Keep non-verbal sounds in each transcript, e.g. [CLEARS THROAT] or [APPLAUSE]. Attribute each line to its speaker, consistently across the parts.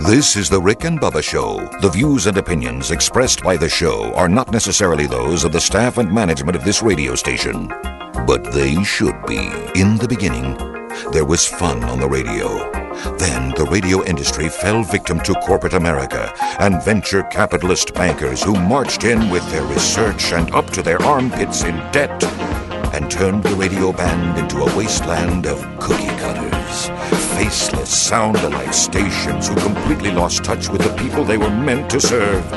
Speaker 1: This is the Rick and Bubba Show. The views and opinions expressed by the show are not necessarily those of the staff and management of this radio station, but they should be. In the beginning, there was fun on the radio. Then the radio industry fell victim to corporate America and venture capitalist bankers who marched in with their research and up to their armpits in debt and turned the radio band into a wasteland of cookie cutters. Faceless, sound alike stations who completely lost touch with the people they were meant to serve.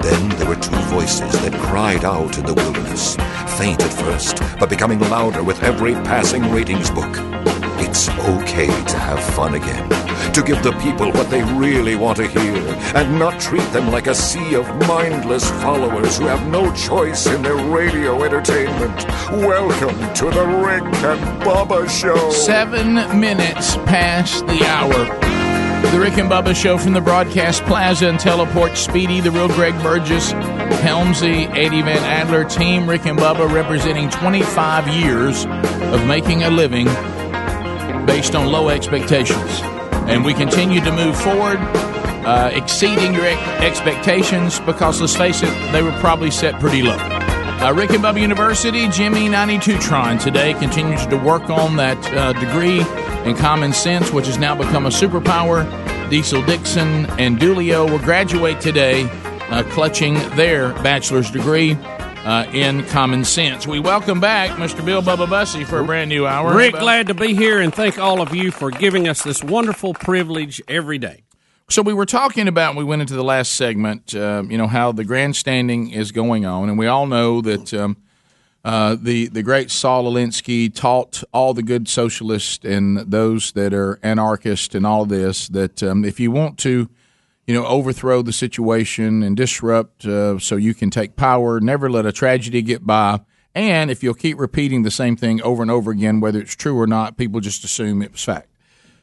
Speaker 1: Then there were two voices that cried out in the wilderness, faint at first, but becoming louder with every passing ratings book. It's okay to have fun again, to give the people what they really want to hear, and not treat them like a sea of mindless followers who have no choice in their radio entertainment. Welcome to the Rick and Bubba Show.
Speaker 2: Seven minutes past the hour. The Rick and Bubba Show from the Broadcast Plaza and Teleport Speedy, the real Greg Burgess, Helmsy, Eddie Van Adler, Team Rick and Bubba representing 25 years of making a living based on low expectations. And we continue to move forward, uh, exceeding your ex- expectations because, let's face it, they were probably set pretty low. Uh, Rick and Bubba University, Jimmy 92tron today continues to work on that uh, degree in common sense, which has now become a superpower. Diesel Dixon and Dulio will graduate today, uh, clutching their bachelor's degree uh, in common sense. We welcome back Mr. Bill Bubba Bussy for a brand new hour.
Speaker 3: Rick,
Speaker 2: Bubba-
Speaker 3: glad to be here and thank all of you for giving us this wonderful privilege every day.
Speaker 2: So we were talking about, we went into the last segment, uh, you know, how the grandstanding is going on. And we all know that um, uh, the, the great Saul Alinsky taught all the good socialists and those that are anarchists and all this that um, if you want to, you know, overthrow the situation and disrupt uh, so you can take power, never let a tragedy get by. And if you'll keep repeating the same thing over and over again, whether it's true or not, people just assume it was fact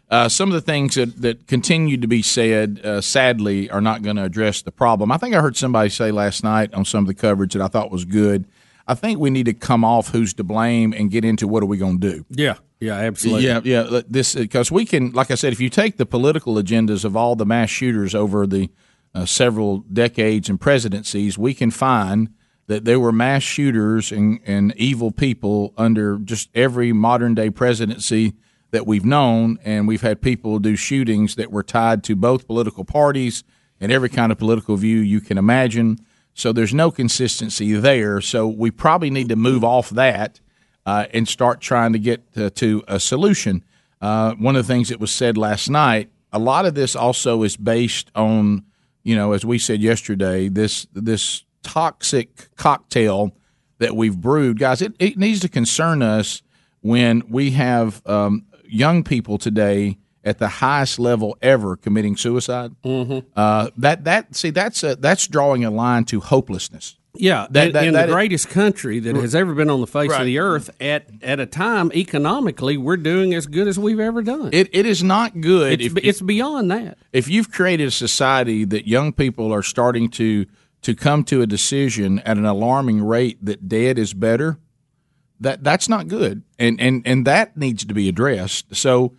Speaker 2: uh, some of the things that, that continue to be said, uh, sadly, are not going to address the problem. I think I heard somebody say last night on some of the coverage that I thought was good. I think we need to come off who's to blame and get into what are we going to do.
Speaker 3: Yeah, yeah, absolutely.
Speaker 2: Yeah, yeah. let- This because we can, like I said, if you take the political agendas of all the mass shooters over the uh, several decades and presidencies, we can find that there were mass shooters and, and evil people under just every modern day presidency that we've known, and we've had people do shootings that were tied to both political parties and every kind of political view you can imagine. So there's no consistency there. So we probably need to move off that uh, and start trying to get uh, to a solution. Uh, one of the things that was said last night, a lot of this also is based on, you know, as we said yesterday, this this toxic cocktail that we've brewed, guys. It, it needs to concern us when we have um, young people today at the highest level ever committing suicide.
Speaker 3: Mm-hmm.
Speaker 2: Uh, that that see that's a, that's drawing a line to hopelessness.
Speaker 3: Yeah,
Speaker 2: That-
Speaker 3: in-
Speaker 2: that-
Speaker 3: in
Speaker 2: that-
Speaker 3: the greatest country that has ever been on the face
Speaker 2: Right.
Speaker 3: of the earth, at at a time economically, we're doing as good as we've ever done.
Speaker 2: It, it is not good.
Speaker 3: it's,
Speaker 2: if-
Speaker 3: be- it's beyond that.
Speaker 2: if you've created a society that young people are starting to to come to a decision at an alarming rate that dead is better, that that's not good, and and and that needs to be addressed. So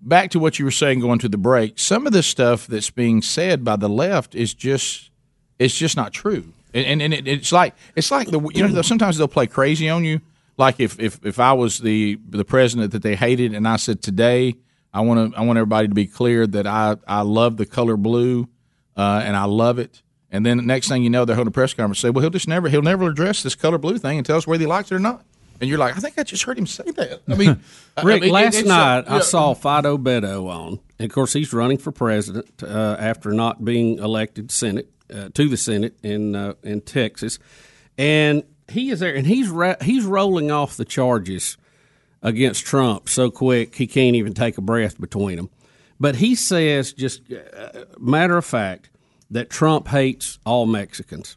Speaker 2: back to what you were saying going to the break, some of the stuff that's being said by the left is just it's just not true, and and, and it, it's like it's like the you know sometimes they'll play crazy on you. Like if, if, if I was the the president that they hated, and I said today I want to I want everybody to be clear that I I love the color blue, uh, and I love it. And then the next thing you know, they're holding a press conference. Say, well, he'll just never he'll never address this color blue thing and tell us whether he likes it or not. And you're like, I think I just heard him say that. I mean, I-
Speaker 3: [LAUGHS] Rick,
Speaker 2: I mean, it-
Speaker 3: last
Speaker 2: it's a-
Speaker 3: night I
Speaker 2: yeah.
Speaker 3: saw Fido Beto on. And of course, he's running for president uh, after not being elected Senate uh, to the Senate in uh, in Texas, and he is there, and he's ra- he's rolling off the charges against Trump so quick he can't even take a breath between them. But he says, just uh, matter of fact, that Trump hates all Mexicans,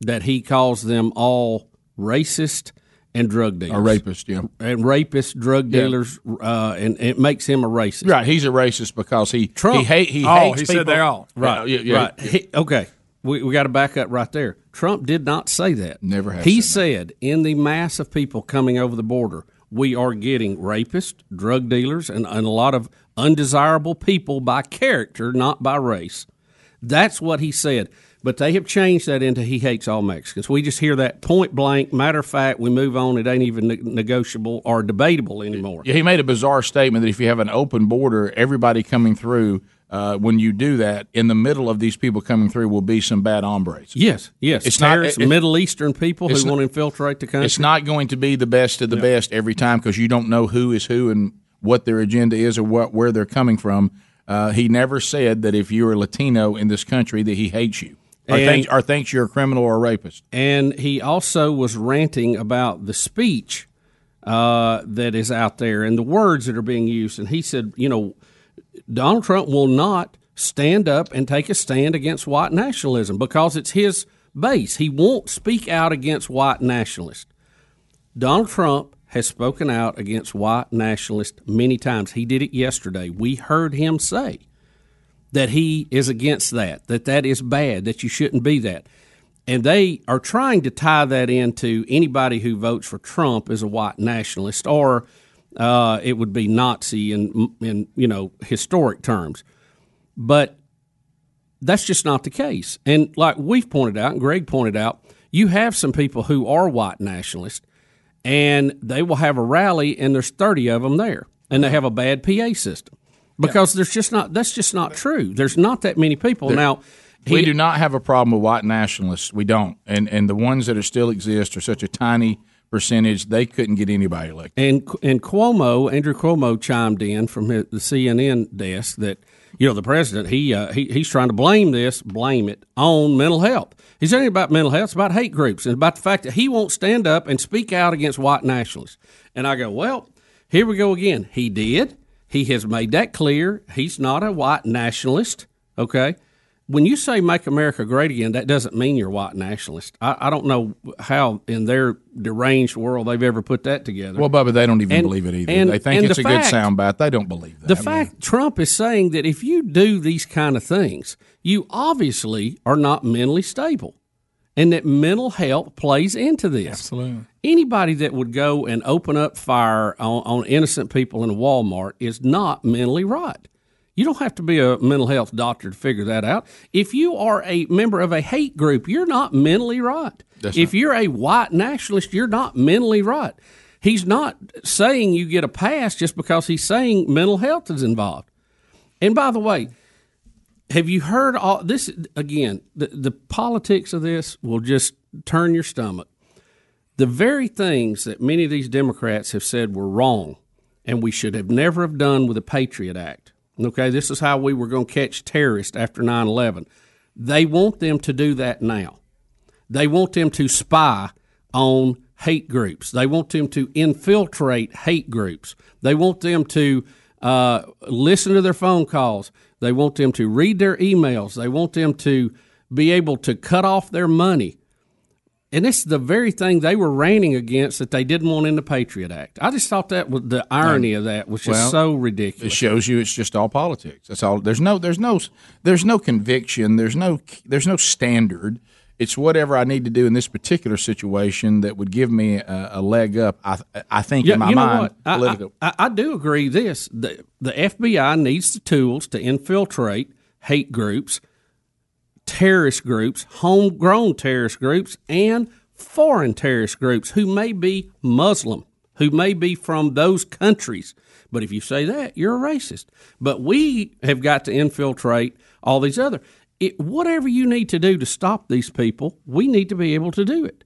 Speaker 3: that he calls them all racist and drug dealers
Speaker 2: a rapist. Yeah,
Speaker 3: and rapists, drug dealers, uh, and, it makes him a racist.
Speaker 2: right. He's a racist because he
Speaker 3: Trump.
Speaker 2: He hate. He
Speaker 4: Oh,
Speaker 2: hates
Speaker 4: he said
Speaker 2: people-
Speaker 4: they're all.
Speaker 2: Right. Yeah, yeah.
Speaker 3: right. He- okay, we, we got to back up right there. Trump did not say that.
Speaker 2: Never has
Speaker 3: He
Speaker 2: said
Speaker 3: said in the mass of people coming over the border, we are getting rapists, drug dealers, and, and a lot of undesirable people by character, not by race. That's what he said. But they have changed that into he hates all Mexicans. We just hear that point blank. Matter of fact, we move on. It ain't even ne- negotiable or debatable anymore.
Speaker 2: Yeah, he made a bizarre statement that if you have an open border, everybody coming through, uh, when you do that, in the middle of these people coming through will be some bad hombres.
Speaker 3: Yes, yes.
Speaker 2: It's
Speaker 3: It's
Speaker 2: not-
Speaker 3: Terrorists,
Speaker 2: it- it-
Speaker 3: Middle Eastern people who
Speaker 2: it's not-
Speaker 3: want to infiltrate the country.
Speaker 2: It's not going to be the best of the best every time because you don't know who is who and what their agenda is or what where they're coming from. Uh, he never said that if you're a Latino in this country that he hates you or,
Speaker 3: And-
Speaker 2: thinks, or thinks you're a criminal or a rapist.
Speaker 3: and he also was ranting about the speech uh, that is out there and the words that are being used. And he said, you know, Donald Trump will not stand up and take a stand against white nationalism because it's his base. He won't speak out against white nationalists. Donald Trump has spoken out against white nationalists many times. He did it yesterday. We heard him say that he is against that, that that is bad, that you shouldn't be that. And they are trying to tie that into anybody who votes for Trump is a white nationalist, or uh, it would be Nazi in in you know historic terms. But that's just not the case. And like we've pointed out, and Greg pointed out, you have some people who are white nationalists, and they will have a rally, and there's 30 of them there, and they have a bad PA system because there's just not. That's just not true. There's not that many people now.
Speaker 2: we do not have a problem with white nationalists. We don't, and and the ones that are still exist are such a tiny percentage. They couldn't get anybody elected.
Speaker 3: And and Cuomo, Andrew Cuomo chimed in from his, the CNN desk that you know the president he, uh, he he's trying to blame this, blame it on mental health. He's not about mental health; it's about hate groups and about the fact that he won't stand up and speak out against white nationalists. And I go, well, here we go again. He did. He has made that clear. He's not a white nationalist. Okay. When you say "Make America Great Again," that doesn't mean you're a white nationalist. I, I don't know how in their deranged world they've ever put that together.
Speaker 2: Well, Bubba, they don't even
Speaker 3: And-
Speaker 2: believe it either.
Speaker 3: and-
Speaker 2: they think
Speaker 3: and
Speaker 2: it's
Speaker 3: the
Speaker 2: a good
Speaker 3: fact-
Speaker 2: soundbite. They don't believe that.
Speaker 3: The fact Trump is saying that if you do these kind of things, you obviously are not mentally stable, and that mental health plays into this.
Speaker 2: Absolutely.
Speaker 3: Anybody that would go and open up fire on, on innocent people in a Walmart is not mentally right. You don't have to be a mental health doctor to figure that out. If you are a member of a hate group, you're not mentally right. if you're a white nationalist, you're not mentally right. He's not saying you get a pass just because he's saying mental health is involved. And by the way, have you heard all this again? The, the politics of this will just turn your stomach. The very things that many of these Democrats have said were wrong and we should have never have done with the Patriot Act. Okay, this is how we were going to catch terrorists after 9 11. They want them to do that now. They want them to spy on hate groups. They want them to infiltrate hate groups. They want them to uh, listen to their phone calls. They want them to read their emails. They want them to be able to cut off their money. And this is the very thing they were ranting against that they didn't want in the Patriot Act. I just thought that was the irony of that was just
Speaker 2: Well,
Speaker 3: so
Speaker 2: It
Speaker 3: ridiculous.
Speaker 2: shows you it's just all politics. That's all. There's no. There's no. There's no conviction. There's no. There's no standard. It's whatever I need to do in this particular situation that would give me a, a leg up. I I think in my mind.
Speaker 3: I-
Speaker 2: political.
Speaker 3: I, I, I do agree this. The, the FBI needs the tools to infiltrate hate groups, terrorist groups, homegrown terrorist groups, and foreign terrorist groups who may be Muslim, who may be from those countries. But if you say that, you're a racist. But we have got to infiltrate all these other. It, whatever you need to do to stop these people, we need to be able to do it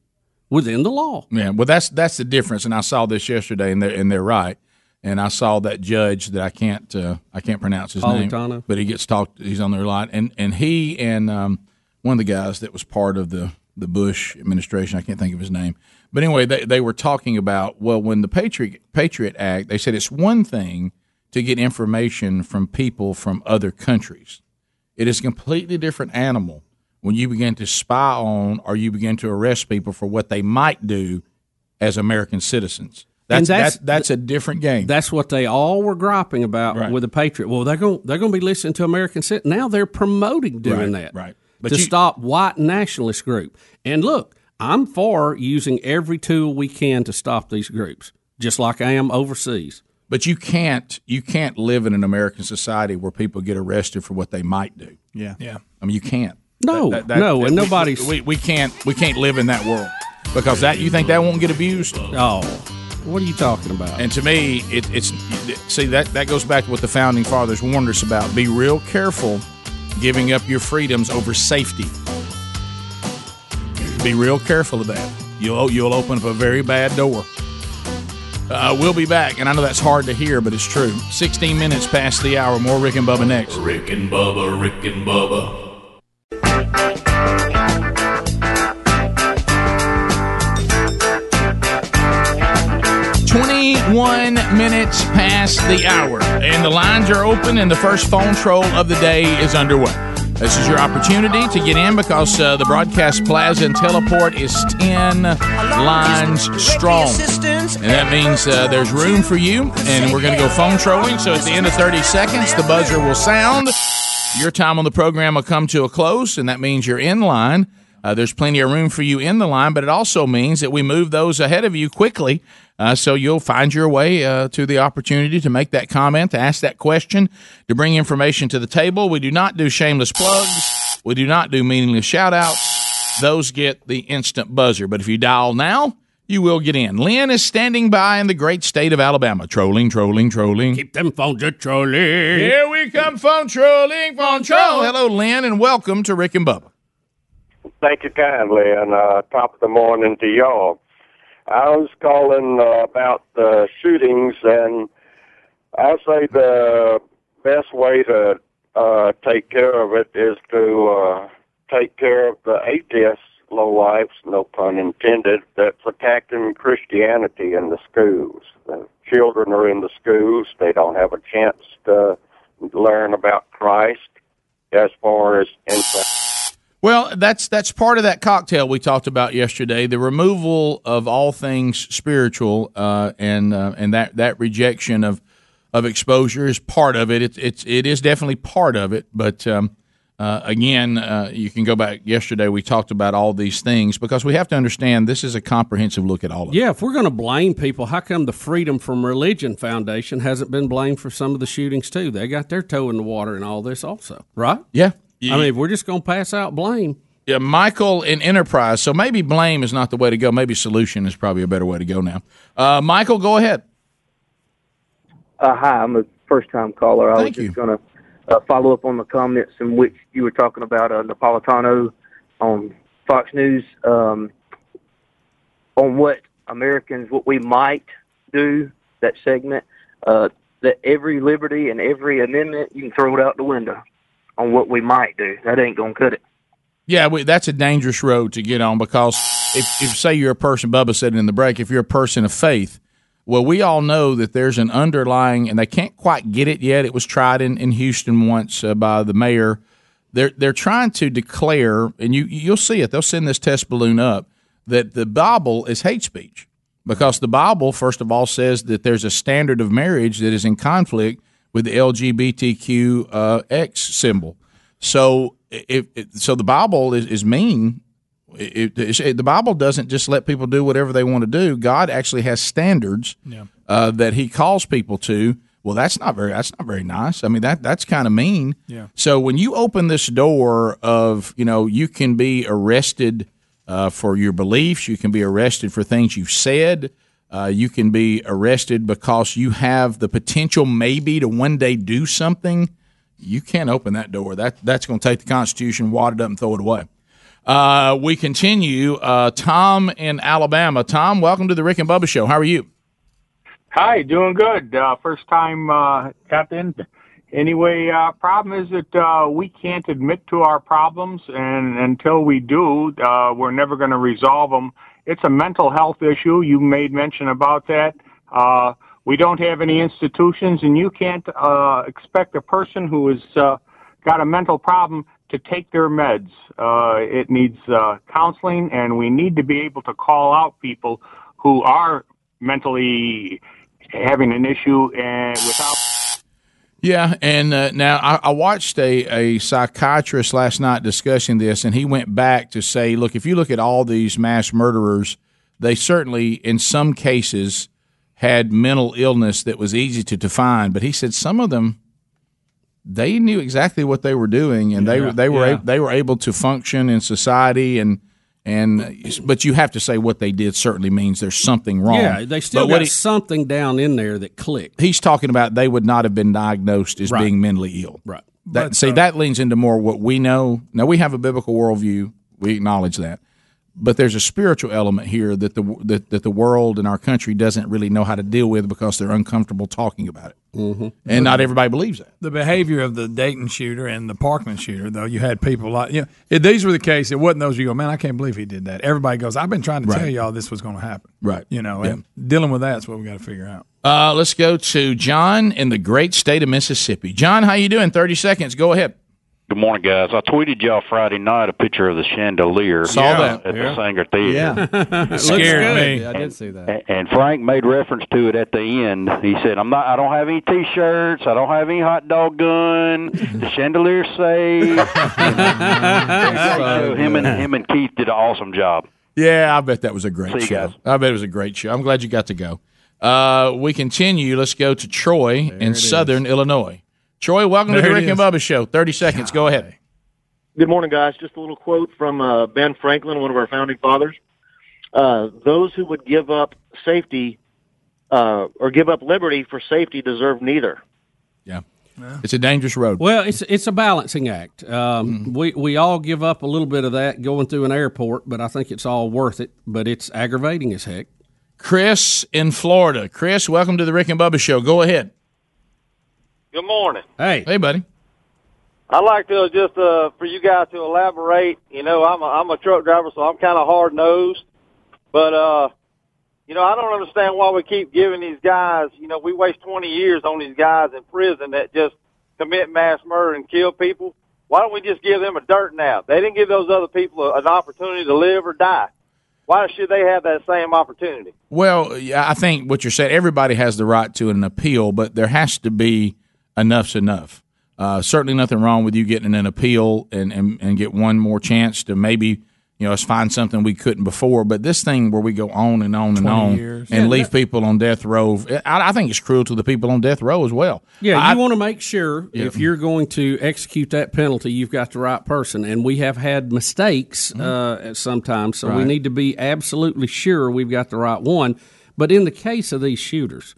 Speaker 3: within the law.
Speaker 2: Yeah, well, that's that's the difference, and I saw this yesterday, and they're and they're right. And I saw that judge that I can't uh, I can't pronounce his name,
Speaker 3: Politano?
Speaker 2: but he gets talked. He's on there a lot, and and he and um, one of the guys that was part of the the Bush administration, I can't think of his name, but anyway, they they were talking about well, when the Patriot Patriot Act, they said it's one thing to get information from people from other countries. It is a completely different animal when you begin to spy on or you begin to arrest people for what they might do as American citizens. That's
Speaker 3: And
Speaker 2: that's,
Speaker 3: that's-
Speaker 2: that's, a different game.
Speaker 3: That's what they all were griping about with the Patriot. Well, they're going they're going to be listening to American cit. Now they're promoting doing
Speaker 2: Right,
Speaker 3: that,
Speaker 2: right. But
Speaker 3: to
Speaker 2: you-
Speaker 3: stop white nationalist group. And look, I'm for using every tool we can to stop these groups. just like I am overseas.
Speaker 2: But you can't you can't live in an American society where people get arrested for what they might do.
Speaker 4: Yeah.
Speaker 2: yeah. I mean, you can't.
Speaker 3: No,
Speaker 2: That- that-
Speaker 3: no,
Speaker 2: that-
Speaker 3: and
Speaker 2: we-
Speaker 3: nobody's.
Speaker 2: We, we can't we can't live in that world because that you think that won't get abused.
Speaker 3: oh, what are you talking about?
Speaker 2: And to me, it, it's see that that goes back to what the founding fathers warned us about: be real careful giving up your freedoms over safety. Be real careful of that. You'll you'll open up a very bad door. Uh, we'll be back, and I know that's hard to hear, but it's true. 16 minutes past the hour. More Rick and Bubba next.
Speaker 5: Rick and Bubba, Rick and Bubba.
Speaker 2: Twenty-one minutes past the hour, and the lines are open, and the first phone troll of the day is underway. This is your opportunity to get in because uh, the broadcast plaza and teleport is ten lines strong. And that means uh, there's room for you, and we're going to go phone trolling. So at the end of 30 seconds, the buzzer will sound. Your time on the program will come to a close, and that means you're in line. Uh, there's plenty of room for you in the line, but it also means that we move those ahead of you quickly. Uh, so you'll find your way uh, to the opportunity to make that comment, to ask that question, to bring information to the table. We do not do shameless plugs. We do not do meaningless shout outs. Those get the instant buzzer. But if you dial now, you will get in. Lynn is standing by in the great state of Alabama. Trolling, trolling, trolling.
Speaker 3: Keep them phones a trolling.
Speaker 2: Here we come, phone trolling, phone troll. Hello, Lynn, and welcome to Rick and Bubba.
Speaker 6: Thank you kindly, and uh, top of the morning to y'all. I was calling uh, about the shootings, and I say the best way to uh, take care of it is to uh, take care of the atheists, low lives, no pun intended, that's attacking Christianity in the schools. The children are in the schools; they don't have a chance to learn about Christ as far as infant
Speaker 2: Well, that's that's part of that cocktail we talked about yesterday. The removal of all things spiritual uh, and uh, and that that rejection of of exposure is part of it. It's it's it is definitely part of it. But um, uh, again, uh, you can go back yesterday. We talked about all these things because we have to understand this is a comprehensive look at all of it.
Speaker 3: Yeah, if we're going to blame people, how come the Freedom from Religion Foundation hasn't been blamed for some of the shootings too? They got their toe in the water and all this also, right?
Speaker 2: Yeah.
Speaker 3: I mean, if we're just going to pass out blame,
Speaker 2: yeah, Michael in Enterprise. So maybe blame is not the way to go. Maybe solution is probably a better way to go now. Uh, Michael, go ahead.
Speaker 7: Uh, hi, I'm a first time caller. I
Speaker 2: Thank
Speaker 7: was just
Speaker 2: you.
Speaker 7: going to uh, follow up on the comments in which you were talking about uh, Napolitano on Fox News um, on what Americans, what we might do, that segment, uh, that every liberty and every amendment, you can throw it out the window on what we might do. That ain't going to cut it.
Speaker 2: Yeah, we, that's a dangerous road to get on because if, if say you're a person, Bubba said it in the break, if you're a person of faith, well, we all know that there's an underlying, and they can't quite get it yet. It was tried in, in Houston once uh, by the mayor. They're they're trying to declare, and you you'll see it. They'll send this test balloon up that the Bible is hate speech because the Bible, first of all, says that there's a standard of marriage that is in conflict with the LGBTQ uh, X symbol. So if, if- so, the Bible is, is mean. It, it- it- the Bible doesn't just let people do whatever they want to do. God actually has standards uh, that He calls people to. Well, that's not very that's not very nice. I mean that that's kind of mean. Yeah. So when you open this door of you know you can be arrested uh, for your beliefs. You can be arrested for things you've said. Uh, you can be arrested because you have the potential maybe to one day do something. You can't open that door. That that's going to take the Constitution, wad it up, and throw it away. Uh, we continue. Uh, Tom in Alabama. Tom, welcome to the Rick and Bubba Show. How are you?
Speaker 8: Hi, doing good. Uh, first time uh, tapped in. Anyway, uh, problem is that uh, we can't admit to our problems, and until we do, uh, we're never going to resolve them. It's a mental health issue. You made mention about that. Uh, we don't have any institutions, and you can't uh, expect a person who has uh, got a mental problem to take their meds. Uh, it needs uh, counseling, and we need to be able to call out people who are mentally having an issue and without
Speaker 2: Yeah, and uh, now I, I watched a, a psychiatrist last night discussing this, and he went back to say, look, if you look at all these mass murderers, they certainly, in some cases, had mental illness that was easy to define, but he said some of them they knew exactly what they were doing, and they
Speaker 3: Yeah,
Speaker 2: they were
Speaker 3: yeah.
Speaker 2: ab- they were able to function in society and. And but you have to say what they did certainly means there's something wrong.
Speaker 3: Yeah, they still
Speaker 2: But what
Speaker 3: got
Speaker 2: he-
Speaker 3: something down in there that clicked.
Speaker 2: he's talking about they would not have been diagnosed as
Speaker 3: Right.
Speaker 2: being mentally ill.
Speaker 3: Right. uh,
Speaker 2: That, see, that leans into more what we know. Now we have a biblical worldview; we acknowledge that, but there's a spiritual element here that the that, that the world and our country doesn't really know how to deal with because they're uncomfortable talking about it, mm-hmm. and not everybody believes that.
Speaker 4: the behavior of the Dayton shooter and the Parkland shooter, though, you had people like, you know, if these were the case, it wasn't those you go, man, I can't believe he did that. Everybody goes, I've been trying to tell y'all this was going to happen.
Speaker 2: Right.
Speaker 4: You know, and dealing with that's what we got to figure out.
Speaker 2: Uh, let's go to John in the great state of Mississippi. John, how you doing? Thirty seconds. Go ahead.
Speaker 9: Good morning, guys. I tweeted y'all Friday night a picture of the chandelier
Speaker 2: Saw that.
Speaker 9: at the Sanger Theater.
Speaker 2: [LAUGHS]
Speaker 4: Scared me.
Speaker 10: I did see that.
Speaker 9: A- And Frank made reference to it at the end. He said, "I'm not. I don't have any T-shirts. I don't have any hot dog gun. The chandelier
Speaker 2: [LAUGHS]
Speaker 9: safe." So him and him and Keith did an awesome job.
Speaker 2: Yeah, I bet that was a great
Speaker 9: See you
Speaker 2: show.
Speaker 9: guys.
Speaker 2: I bet it was a great show. I'm glad you got to go. Uh, we continue. Let's go to Troy in Southern Illinois. Troy, welcome to
Speaker 4: There
Speaker 2: the
Speaker 4: it
Speaker 2: Rick and
Speaker 4: is.
Speaker 2: Bubba Show. Thirty seconds. Go ahead.
Speaker 7: Good morning, guys. Just a little quote from uh, Ben Franklin, one of our founding fathers. Uh, Those who would give up safety uh, or give up liberty for safety deserve neither.
Speaker 2: Yeah, it's a dangerous road.
Speaker 3: Well, it's it's a balancing act. Um,
Speaker 2: Mm-hmm.
Speaker 3: We we all give up a little bit of that going through an airport, but I think it's all worth it. But it's aggravating as heck.
Speaker 2: Chris in Florida. Chris, welcome to the Rick and Bubba Show. Go ahead.
Speaker 6: Good morning.
Speaker 3: Hey,
Speaker 2: Hey, buddy.
Speaker 6: I'd like to just uh, for you guys to elaborate. You know, I'm a, I'm a truck driver, so I'm kind of hard nosed. But uh, you know, I don't understand why we keep giving these guys. You know, we waste 20 years on these guys in prison that just commit mass murder and kill people. Why don't we just give them a dirt nap? They didn't give those other people a, an opportunity to live or die. Why should they have that same opportunity?
Speaker 2: Well, yeah, I think what you're saying, everybody has the right to an appeal, but there has to be enough's enough. Uh, certainly nothing wrong with you getting an appeal and, and, and get one more chance to maybe, you know, us find something we couldn't before. But this thing where we go on and on and on and leave people on death row, I, I think it's cruel to the people on death row as well.
Speaker 3: Yeah,
Speaker 2: I-
Speaker 3: you want to make sure if you're going to execute that penalty, you've got the right person. And we have had mistakes
Speaker 2: Mm-hmm.
Speaker 3: uh, sometimes, so we need to be absolutely sure we've got the right one. But in the case of these shooters,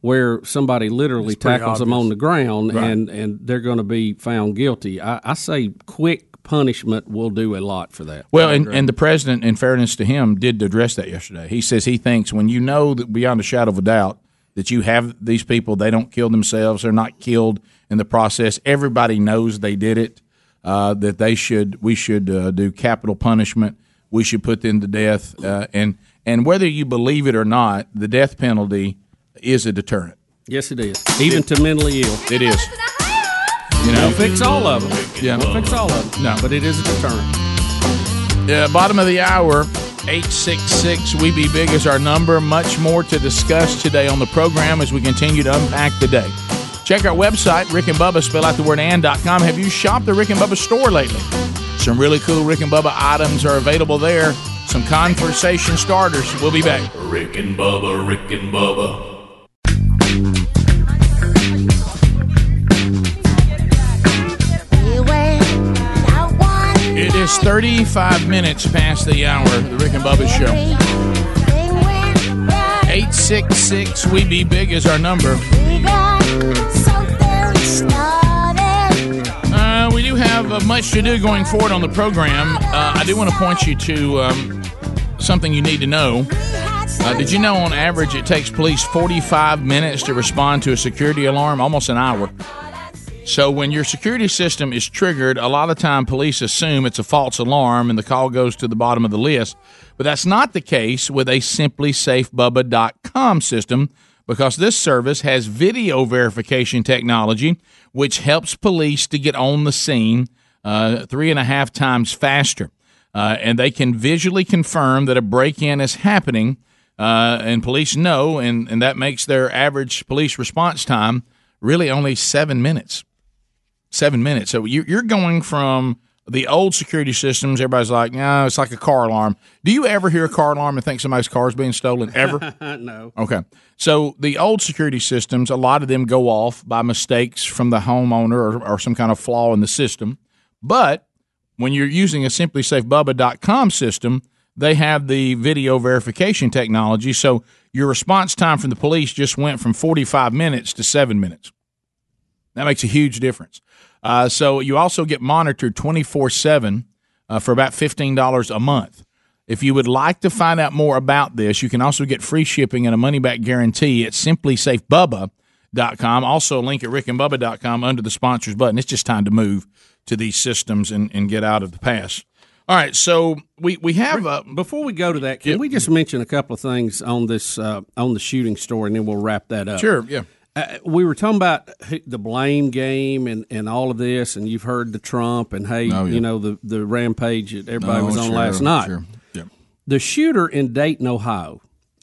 Speaker 3: where somebody literally tackles them on the ground and, and they're going to be found guilty, I, I say quick punishment will do a lot for that.
Speaker 2: Well, and, and the president, in fairness to him, did address that yesterday. He says he thinks when you know that beyond a shadow of a doubt that you have these people, they don't kill themselves, they're not killed in the process. Everybody knows they did it. Uh, that they should, we should uh, do capital punishment. We should put them to death. Uh, and and whether you believe it or not, the death penalty is a deterrent.
Speaker 3: Yes, it is. Even to mentally ill.
Speaker 2: It is. You know.
Speaker 3: Don't fix all of them.
Speaker 2: Yeah.
Speaker 3: Don't fix all of them.
Speaker 2: No.
Speaker 3: But it is a deterrent.
Speaker 2: Yeah, bottom of the hour, 866 We Be Big is our number. Much more to discuss today on the program as we continue to unpack the day. Check our website, Rick and Bubba, spell out the word and.com. Have you shopped the Rick and Bubba store lately? Some really cool Rick and Bubba items are available there. Some conversation starters. We'll be back.
Speaker 5: Rick and Bubba, Rick and Bubba,
Speaker 2: It is 35 minutes past the hour, the Rick and Bubba show. 866 We Be Big is our number. Uh, we do have uh, much to do going forward on the program. Uh, I do want to point you to um, something you need to know. Uh, did you know on average it takes police 45 minutes to respond to a security alarm, almost an hour? So when your security system is triggered, a lot of time police assume it's a false alarm and the call goes to the bottom of the list. But that's not the case with a simplysafebubba.com system because this service has video verification technology which helps police to get on the scene uh, three and a half times faster. Uh, and they can visually confirm that a break-in is happening uh, and police know, and, and that makes their average police response time really only seven minutes. Seven minutes. So you, you're going from the old security systems, everybody's like, no, it's like a car alarm. Do you ever hear a car alarm and think somebody's car is being stolen?
Speaker 3: [LAUGHS]
Speaker 2: Ever? Oh,
Speaker 3: no.
Speaker 2: Okay. So the old security systems, a lot of them go off by mistakes from the homeowner or, or some kind of flaw in the system. But when you're using a simplysafebubba.com system, they have the video verification technology. So your response time from the police just went from 45 minutes to seven minutes. That makes a huge difference. Uh, so you also get monitored 24 7 for about $15 a month. If you would like to find out more about this, you can also get free shipping and a money back guarantee at simplysafebubba.com. Also, a link at rickandbubba.com under the sponsors button. It's just time to move to these systems and, and get out of the past. All right, so we, we have a.
Speaker 3: Before we go to that, can we just mention a couple of things on this uh, on the shooting story, and then we'll wrap that up?
Speaker 2: Sure, yeah.
Speaker 3: Uh, we were talking about who- the blame game and, and all of this, and you've heard the Trump and hey,
Speaker 2: Oh, yeah.
Speaker 3: you know the the rampage that everybody
Speaker 2: Oh,
Speaker 3: was on
Speaker 2: sure,
Speaker 3: last night.
Speaker 2: sure. Yeah.
Speaker 3: The shooter in Dayton, Ohio,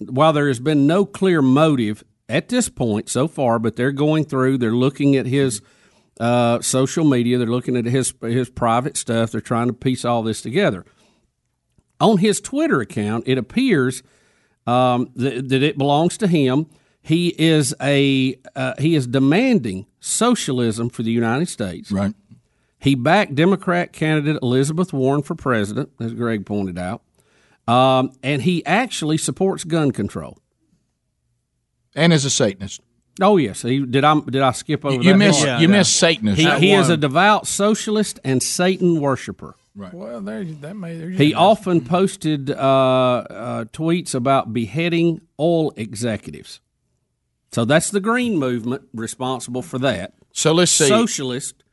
Speaker 3: while there has been no clear motive at this point so far, but they're going through, they're looking at his uh, social media, they're looking at his his private stuff, they're trying to piece all this together. On his Twitter account, it appears um, th- that it belongs to him. He is a uh, he is demanding socialism for the United States.
Speaker 2: Right.
Speaker 3: He backed Democrat candidate Elizabeth Warren for president, as Greg pointed out, um, and he actually supports gun control.
Speaker 2: And is a Satanist.
Speaker 3: Oh yes, he, did I did I skip over?
Speaker 2: You
Speaker 3: that
Speaker 2: miss
Speaker 3: part?
Speaker 2: you miss Satanist.
Speaker 3: He, he is a
Speaker 2: That
Speaker 3: devout socialist and Satan worshiper.
Speaker 4: Well, there, that may. There
Speaker 3: He often posted uh, uh, tweets about beheading oil executives. So that's the Green Movement responsible for that.
Speaker 2: So let's see. [LAUGHS]
Speaker 3: Socialist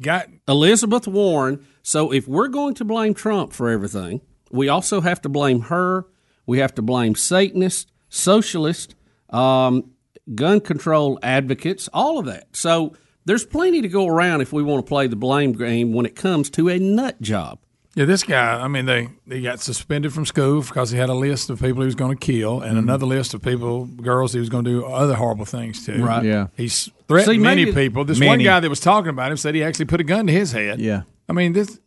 Speaker 4: got
Speaker 3: Elizabeth Warren. So if we're going to blame Trump for everything, we also have to blame her. We have to blame Satanists, socialist, um, gun control advocates, all of that. So there's plenty to go around if we want to play the blame game when it comes to a nut job.
Speaker 4: Yeah, this guy. I mean, they he got suspended from school because he had a list of people he was going to kill, and another list of people, girls he was going to do other horrible things to.
Speaker 3: Right.
Speaker 2: Yeah.
Speaker 4: He's threatened
Speaker 3: See,
Speaker 4: many
Speaker 3: maybe-
Speaker 4: people. This one
Speaker 10: Many.
Speaker 4: guy that was talking about him said he actually put a gun to his head.
Speaker 10: Yeah.
Speaker 4: I mean, this.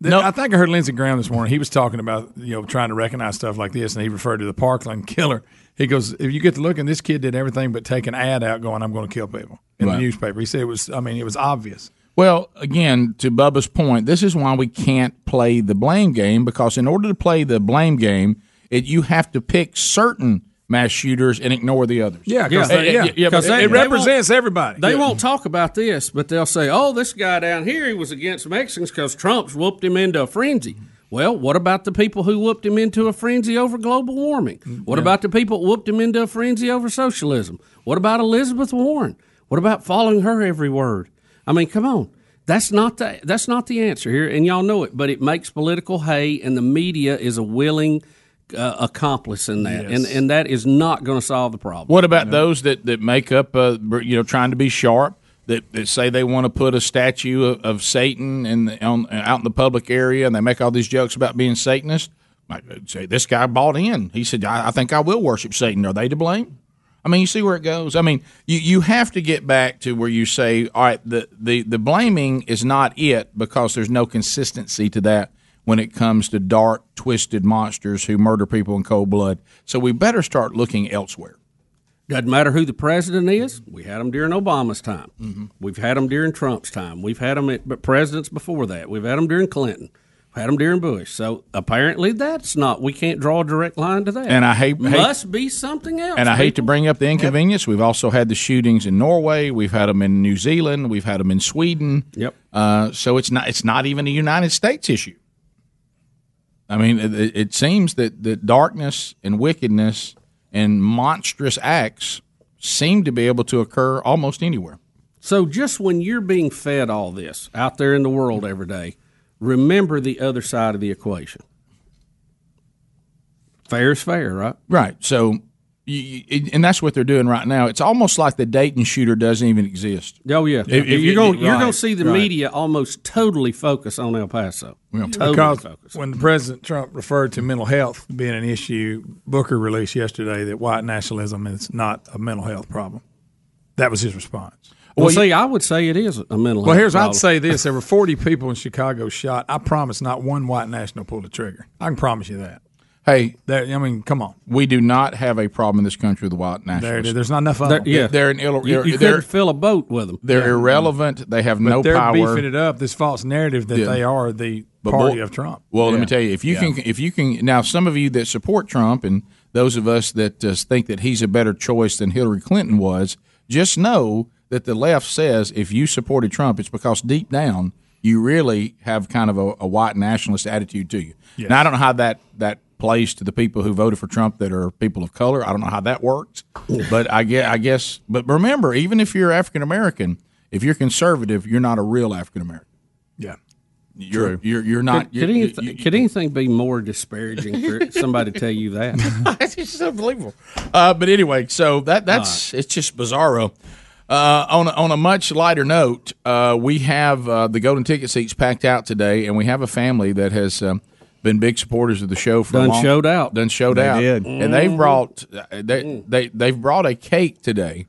Speaker 4: this- I think I heard Lindsey Graham this morning. He was talking about you know trying to recognize stuff like this, and he referred to the Parkland killer. He goes, if you get to looking, this kid did everything but take an ad out going, "I'm going to kill people" in
Speaker 2: Right.
Speaker 4: the newspaper. He said it was. I mean, it was obvious.
Speaker 2: Well, again, to Bubba's point, this is why we can't play the blame game because in order to play the blame game, it you have to pick certain mass shooters and ignore the others. Eh,
Speaker 4: Yeah,
Speaker 3: Yeah.
Speaker 4: because yeah,
Speaker 2: Yeah,
Speaker 4: yeah,
Speaker 2: yeah,
Speaker 4: because
Speaker 2: but
Speaker 4: it,
Speaker 2: they-
Speaker 4: it
Speaker 2: they won't-
Speaker 4: represents everybody.
Speaker 3: They won't talk about this, but they'll say, "Oh, this guy down here, he was against Mexicans because Trump's whooped him into a frenzy." Well, what about the people who whooped him into a frenzy over global warming? What about the people who whooped him into a frenzy over socialism? What about Elizabeth Warren? What about following her every word? I mean, come on. That's not the that's not the answer here, and y'all know it. But it makes political hay, and the media is a willing uh, accomplice in that, and and that is not going to solve the problem.
Speaker 2: What about those that that make up, uh, br- you know, trying to be sharp? That, that say they want to put a statue of, of Satan in the, on, out in the public area, and they make all these jokes about being Satanist. Like, say this guy bought in. He said, I, "I think I will worship Satan." Are they to blame? I mean, you see where it goes. I mean, you, you have to get back to where you say, all right, the, the, the blaming is not it because there's no consistency to that when it comes to dark, twisted monsters who murder people in cold blood. So we better start looking elsewhere.
Speaker 3: Doesn't matter who the president is. We had them during Obama's time.
Speaker 2: Mm-hmm.
Speaker 3: We've had them during Trump's time. We've had them at but presidents before that. We've had them during Clinton. We've had them during Bush. So apparently, that's not. We can't draw a direct line to that.
Speaker 2: And I hate- hate-
Speaker 3: must be something else.
Speaker 2: And I hate to
Speaker 3: people.
Speaker 2: bring up the inconvenience. We've also had the shootings in Norway. We've had them in New Zealand. We've had them in Sweden.
Speaker 3: Yep.
Speaker 2: Uh, so it's not it's not even a United States issue. I mean, it- it, it seems that, that darkness and wickedness and monstrous acts seem to be able to occur almost anywhere.
Speaker 3: So just when you're being fed all this out there in the world every day, remember the other side of the equation. Fair is fair, right?
Speaker 2: Right. So, you, you, and that's what they're doing right now. It's almost like the Dayton shooter doesn't even exist.
Speaker 3: Oh yeah.
Speaker 2: If- if
Speaker 3: you're
Speaker 2: you-
Speaker 3: going you're
Speaker 2: right,
Speaker 3: going to see the
Speaker 2: right.
Speaker 3: media almost totally focus on El Paso. Totally
Speaker 4: because
Speaker 3: focus.
Speaker 4: when President Trump referred to mental health being an issue, Booker released yesterday that white nationalism is not a mental health problem. That was his response.
Speaker 3: Well, see, I would say it is a mental.
Speaker 4: Well,
Speaker 3: health
Speaker 4: here's
Speaker 3: problem.
Speaker 4: I'd say this: there were 40 people in Chicago shot. I promise, not one white national pulled a trigger. I can promise you that.
Speaker 2: Hey,
Speaker 4: there, I mean, come on.
Speaker 2: We do not have a problem in this country with white nationalists.
Speaker 4: There it is. There's not enough of
Speaker 2: They're,
Speaker 4: them.
Speaker 2: yeah, they're an ill.
Speaker 4: You-
Speaker 2: they're-
Speaker 4: you
Speaker 2: they're,
Speaker 4: couldn't
Speaker 3: fill a boat with them.
Speaker 2: They're irrelevant. They have
Speaker 4: But
Speaker 2: no
Speaker 4: they're
Speaker 2: power.
Speaker 4: beefing it up. This false narrative that
Speaker 2: Yeah.
Speaker 4: they are the
Speaker 2: But
Speaker 4: party
Speaker 2: boy-
Speaker 4: of Trump.
Speaker 2: Well, let me tell you, if you
Speaker 4: Yeah.
Speaker 2: can, if you can, now some of you that support Trump and those of us that uh, think that he's a better choice than Hillary Clinton was, just know that the left says if you supported Trump, it's because deep down you really have kind of a, a white nationalist attitude to you.
Speaker 10: Yes.
Speaker 2: Now I don't know how that that plays to the people who voted for Trump that are people of color. I don't know how that works, but I guess, I guess. But remember, even if you're African American, if you're conservative, you're not a real African American.
Speaker 4: Yeah.
Speaker 2: You're, you're you're not.
Speaker 3: Could,
Speaker 2: you're-
Speaker 3: could,
Speaker 2: you-
Speaker 3: anything, could anything be more disparaging for [LAUGHS] somebody to tell you that?
Speaker 2: [LAUGHS] it's just unbelievable. Uh, but anyway, so that that's it's just bizarro. Uh, on a, on a much lighter note, uh, we have uh, the golden ticket seats packed out today, and we have a family that has um, been big supporters of the show for a
Speaker 3: Done
Speaker 2: long-
Speaker 3: showed out.
Speaker 2: done showed
Speaker 3: They
Speaker 2: out,
Speaker 3: did.
Speaker 2: and they've brought uh, they they they've brought a cake today,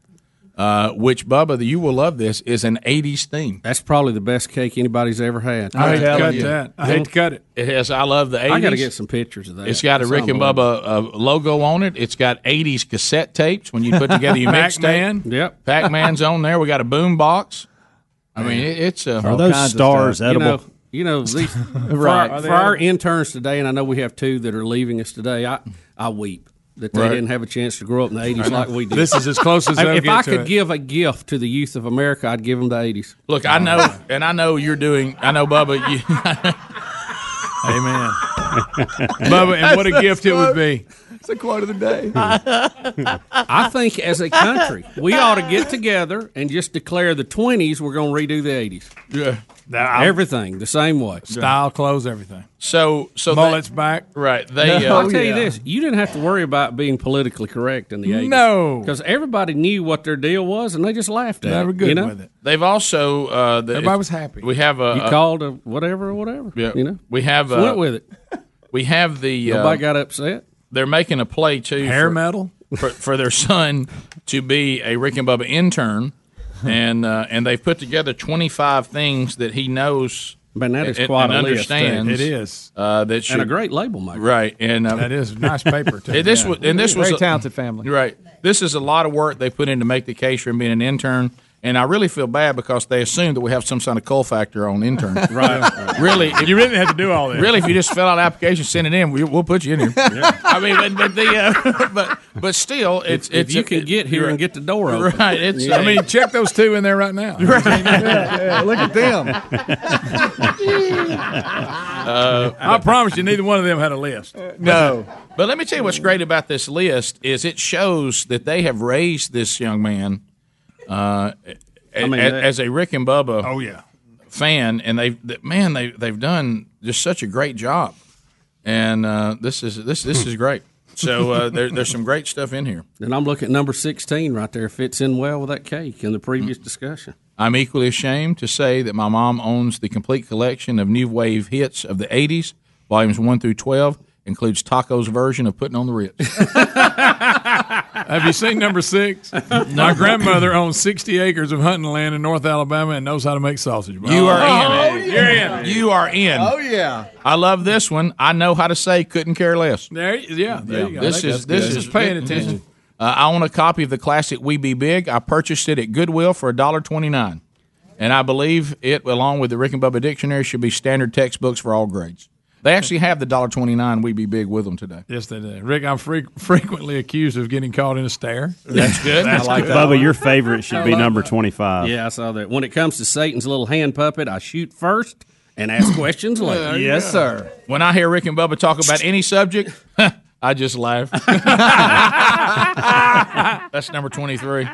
Speaker 2: uh, which Bubba, you will love this, is an '80s theme.
Speaker 3: That's probably the best cake anybody's ever had.
Speaker 4: I hate to cut that. I hate to cut it.
Speaker 2: It has. I love the '80s.
Speaker 3: I got to get some pictures of that.
Speaker 2: It's got a
Speaker 3: It's
Speaker 2: Rick and Bubba uh, logo on it. It's got 80s cassette tapes when you put
Speaker 4: [LAUGHS]
Speaker 2: together your
Speaker 4: Pac-Man.
Speaker 2: mixtape. Yep. Pac-Man's on there. We got a boom box. I mean, it, it's uh, a
Speaker 3: All kinds of stuff. You know, you
Speaker 2: [LAUGHS]
Speaker 3: know these, for,
Speaker 2: Right.
Speaker 3: our,
Speaker 2: Are they
Speaker 3: for our
Speaker 2: edible?
Speaker 3: interns today, and I know we have two that are leaving us today. I, I weep that they
Speaker 2: Right.
Speaker 3: didn't have a chance to grow up in the
Speaker 2: I
Speaker 3: eighties
Speaker 2: know.
Speaker 3: like we did.
Speaker 2: This is as close as
Speaker 3: If-
Speaker 2: they'll
Speaker 3: if
Speaker 2: get
Speaker 3: I
Speaker 2: to
Speaker 3: could
Speaker 2: it.
Speaker 3: give a gift to the youth of America, I'd give them the eighties.
Speaker 2: Look, I know,
Speaker 3: Oh.
Speaker 2: and I know you're doing. I know, Bubba. You, [LAUGHS] Amen.
Speaker 4: Bubba, and what a gift it would be.
Speaker 2: It's a quote of the [LAUGHS] day.
Speaker 3: I think as a country, we ought to get together and just declare the twenties. We're going to redo the eighties.
Speaker 2: Yeah,
Speaker 3: everything the same way.
Speaker 4: Style, clothes, everything.
Speaker 2: So, so uh,
Speaker 4: mullets back.
Speaker 2: Right.
Speaker 3: I'll tell you this: you didn't have to worry about being politically correct in the eighties.
Speaker 4: No.
Speaker 3: because everybody knew what their deal was, and they just laughed at it.
Speaker 4: They were good
Speaker 3: you know?
Speaker 4: with it.
Speaker 2: They've also uh, the,
Speaker 3: Everybody was happy.
Speaker 2: We have a
Speaker 3: you called a whatever, or whatever.
Speaker 2: Yeah,
Speaker 3: you know,
Speaker 2: we have
Speaker 3: Just
Speaker 2: uh,
Speaker 3: went with it.
Speaker 2: We have the uh,
Speaker 3: Nobody got upset.
Speaker 2: They're making a play too.
Speaker 3: Hair
Speaker 2: for,
Speaker 3: metal?
Speaker 2: for, for their son to be a Rick and Bubba intern, and uh, and they've put together twenty five things that he knows.
Speaker 3: Man, that is
Speaker 2: and-
Speaker 3: quite
Speaker 2: and
Speaker 3: a list,
Speaker 2: understands.
Speaker 3: ain't it? It
Speaker 4: is
Speaker 2: uh, that should,
Speaker 3: a great label maker.
Speaker 2: right? And uh,
Speaker 4: That is nice
Speaker 2: [LAUGHS]
Speaker 4: paper, too.
Speaker 2: and this
Speaker 4: Yeah.
Speaker 2: was and this was
Speaker 4: Very
Speaker 2: a-
Speaker 4: talented family.
Speaker 2: right? This is a lot of work they put in to make the case for him being an intern. And I really feel bad because they assume that we have some kind of cull factor on
Speaker 4: [LAUGHS]
Speaker 2: interns.
Speaker 4: Right.
Speaker 2: really,
Speaker 4: you really have to do all this.
Speaker 2: Really, if you just fill out an application, send it in, we, we'll put you in here. I mean, but but, the, uh, [LAUGHS] but but still, it's
Speaker 3: if
Speaker 2: it's
Speaker 3: you can get here and get the door open.
Speaker 2: [LAUGHS] right? It's
Speaker 4: I
Speaker 3: [LAUGHS]
Speaker 4: mean, check those two in there right now. [LAUGHS]
Speaker 2: yeah,
Speaker 4: look at
Speaker 2: [LAUGHS]
Speaker 4: them.
Speaker 3: Uh,
Speaker 4: I promise you, neither one of them had a list.
Speaker 2: No. But let me tell you what's great about this list is it shows that they have raised this young man uh, a-
Speaker 4: mean,
Speaker 2: a-
Speaker 4: that-
Speaker 2: as a Rick and Bubba.
Speaker 4: Oh, yeah.
Speaker 2: fan, and they've th- man they they've done just such a great job, and uh, this is this this is great. So uh, there, there's some great stuff in here.
Speaker 3: Hmm. And I'm looking at number sixteen right there. Fits in well with that cake in the previous
Speaker 2: Hmm.
Speaker 3: discussion.
Speaker 2: I'm equally ashamed to say that my mom owns the complete collection of new wave hits of the 80s, volumes 1 through 12, includes Taco's version of Putting on the Ritz.
Speaker 4: Have you seen number six? My grandmother owns 60 acres of hunting land in North Alabama and knows how to make sausage.
Speaker 2: You are in.
Speaker 4: Oh,
Speaker 2: You're in. You are in.
Speaker 4: yeah.
Speaker 2: I love this one. I know how to say couldn't care less.
Speaker 4: There, yeah, there you go.
Speaker 2: This
Speaker 4: That's
Speaker 2: is this
Speaker 4: good.
Speaker 2: is
Speaker 4: Just paying attention.
Speaker 2: Uh, I own a copy of the classic "We Be Big." I purchased it at Goodwill for $1.29. and I believe it, along with the Rick and Bubba dictionary, should be standard textbooks for all grades. They actually have the $1.29 "We Be Big" with them today.
Speaker 4: Yes, they do. Rick, I'm fre- frequently accused of getting caught in a stare.
Speaker 2: That's
Speaker 3: [LAUGHS]
Speaker 2: good.
Speaker 4: That's good.
Speaker 11: Bubba, your favorite should be number 25.
Speaker 3: yeah, I saw that. When it comes to Satan's little hand puppet, I shoot first
Speaker 2: [COUGHS]
Speaker 3: and ask questions later.
Speaker 2: When I hear Rick
Speaker 3: [LAUGHS]
Speaker 2: and Bubba talk about any subject, [LAUGHS] I just laugh. [LAUGHS] That's number 23.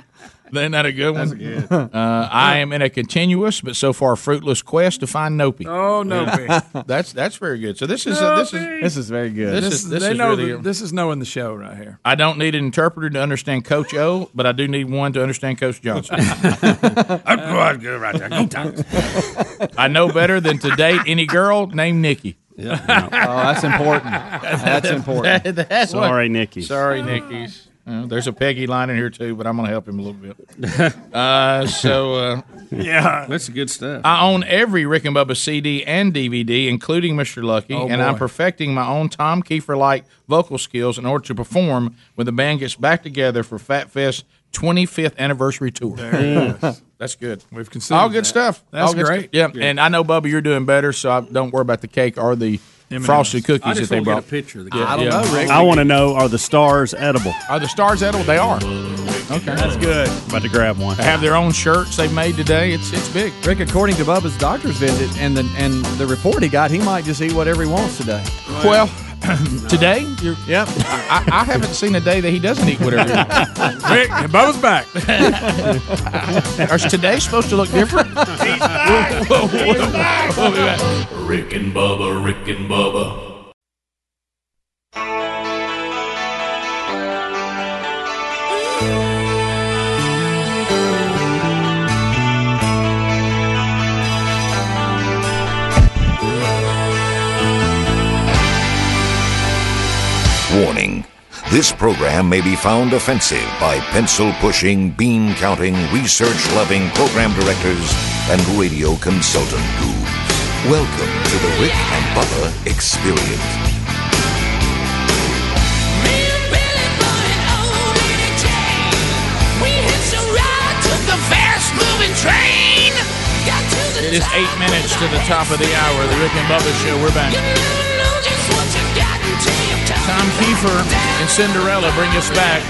Speaker 2: Isn't that a good one?
Speaker 4: good.
Speaker 2: Uh, I am in a continuous but so far fruitless quest to find Nopey.
Speaker 4: Oh, Nopey.
Speaker 2: [LAUGHS] that's that's very good. So this is uh, this is
Speaker 4: This is
Speaker 2: very
Speaker 4: This,
Speaker 2: This,
Speaker 4: is,
Speaker 2: is this
Speaker 4: they
Speaker 2: is
Speaker 4: know
Speaker 2: really.
Speaker 4: the- this is knowing the show right here.
Speaker 2: I don't need an interpreter to understand Coach O, but I do need one to understand Coach
Speaker 4: [LAUGHS]
Speaker 2: Johnson.
Speaker 4: I'm good right there. Go Tigers.
Speaker 2: [LAUGHS] I know better than to date any girl named Nikki.
Speaker 11: Oh, that's important. That's important.
Speaker 2: [LAUGHS] That's what-
Speaker 11: Sorry, Nikki's.
Speaker 4: Oh.
Speaker 2: Sorry, Nikki's. Uh, there's a Peggy line in here too, but I'm going to help him a little
Speaker 11: [LAUGHS]
Speaker 2: bit. Uh, so uh,
Speaker 3: that's good stuff.
Speaker 2: I own every Rick and Bubba CD and DVD, including Mr. Lucky,
Speaker 3: Oh,
Speaker 2: and I'm
Speaker 3: boy.
Speaker 2: perfecting my own Tom Kiefer like vocal skills in order to perform when the band gets back together for Fat Fest 25th anniversary tour. [LAUGHS]
Speaker 4: it is.
Speaker 2: That's good.
Speaker 4: We've considered
Speaker 2: All good
Speaker 4: that.
Speaker 2: stuff.
Speaker 4: That's
Speaker 2: All good
Speaker 4: great.
Speaker 2: stuff. Yeah, and I know Bubba, you're doing better, so I, don't worry about the cake or the
Speaker 4: M&Ms.
Speaker 2: frosted cookies
Speaker 4: I just
Speaker 2: that they
Speaker 4: wanna get
Speaker 2: brought.
Speaker 4: a picture of the
Speaker 2: Yeah,
Speaker 4: cake. I don't
Speaker 2: yeah.
Speaker 4: know, Rick.
Speaker 11: I want to know: Are the stars edible?
Speaker 2: Are the stars edible? They are. Okay, that's
Speaker 11: good. About to grab one.
Speaker 2: They have their own shirts they've made today. It's it's big.
Speaker 10: Rick, according to Bubba's doctor's visit and the and the report he got, he might just eat whatever he wants today.
Speaker 2: Well, [CLEARS THROAT] today, you're, yep. I, I haven't seen a day that he doesn't eat whatever. [LAUGHS] Rick, Bubba's [LAUGHS] back. Is today supposed to look
Speaker 5: [LAUGHS]
Speaker 2: different? We'll be back.
Speaker 5: Rick and Bubba, Rick and Bubba,
Speaker 1: Warning this program may be found offensive by pencil pushing, bean counting, research loving program directors and radio consultant gurus. Welcome to the Rick and Bubba Experience.
Speaker 12: We hit the ride, took the fast moving train. Got to the
Speaker 2: It is eight minutes to the top of the hour. The Rick and Bubba Show. We're back.
Speaker 12: know just what you got until you touch.
Speaker 2: Tom Kiefer and Cinderella bring us back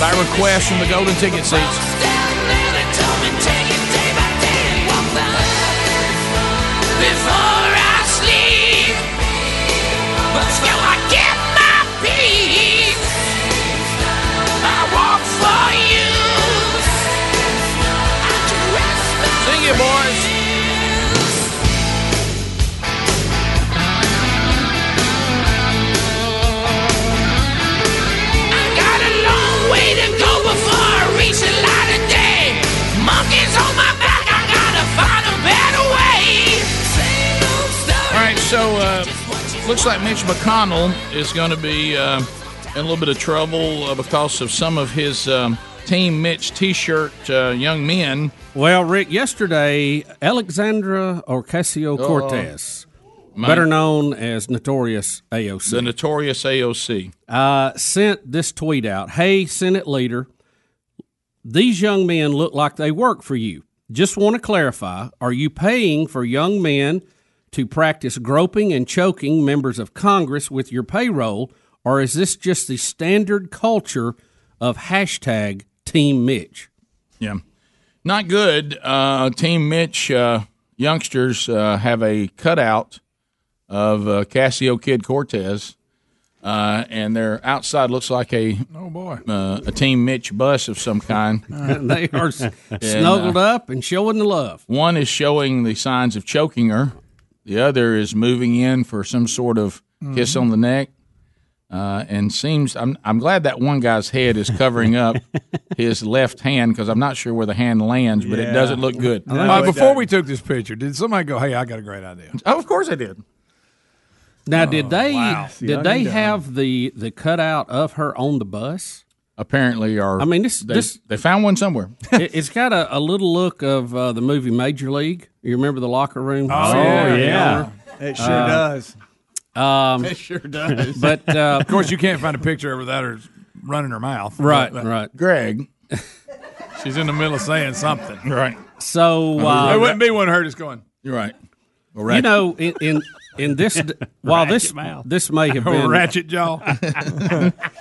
Speaker 2: by request from the Golden Ticket Seats.
Speaker 12: And they told me take it day by day and walk the before I sleep. But still I get my peace. I walk for you. I dress my
Speaker 2: Sing it, boys.
Speaker 12: I got a long way to go before I reach the light of day. Monkeys on my back, I gotta find a better way. Same old story.
Speaker 2: All right, so uh, looks like Mitch McConnell is going to be uh, in a little bit of trouble uh, because of some of his um, Team Mitch T-shirt uh, young men.
Speaker 3: Well, Rick, yesterday, Alexandra Ocasio Cortez,
Speaker 2: Oh, my-
Speaker 3: better known as Notorious AOC,
Speaker 2: the notorious AOC,
Speaker 3: uh, sent this tweet out Hey, Senate leader, these young men look like they work for you. Just want to clarify are you paying for young men to practice groping and choking members of Congress with your payroll, or is this just the standard culture of hashtag Team Mitch?
Speaker 2: Yeah. Not good. Uh, Team Mitch uh, youngsters uh, have a cutout of uh, Cassio Kid Cortez, uh, and their outside looks like a
Speaker 4: Oh boy.
Speaker 2: uh, a Team Mitch bus of some
Speaker 3: [LAUGHS]
Speaker 2: kind.
Speaker 3: Uh,
Speaker 2: uh,
Speaker 3: they
Speaker 2: [LAUGHS]
Speaker 3: are s- snuggled up and showing the love.
Speaker 2: One is showing the signs of choking her. The other is moving in for some sort of
Speaker 3: Mm-hmm.
Speaker 2: kiss on the neck. Uh, and seems I'm I'm glad that one guy's head is covering
Speaker 3: [LAUGHS]
Speaker 2: up his left hand because I'm not sure where the hand lands, but it
Speaker 4: Yeah.
Speaker 2: doesn't look good.
Speaker 4: Uh, before we took this picture, did somebody go, "Hey, I got a great idea"?
Speaker 2: Oh, of course I
Speaker 4: [LAUGHS]
Speaker 2: did.
Speaker 3: Now,
Speaker 2: Oh,
Speaker 3: did they
Speaker 4: wow.
Speaker 3: did they have the the cutout of her on the bus?
Speaker 2: apparently are.
Speaker 3: I mean, this
Speaker 2: they,
Speaker 3: this
Speaker 2: they found one somewhere.
Speaker 3: it, it's got a, a little look of uh, the movie Major League. You remember the locker room?
Speaker 10: Oh,
Speaker 3: scene?
Speaker 10: yeah. Yeah. It sure does.
Speaker 3: Um,
Speaker 10: It sure does.
Speaker 3: But uh,
Speaker 4: of course, you can't find a picture of her without her running her mouth.
Speaker 3: Right,
Speaker 4: But-
Speaker 3: right.
Speaker 2: uh,
Speaker 3: [LAUGHS]
Speaker 2: Greg.
Speaker 4: She's in the middle of saying something.
Speaker 2: Right. Oh,
Speaker 3: So uh,
Speaker 4: there wouldn't be one of her just going.
Speaker 2: You're right.
Speaker 3: you know, in in, in this
Speaker 10: [LAUGHS]
Speaker 3: d- while this this may have been
Speaker 4: "Oh, ratchet jaw.
Speaker 3: [LAUGHS]
Speaker 4: [LAUGHS]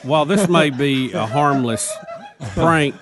Speaker 3: while this may be a harmless prank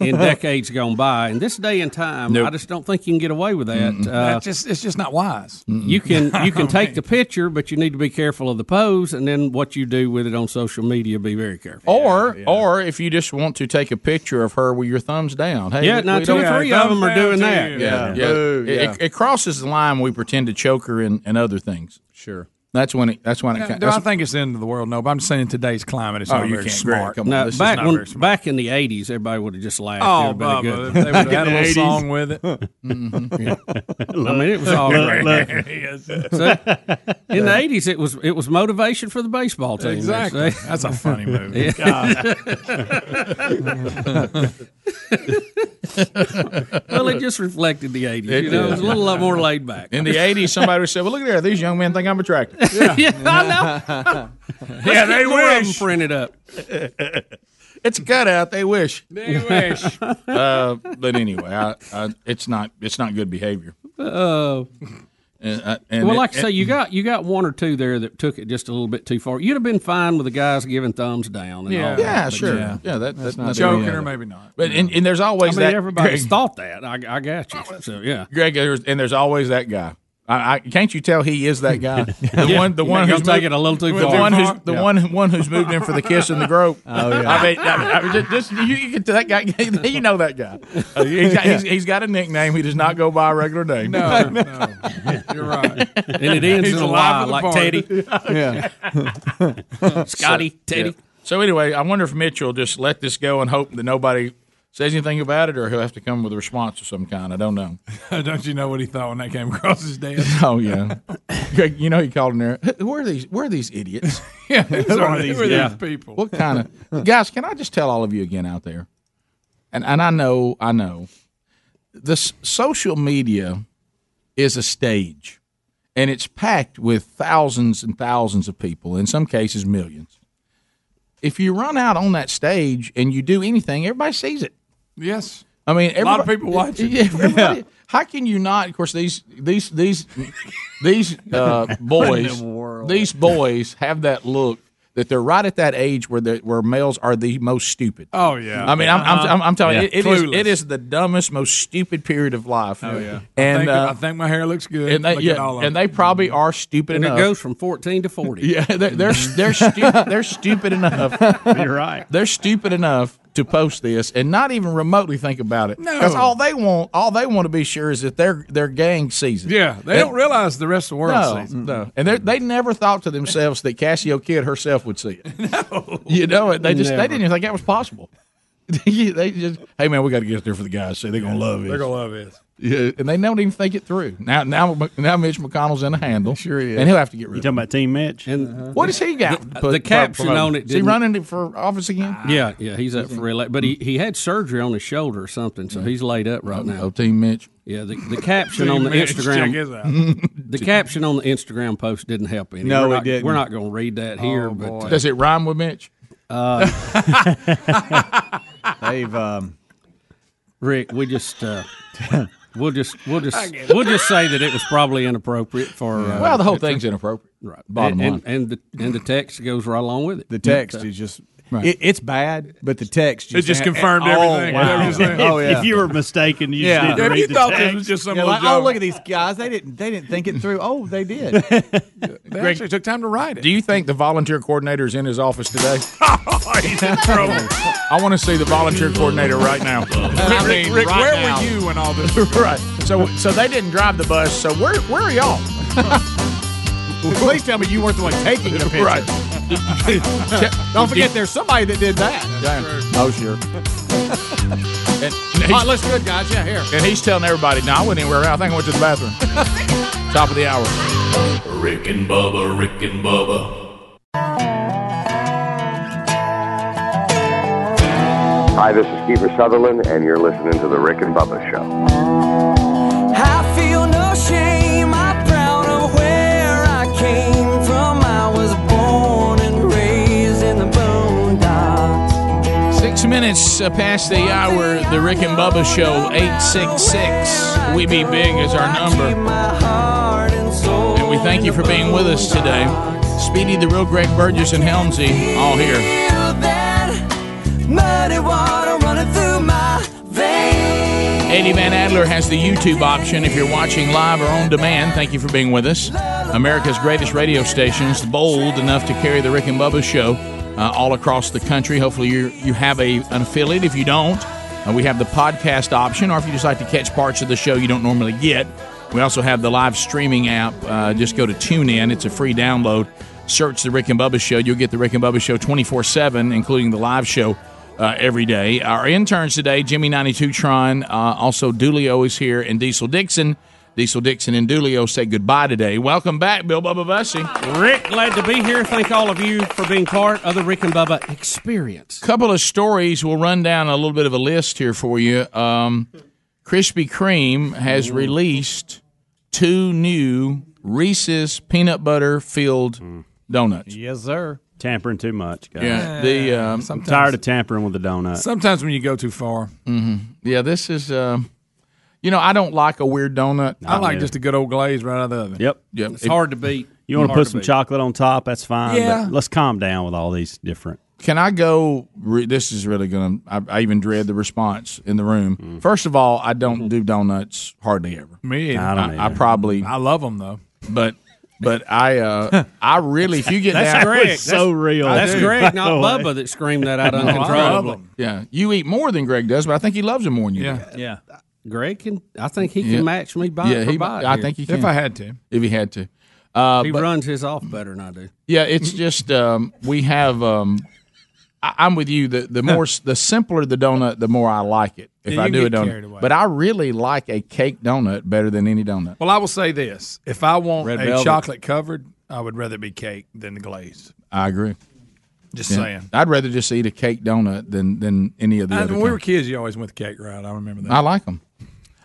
Speaker 3: in decades gone by, in this day and time, I
Speaker 4: Nope.
Speaker 3: just don't think you can get away with that. Uh,
Speaker 4: That just Oh, it's just not wise.
Speaker 3: you can
Speaker 4: [LAUGHS]
Speaker 3: you can take the picture, but you need to be careful of the pose, and then what you do with it on social media, be very careful.
Speaker 2: [LAUGHS] Or or if you just want to take a picture of her with your thumbs down. Hey,
Speaker 3: yeah,
Speaker 2: we-
Speaker 3: now
Speaker 2: we
Speaker 3: two
Speaker 2: don't-
Speaker 3: or three of them are
Speaker 4: thumbs down
Speaker 3: doing
Speaker 4: to
Speaker 3: that.
Speaker 4: you.
Speaker 2: Yeah,
Speaker 4: Yeah.
Speaker 2: yeah.
Speaker 4: Boo,
Speaker 2: It,
Speaker 4: yeah.
Speaker 2: It, it crosses the line. We pretend to choke her and, and other things. Sure. That's when it. That's when it.
Speaker 4: No,
Speaker 2: ca-
Speaker 4: do I
Speaker 2: that's-
Speaker 4: think it's the end of the world? No, but I'm just saying in today's climate, it's
Speaker 2: Oh,
Speaker 4: not
Speaker 2: you
Speaker 4: very
Speaker 2: can't,
Speaker 4: smart.
Speaker 2: Greg, come on, No, this is
Speaker 3: back
Speaker 4: not
Speaker 3: when-
Speaker 4: very
Speaker 3: back in the '80s, everybody would have just laughed.
Speaker 4: Oh,
Speaker 3: Everybody
Speaker 4: Bubba,
Speaker 3: good. [LAUGHS]
Speaker 4: they would've had a little song with it.
Speaker 2: [LAUGHS]
Speaker 3: I mean, it was all
Speaker 4: Look,
Speaker 3: great. [LAUGHS]
Speaker 4: look. Yes.
Speaker 3: So, in the '80s, it was it was motivation for the baseball team.
Speaker 4: Exactly.
Speaker 3: They-
Speaker 4: That's a
Speaker 3: [LAUGHS]
Speaker 4: funny movie.
Speaker 3: Yeah.
Speaker 4: God.
Speaker 3: well, it just reflected the '80s.
Speaker 2: It
Speaker 3: you know, it
Speaker 2: did.
Speaker 3: was a little lot more laid back.
Speaker 2: In the '80s, somebody would say, "Well, look at there; these young men think I'm attractive."
Speaker 3: [LAUGHS] Yeah, I
Speaker 2: [LAUGHS]
Speaker 3: know.
Speaker 2: yeah,
Speaker 3: Let's
Speaker 2: they
Speaker 3: get more of 'em
Speaker 2: wish.
Speaker 3: printed up.
Speaker 2: [LAUGHS] it's a cutout. They wish.
Speaker 3: They wish.
Speaker 2: uh, but anyway, I, I, it's not. It's not good behavior.
Speaker 3: Oh.
Speaker 2: And, I- and
Speaker 3: Well,
Speaker 2: it-
Speaker 3: like I say,
Speaker 2: it-
Speaker 3: you got you got one or two there that took it just a little bit too far. You'd have been fine with the guys giving thumbs down. And all
Speaker 2: Yeah,
Speaker 3: that,
Speaker 2: yeah,
Speaker 3: but
Speaker 2: sure.
Speaker 3: yeah.
Speaker 2: Yeah, that, that's not
Speaker 4: Joking or maybe not.
Speaker 2: But and, and there's always
Speaker 3: I mean,
Speaker 2: that.
Speaker 3: everybody's
Speaker 2: Greg,
Speaker 3: thought that. I, I got you. So yeah.
Speaker 2: Greg, there's- and there's always that guy. I, I can't you tell he is that
Speaker 3: [LAUGHS]
Speaker 2: guy. The
Speaker 3: Yeah.
Speaker 2: one, the
Speaker 3: You
Speaker 2: one
Speaker 3: think
Speaker 2: who's
Speaker 3: he'll take
Speaker 2: moved-
Speaker 3: it a little too
Speaker 2: the
Speaker 3: far?
Speaker 2: One who's, the
Speaker 3: Yeah.
Speaker 2: one, one who's moved in for the kiss and the grope.
Speaker 3: [LAUGHS] Oh, yeah.
Speaker 2: I mean, I mean, I mean, just, just- you, you can tell that guy. [LAUGHS] You know that guy.
Speaker 3: Oh,
Speaker 2: Uh, He's got, he's, he's got a nickname. He does not go by a regular name. [LAUGHS]
Speaker 4: No, [LAUGHS] no. You're right.
Speaker 2: And
Speaker 4: it ends He's in a alive Y, at the like party.
Speaker 2: [LAUGHS]
Speaker 4: Teddy. Yeah.
Speaker 3: Scotty, Teddy.
Speaker 2: So anyway, I wonder if Mitchell will just let this go and hope that nobody says anything about it, or he'll have to come with a response of some kind. I don't know.
Speaker 4: [LAUGHS] Don't you know what he thought when that came across his desk?
Speaker 2: [LAUGHS] Oh yeah, Greg, you know he called in there. Who are these? Where are these idiots?
Speaker 4: [LAUGHS] Yeah, who are these- who are these people?
Speaker 2: What kind of guys? Can I just tell all of you again out there? And and I know, I know, this social media is a stage, and it's packed with thousands and thousands of people. In some cases, millions. If you run out on that stage and you do anything, everybody sees it.
Speaker 4: Yes.
Speaker 2: I mean,
Speaker 4: A lot of
Speaker 2: everybody-
Speaker 4: people watching. [LAUGHS]
Speaker 2: Yeah, everybody- How can you not? Of course, these these these these uh,
Speaker 4: What [LAUGHS] in
Speaker 2: boys
Speaker 4: the world?
Speaker 2: these boys have that look that they're right at that age where the, where males are the most stupid.
Speaker 4: Oh yeah.
Speaker 2: I mean, I'm, I'm, I'm, I'm telling you,
Speaker 4: Yeah.
Speaker 2: it, it, is,
Speaker 4: Clueless.
Speaker 2: it is the dumbest, most stupid period of life.
Speaker 4: Oh yeah.
Speaker 2: and
Speaker 4: I think,
Speaker 2: uh,
Speaker 4: I think my hair looks good.
Speaker 2: and they,
Speaker 4: Look at
Speaker 2: yeah,
Speaker 4: all of
Speaker 2: and
Speaker 4: them.
Speaker 2: they probably are stupid
Speaker 4: And it
Speaker 2: enough.
Speaker 4: goes
Speaker 3: from fourteen to
Speaker 2: [LAUGHS]
Speaker 3: forty.
Speaker 2: Yeah, they're they're, they're stupid. They're stupid enough.
Speaker 11: You're right.
Speaker 2: They're stupid enough to post this and not even remotely think about it.
Speaker 4: No.
Speaker 2: because all they want, all they want to be sure is that their their gang sees it.
Speaker 4: yeah, they
Speaker 2: And-
Speaker 4: don't realize the rest of the world
Speaker 2: no,
Speaker 4: sees it.
Speaker 2: no, and they they never thought to themselves that Cassio Kid herself would see
Speaker 4: [LAUGHS]
Speaker 2: it. No, you know, it. they just they
Speaker 4: Never.
Speaker 2: didn't even think that was possible. [LAUGHS] they just, hey man, we got to get there for the guys. See, they're gonna love it.
Speaker 4: They're gonna love it.
Speaker 2: Yeah, and they don't even think it through. Now, now, now Mitch McConnell's in a handle. Sure
Speaker 11: is.
Speaker 2: and he'll have to get rid.
Speaker 11: You talking about Team Mitch?
Speaker 2: And what has he got?
Speaker 11: The-
Speaker 2: put-
Speaker 11: the caption
Speaker 2: promoted?
Speaker 11: on it
Speaker 2: Is he
Speaker 11: didn't-
Speaker 2: running it for office again?
Speaker 3: Yeah, yeah, he's up for elect, but he, he had surgery on his shoulder or something, so he's laid up right now.
Speaker 2: Oh, Team Mitch.
Speaker 3: Yeah, the, the
Speaker 2: [LAUGHS]
Speaker 3: caption
Speaker 2: Team
Speaker 3: on the
Speaker 2: Mitch, check his
Speaker 3: Instagram, [LAUGHS] the caption on the Instagram post didn't Oh, help any.
Speaker 2: No,
Speaker 3: we're
Speaker 2: it
Speaker 3: not,
Speaker 2: didn't.
Speaker 3: We're not going to read that
Speaker 2: Oh,
Speaker 3: here, but
Speaker 2: Does it rhyme with Mitch?
Speaker 3: Uh, they've um, Rick, we just uh, [LAUGHS] we'll just we'll
Speaker 2: I
Speaker 3: just
Speaker 2: get it.
Speaker 3: we'll just say that it was probably inappropriate for. Uh,
Speaker 2: Well, the whole thing's inappropriate.
Speaker 3: Right.
Speaker 2: Bottom
Speaker 3: and,
Speaker 2: line.
Speaker 3: and, and the and the text goes right along with it.
Speaker 10: The text is just
Speaker 3: Right.
Speaker 10: it, it's bad, but the text
Speaker 3: It
Speaker 10: just
Speaker 3: just
Speaker 11: "Oh,
Speaker 3: confirmed everything.
Speaker 10: wow.
Speaker 3: Is that what you're saying?
Speaker 10: oh
Speaker 11: If-
Speaker 10: yeah.
Speaker 11: if you were mistaken, you just need to Yeah, if read you the thought this text. was just some
Speaker 10: yeah,
Speaker 11: little
Speaker 10: like, oh
Speaker 11: joke.
Speaker 10: look at these guys, they didn't they didn't think it through. Oh, they did.
Speaker 2: [LAUGHS]
Speaker 4: They actually took time to write it.
Speaker 2: Do you think the volunteer coordinator is in his office today? He's in trouble. I want to see the volunteer coordinator right now.
Speaker 4: I mean, Rick, where were you
Speaker 2: when all this? [LAUGHS] right. So, so they didn't drive the bus. So where, where are y'all?
Speaker 10: [LAUGHS] Please tell me you weren't the one taking the picture. [LAUGHS]
Speaker 2: Right.
Speaker 10: Don't forget, there's somebody that did that.
Speaker 2: Oh, sure. And, and
Speaker 10: Oh, it
Speaker 2: he's-
Speaker 10: looks good, guys. Yeah, here.
Speaker 2: and he's telling everybody, "No, I went anywhere. I think I went to the bathroom."
Speaker 10: [LAUGHS]
Speaker 2: Top of the hour.
Speaker 5: Rick and Bubba, Rick and Bubba,
Speaker 13: Hi, this is Kiefer Sutherland, and you're listening to The Rick and Bubba Show.
Speaker 12: I feel no shame. I'm proud of where I came from. I was born and raised in the boondocks.
Speaker 2: Six minutes uh, past the hour, the Rick and Bubba Show, 866. We Be Big is our number. And we thank you for being with us today. Speedy, the real Greg Burgess, and Helmsy, all here.
Speaker 12: Feel that muddy water running through my veins.
Speaker 2: Eddie Van Adler has the YouTube option if you're watching live or on demand. Thank you for being with us. America's greatest radio stations, bold enough to carry the Rick and Bubba show uh, all across the country. Hopefully, you you have a, an affiliate. If you don't, uh, we have the podcast option, or if you just like to catch parts of the show you don't normally get, We also have the live streaming app. Uh, just go to TuneIn. It's a free download. Search the Rick and Bubba Show. You'll get the Rick and Bubba Show 24 7, including the live show uh, every day. Our interns today, Jimmy 92 Tron, uh, also Dulio is here, and Diesel Dixon. Diesel Dixon and Dulio say goodbye today. Welcome back, Bill Bubba Bussy.
Speaker 3: [LAUGHS] Rick, glad to be here. Thank all of you for being part of the Rick and Bubba experience.
Speaker 2: Couple of stories. We'll run down a little bit of a list here for you. Um, Krispy Kreme has released two new Reese's peanut butter filled donuts.
Speaker 11: Yes, oh, sir. Tampering too much, guys.
Speaker 2: Yeah, the, um,
Speaker 11: I'm tired of tampering with the donut.
Speaker 4: Sometimes when you go too far,
Speaker 2: hmm Yeah, this is. Um, you know, I don't like a weird donut.
Speaker 4: I like just a good old glaze right out of the oven.
Speaker 11: Yep.
Speaker 2: Yep.
Speaker 4: It's hard to beat.
Speaker 11: You want to
Speaker 4: Hard
Speaker 11: put
Speaker 4: to
Speaker 11: some
Speaker 4: beat.
Speaker 11: chocolate on top? That's fine.
Speaker 4: Yeah.
Speaker 11: But let's calm down with all these different.
Speaker 2: Can I go? Re- this is really going to. I even dread the response in the room. First of all, I don't do donuts hardly ever.
Speaker 4: Me,
Speaker 2: I, I probably,
Speaker 4: I love them though.
Speaker 2: but but I uh, I really if you get
Speaker 4: That's
Speaker 2: down,
Speaker 4: Greg. That's- So
Speaker 3: real. that's Greg, not Bubba, that screamed that out
Speaker 2: No, I love
Speaker 3: uncontrollably.
Speaker 2: him. Yeah, you eat more than Greg does, but I think he loves him more than you. do.
Speaker 3: Yeah. Greg can. I think he can
Speaker 2: Yeah.
Speaker 3: match me by.
Speaker 2: yeah,
Speaker 3: for
Speaker 2: he,
Speaker 3: bite
Speaker 2: I
Speaker 3: here.
Speaker 2: think he can. if he had to. Uh,
Speaker 3: he
Speaker 2: but-
Speaker 3: runs his off better than I do.
Speaker 2: Yeah, it's just um, we have. Um, I, I'm with you. The the more the simpler the donut, the more I like it. If
Speaker 4: Yeah, you
Speaker 2: I
Speaker 4: can
Speaker 2: do a
Speaker 4: get carried
Speaker 2: donut,
Speaker 4: away.
Speaker 2: but I really like a cake donut better than any donut.
Speaker 4: Well, I will say this: if I want
Speaker 2: Red
Speaker 4: a
Speaker 2: velvet.
Speaker 4: chocolate covered, I would rather it be cake than the glazed.
Speaker 2: I agree.
Speaker 4: Just
Speaker 2: Yeah.
Speaker 4: saying.
Speaker 2: I'd rather just eat a cake donut than than any of the
Speaker 4: I-
Speaker 2: other.
Speaker 4: when we
Speaker 2: kind.
Speaker 4: were kids, you always went the cake route. I remember that.
Speaker 2: I like them.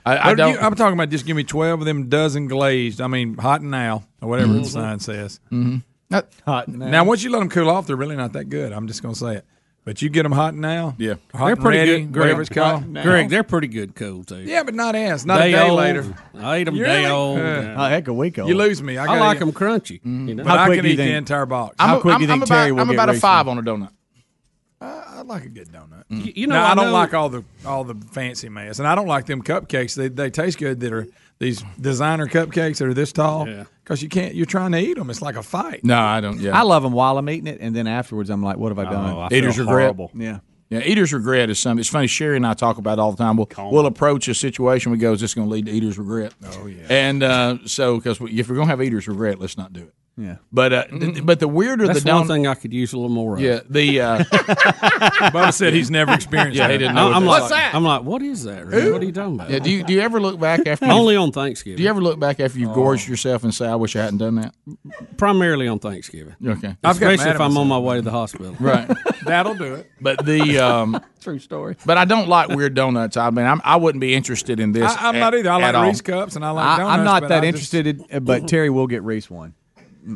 Speaker 2: I, I
Speaker 4: But
Speaker 2: don't.
Speaker 4: You, I'm talking about just give me twelve of them dozen glazed. I mean, hot now or whatever
Speaker 2: Mm-hmm.
Speaker 4: the sign says.
Speaker 2: Mhm. Not-
Speaker 4: hot
Speaker 2: now.
Speaker 4: now. once you let them cool off, they're really not that good. I'm just going to say it. But you get them hot now.
Speaker 2: Yeah.
Speaker 4: hot
Speaker 3: they're
Speaker 4: and
Speaker 3: pretty
Speaker 4: ready,
Speaker 3: good.
Speaker 4: whatever it's called.
Speaker 3: Greg, they're pretty good cold too.
Speaker 4: Yeah, but not as not
Speaker 3: Day
Speaker 4: a day
Speaker 3: old.
Speaker 4: later.
Speaker 3: I ate them
Speaker 4: You
Speaker 3: day
Speaker 4: really?
Speaker 3: old.
Speaker 4: Yeah.
Speaker 10: Oh, heck, a week old.
Speaker 4: You lose me. I,
Speaker 3: I
Speaker 4: gotta
Speaker 3: like
Speaker 4: eat-
Speaker 3: 'em crunchy, you know?
Speaker 4: But
Speaker 10: Mm-hmm. How
Speaker 4: I
Speaker 10: quick
Speaker 4: can
Speaker 10: do you
Speaker 4: eat the
Speaker 10: think-
Speaker 4: entire box.
Speaker 10: How quick do you
Speaker 2: I'm
Speaker 10: think
Speaker 2: about,
Speaker 10: Terry will
Speaker 2: I'm
Speaker 10: get
Speaker 2: about a
Speaker 10: Reese's?
Speaker 2: five on a donut.
Speaker 4: I like a good donut.
Speaker 2: Mm.
Speaker 3: You, you know,
Speaker 4: I,
Speaker 3: I
Speaker 4: don't
Speaker 3: know-
Speaker 4: like all the all the fancy mess, and I don't like them cupcakes. They they taste good that are these designer cupcakes that are this tall because you can't. You're trying to eat them. It's like a fight.
Speaker 2: No, I don't. Yeah, Oh,
Speaker 10: I love them while I'm eating it, and then afterwards I'm like, "What have I done?"
Speaker 2: eater's regret.
Speaker 10: Yeah.
Speaker 2: Yeah, eater's regret is something. It's funny. Sherry and I talk about it all the time. We'll, we'll approach a situation. We go, is this going to lead to eater's regret? Oh yeah. And uh, so, because if we're going to have eater's regret, let's not do it.
Speaker 10: Yeah.
Speaker 2: But uh,
Speaker 3: Mm.
Speaker 2: th- but the weirder
Speaker 3: That's
Speaker 2: the
Speaker 3: one
Speaker 2: donut.
Speaker 3: thing I could use a little more of. [LAUGHS]
Speaker 2: Yeah, the uh,
Speaker 4: Bubba said he's never experienced.
Speaker 2: Yeah,
Speaker 4: that.
Speaker 2: he didn't know.
Speaker 3: I'm
Speaker 2: what
Speaker 3: like,
Speaker 2: that-
Speaker 3: I'm like, what is that? Rick? What are you talking about?
Speaker 2: Yeah, do you do you ever look back after?
Speaker 3: Only
Speaker 2: you,
Speaker 3: on Thanksgiving.
Speaker 2: Do you ever look back after you've
Speaker 3: Oh.
Speaker 2: gorged yourself and say, "I wish I hadn't done that"?
Speaker 3: Primarily on Thanksgiving.
Speaker 2: Okay,
Speaker 4: I've got
Speaker 3: Especially
Speaker 4: mad
Speaker 3: if
Speaker 4: at
Speaker 3: I'm
Speaker 4: myself.
Speaker 3: on my way to the hospital.
Speaker 2: [LAUGHS] right.
Speaker 4: That'll do it.
Speaker 2: But the um,
Speaker 10: True story.
Speaker 2: but I don't like weird donuts. I mean, I'm, I wouldn't be interested in this.
Speaker 4: I, I'm
Speaker 2: at-
Speaker 4: not either. I
Speaker 2: at
Speaker 4: like
Speaker 2: all.
Speaker 4: Reese cups and I like donuts.
Speaker 10: I, am not
Speaker 4: but
Speaker 10: that
Speaker 4: I just-
Speaker 10: interested, in, uh, but Terry will get Reese one.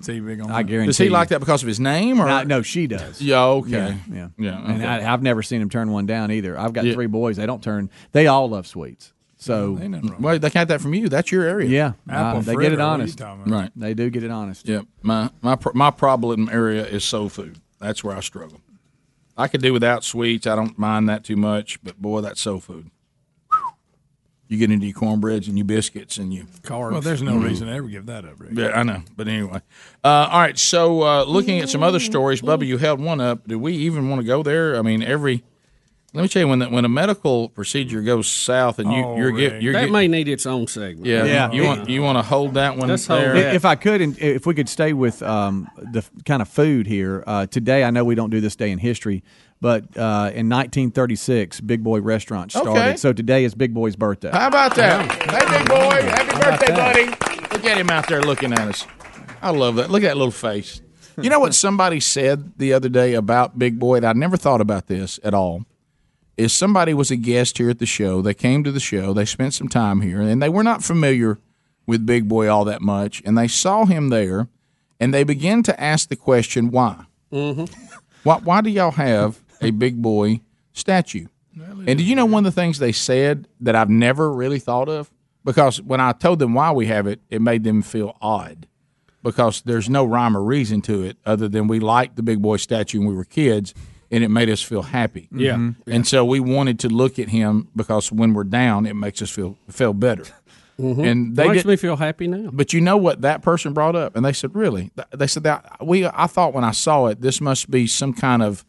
Speaker 4: See you big on
Speaker 10: I
Speaker 4: that.
Speaker 10: guarantee.
Speaker 2: Does he
Speaker 10: you.
Speaker 2: like that because of his name or
Speaker 10: No, no, she does.
Speaker 2: Yeah, okay.
Speaker 10: Yeah, yeah.
Speaker 2: Yeah,
Speaker 10: And
Speaker 2: okay.
Speaker 10: I, I've never seen him turn one down either. I've got
Speaker 2: Yeah.
Speaker 10: three boys; they don't turn. They all love sweets. So
Speaker 2: Well, they got that from you. That's your area.
Speaker 10: yeah,
Speaker 2: Apple
Speaker 10: uh, they
Speaker 2: fritter,
Speaker 10: get
Speaker 2: what
Speaker 10: it
Speaker 2: are you
Speaker 10: honest.
Speaker 4: talking
Speaker 2: about? Right.
Speaker 10: they do get it honest.
Speaker 2: Yep. My my pro- my problem area is soul food. That's where I struggle. I could do without sweets. I don't mind that too much, but boy, that's soul food. You get into your cornbreads and your biscuits and you.
Speaker 4: Well, there's no
Speaker 2: Mhm.
Speaker 4: reason to ever give that up, Rick.
Speaker 2: Yeah, I know. But anyway, uh, all right. So uh, looking at some other
Speaker 3: Mm-hmm.
Speaker 2: stories, Bubba, you held one up. Do we even want to go there? I mean, every. Let me tell you when that when a medical procedure goes south and you
Speaker 3: Oh,
Speaker 2: you're
Speaker 3: Rick.
Speaker 2: get, you're
Speaker 3: that
Speaker 2: get,
Speaker 3: may need its own segment.
Speaker 2: yeah,
Speaker 10: Yeah.
Speaker 2: you want you want to hold that one
Speaker 3: Let's hold
Speaker 2: there.
Speaker 10: I- If I could, and if we could stay with um, the f- kind of food here uh, today, I know we don't do this day in history, but uh, in 1936, Big Boy Restaurant started.
Speaker 2: Okay.
Speaker 10: So today is Big Boy's birthday.
Speaker 2: How about that? Hey, big boy. Happy birthday, buddy. Look at him out there looking at us. I love that. Look at that little face. You know what somebody said the other day about Big Boy that I never thought about this at all? Is somebody was a guest here at the show. They came to the show. They spent some time here and they were not familiar with Big Boy all that much. And they saw him there and they began to ask the question, why?
Speaker 12: Mm-hmm.
Speaker 2: [LAUGHS] Why, why do y'all have a Big Boy statue? And did you know one of the things they said that I've never really thought of? Because when I told them why we have it, it made them feel odd because there's no rhyme or reason to it other than we liked the big boy statue when we were kids and it made us feel happy.
Speaker 3: Yeah. Mhm.
Speaker 2: And so we wanted to look at him because when we're down, it makes us feel feel better.
Speaker 10: Mm-hmm.
Speaker 2: And they
Speaker 3: Mm-hmm. makes
Speaker 2: did-
Speaker 3: me feel happy now.
Speaker 2: But you know what that person brought up, and they said, "Really?" Th- They said that we. I thought when I saw it, this must be some kind of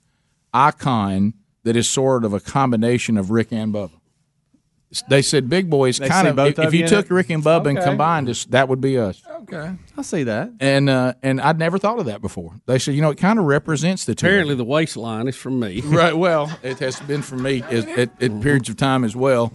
Speaker 2: icon that is sort of a combination of Rick and Bubba. They said Big Boy is
Speaker 10: They
Speaker 2: kind
Speaker 10: see
Speaker 2: of.
Speaker 10: both
Speaker 2: If,
Speaker 10: of
Speaker 2: if
Speaker 10: you
Speaker 2: you
Speaker 10: in
Speaker 2: took
Speaker 10: it?
Speaker 2: Rick and Bubba and
Speaker 10: Okay.
Speaker 2: combined us, that would be us.
Speaker 4: Okay.
Speaker 10: I see that.
Speaker 2: And uh, and I'd never thought of that before. They said, you know, it kind of represents the two. of
Speaker 3: Apparently, the waistline is from
Speaker 2: [LAUGHS]
Speaker 3: me. Mm-hmm.
Speaker 2: right. Well, it has been for me as, at, at periods of time as well.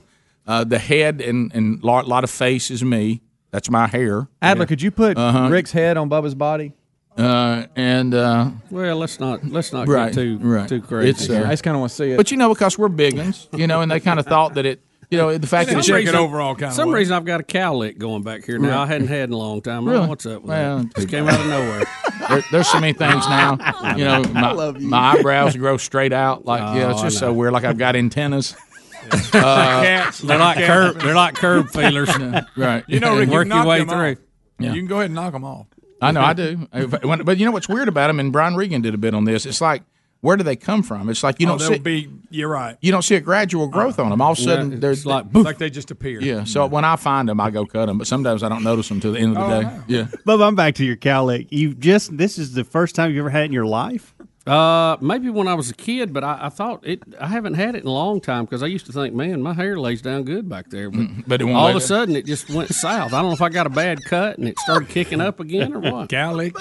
Speaker 2: Uh, the head and and lot, lot of face is me. That's my hair.
Speaker 10: Adler, could you put
Speaker 2: Uh-huh.
Speaker 10: Rick's head on Bubba's body?
Speaker 2: Uh, and uh,
Speaker 3: Well, let's not let's not
Speaker 2: right,
Speaker 3: get too
Speaker 2: right.
Speaker 3: too crazy.
Speaker 2: It's, uh,
Speaker 10: I just kind of want to see it.
Speaker 2: But you know, because we're biggins, you know, and they kind of thought that it, you know, the fact that it's
Speaker 3: some reason I've got a cowlick going back here now.
Speaker 2: Right.
Speaker 3: I hadn't had in a long time. I don't
Speaker 2: Really?
Speaker 3: know What's up? With
Speaker 2: Well, [LAUGHS]
Speaker 3: that. just came out of nowhere.
Speaker 2: There, there's so many things now.
Speaker 4: [LAUGHS]
Speaker 2: You know, my,
Speaker 3: I love you.
Speaker 2: my eyebrows grow straight out. Like, yeah, it's
Speaker 3: Oh, I
Speaker 2: just so
Speaker 3: know.
Speaker 2: weird. Like I've got antennas.
Speaker 4: [LAUGHS] Uh,
Speaker 2: [LAUGHS] Uh,
Speaker 3: Cats, they're like curb- they're like curb
Speaker 4: [LAUGHS]
Speaker 3: feelers.
Speaker 2: Yeah, right.
Speaker 4: You know,
Speaker 2: And
Speaker 4: Rick, you
Speaker 2: work
Speaker 4: can knock
Speaker 2: your way
Speaker 4: them
Speaker 2: through.
Speaker 4: Off.
Speaker 2: Yeah.
Speaker 4: You can go ahead and knock them off.
Speaker 2: I know,
Speaker 4: [LAUGHS]
Speaker 2: I do. If- when- But you know what's weird about them, and Brian Regan did a bit on this. It's like, where do they come from? It's like you
Speaker 4: Oh,
Speaker 2: don't
Speaker 4: they'll
Speaker 2: see
Speaker 4: be. You're right.
Speaker 2: you don't see a gradual growth on them. All of a sudden,
Speaker 4: Yeah,
Speaker 2: there's Oh. like,
Speaker 4: It's like they just appear.
Speaker 2: yeah. So when I find them, I go cut them. But sometimes I don't notice them till the end of the
Speaker 4: Oh,
Speaker 2: day. Yeah.
Speaker 11: [LAUGHS] Bubba, I'm back to your cowlick. You just this is the first time you ever had it in your life.
Speaker 3: Uh, maybe when I was a kid, but I, I thought it. I haven't had it in a long time because I used to think, man, my hair lays down good back there. But,
Speaker 2: Mm-hmm. but it won't
Speaker 3: all
Speaker 2: lay
Speaker 3: of a
Speaker 2: down.
Speaker 3: sudden, it just went south. I don't know if I got a bad cut and it started kicking up again or what.
Speaker 4: Cowlick.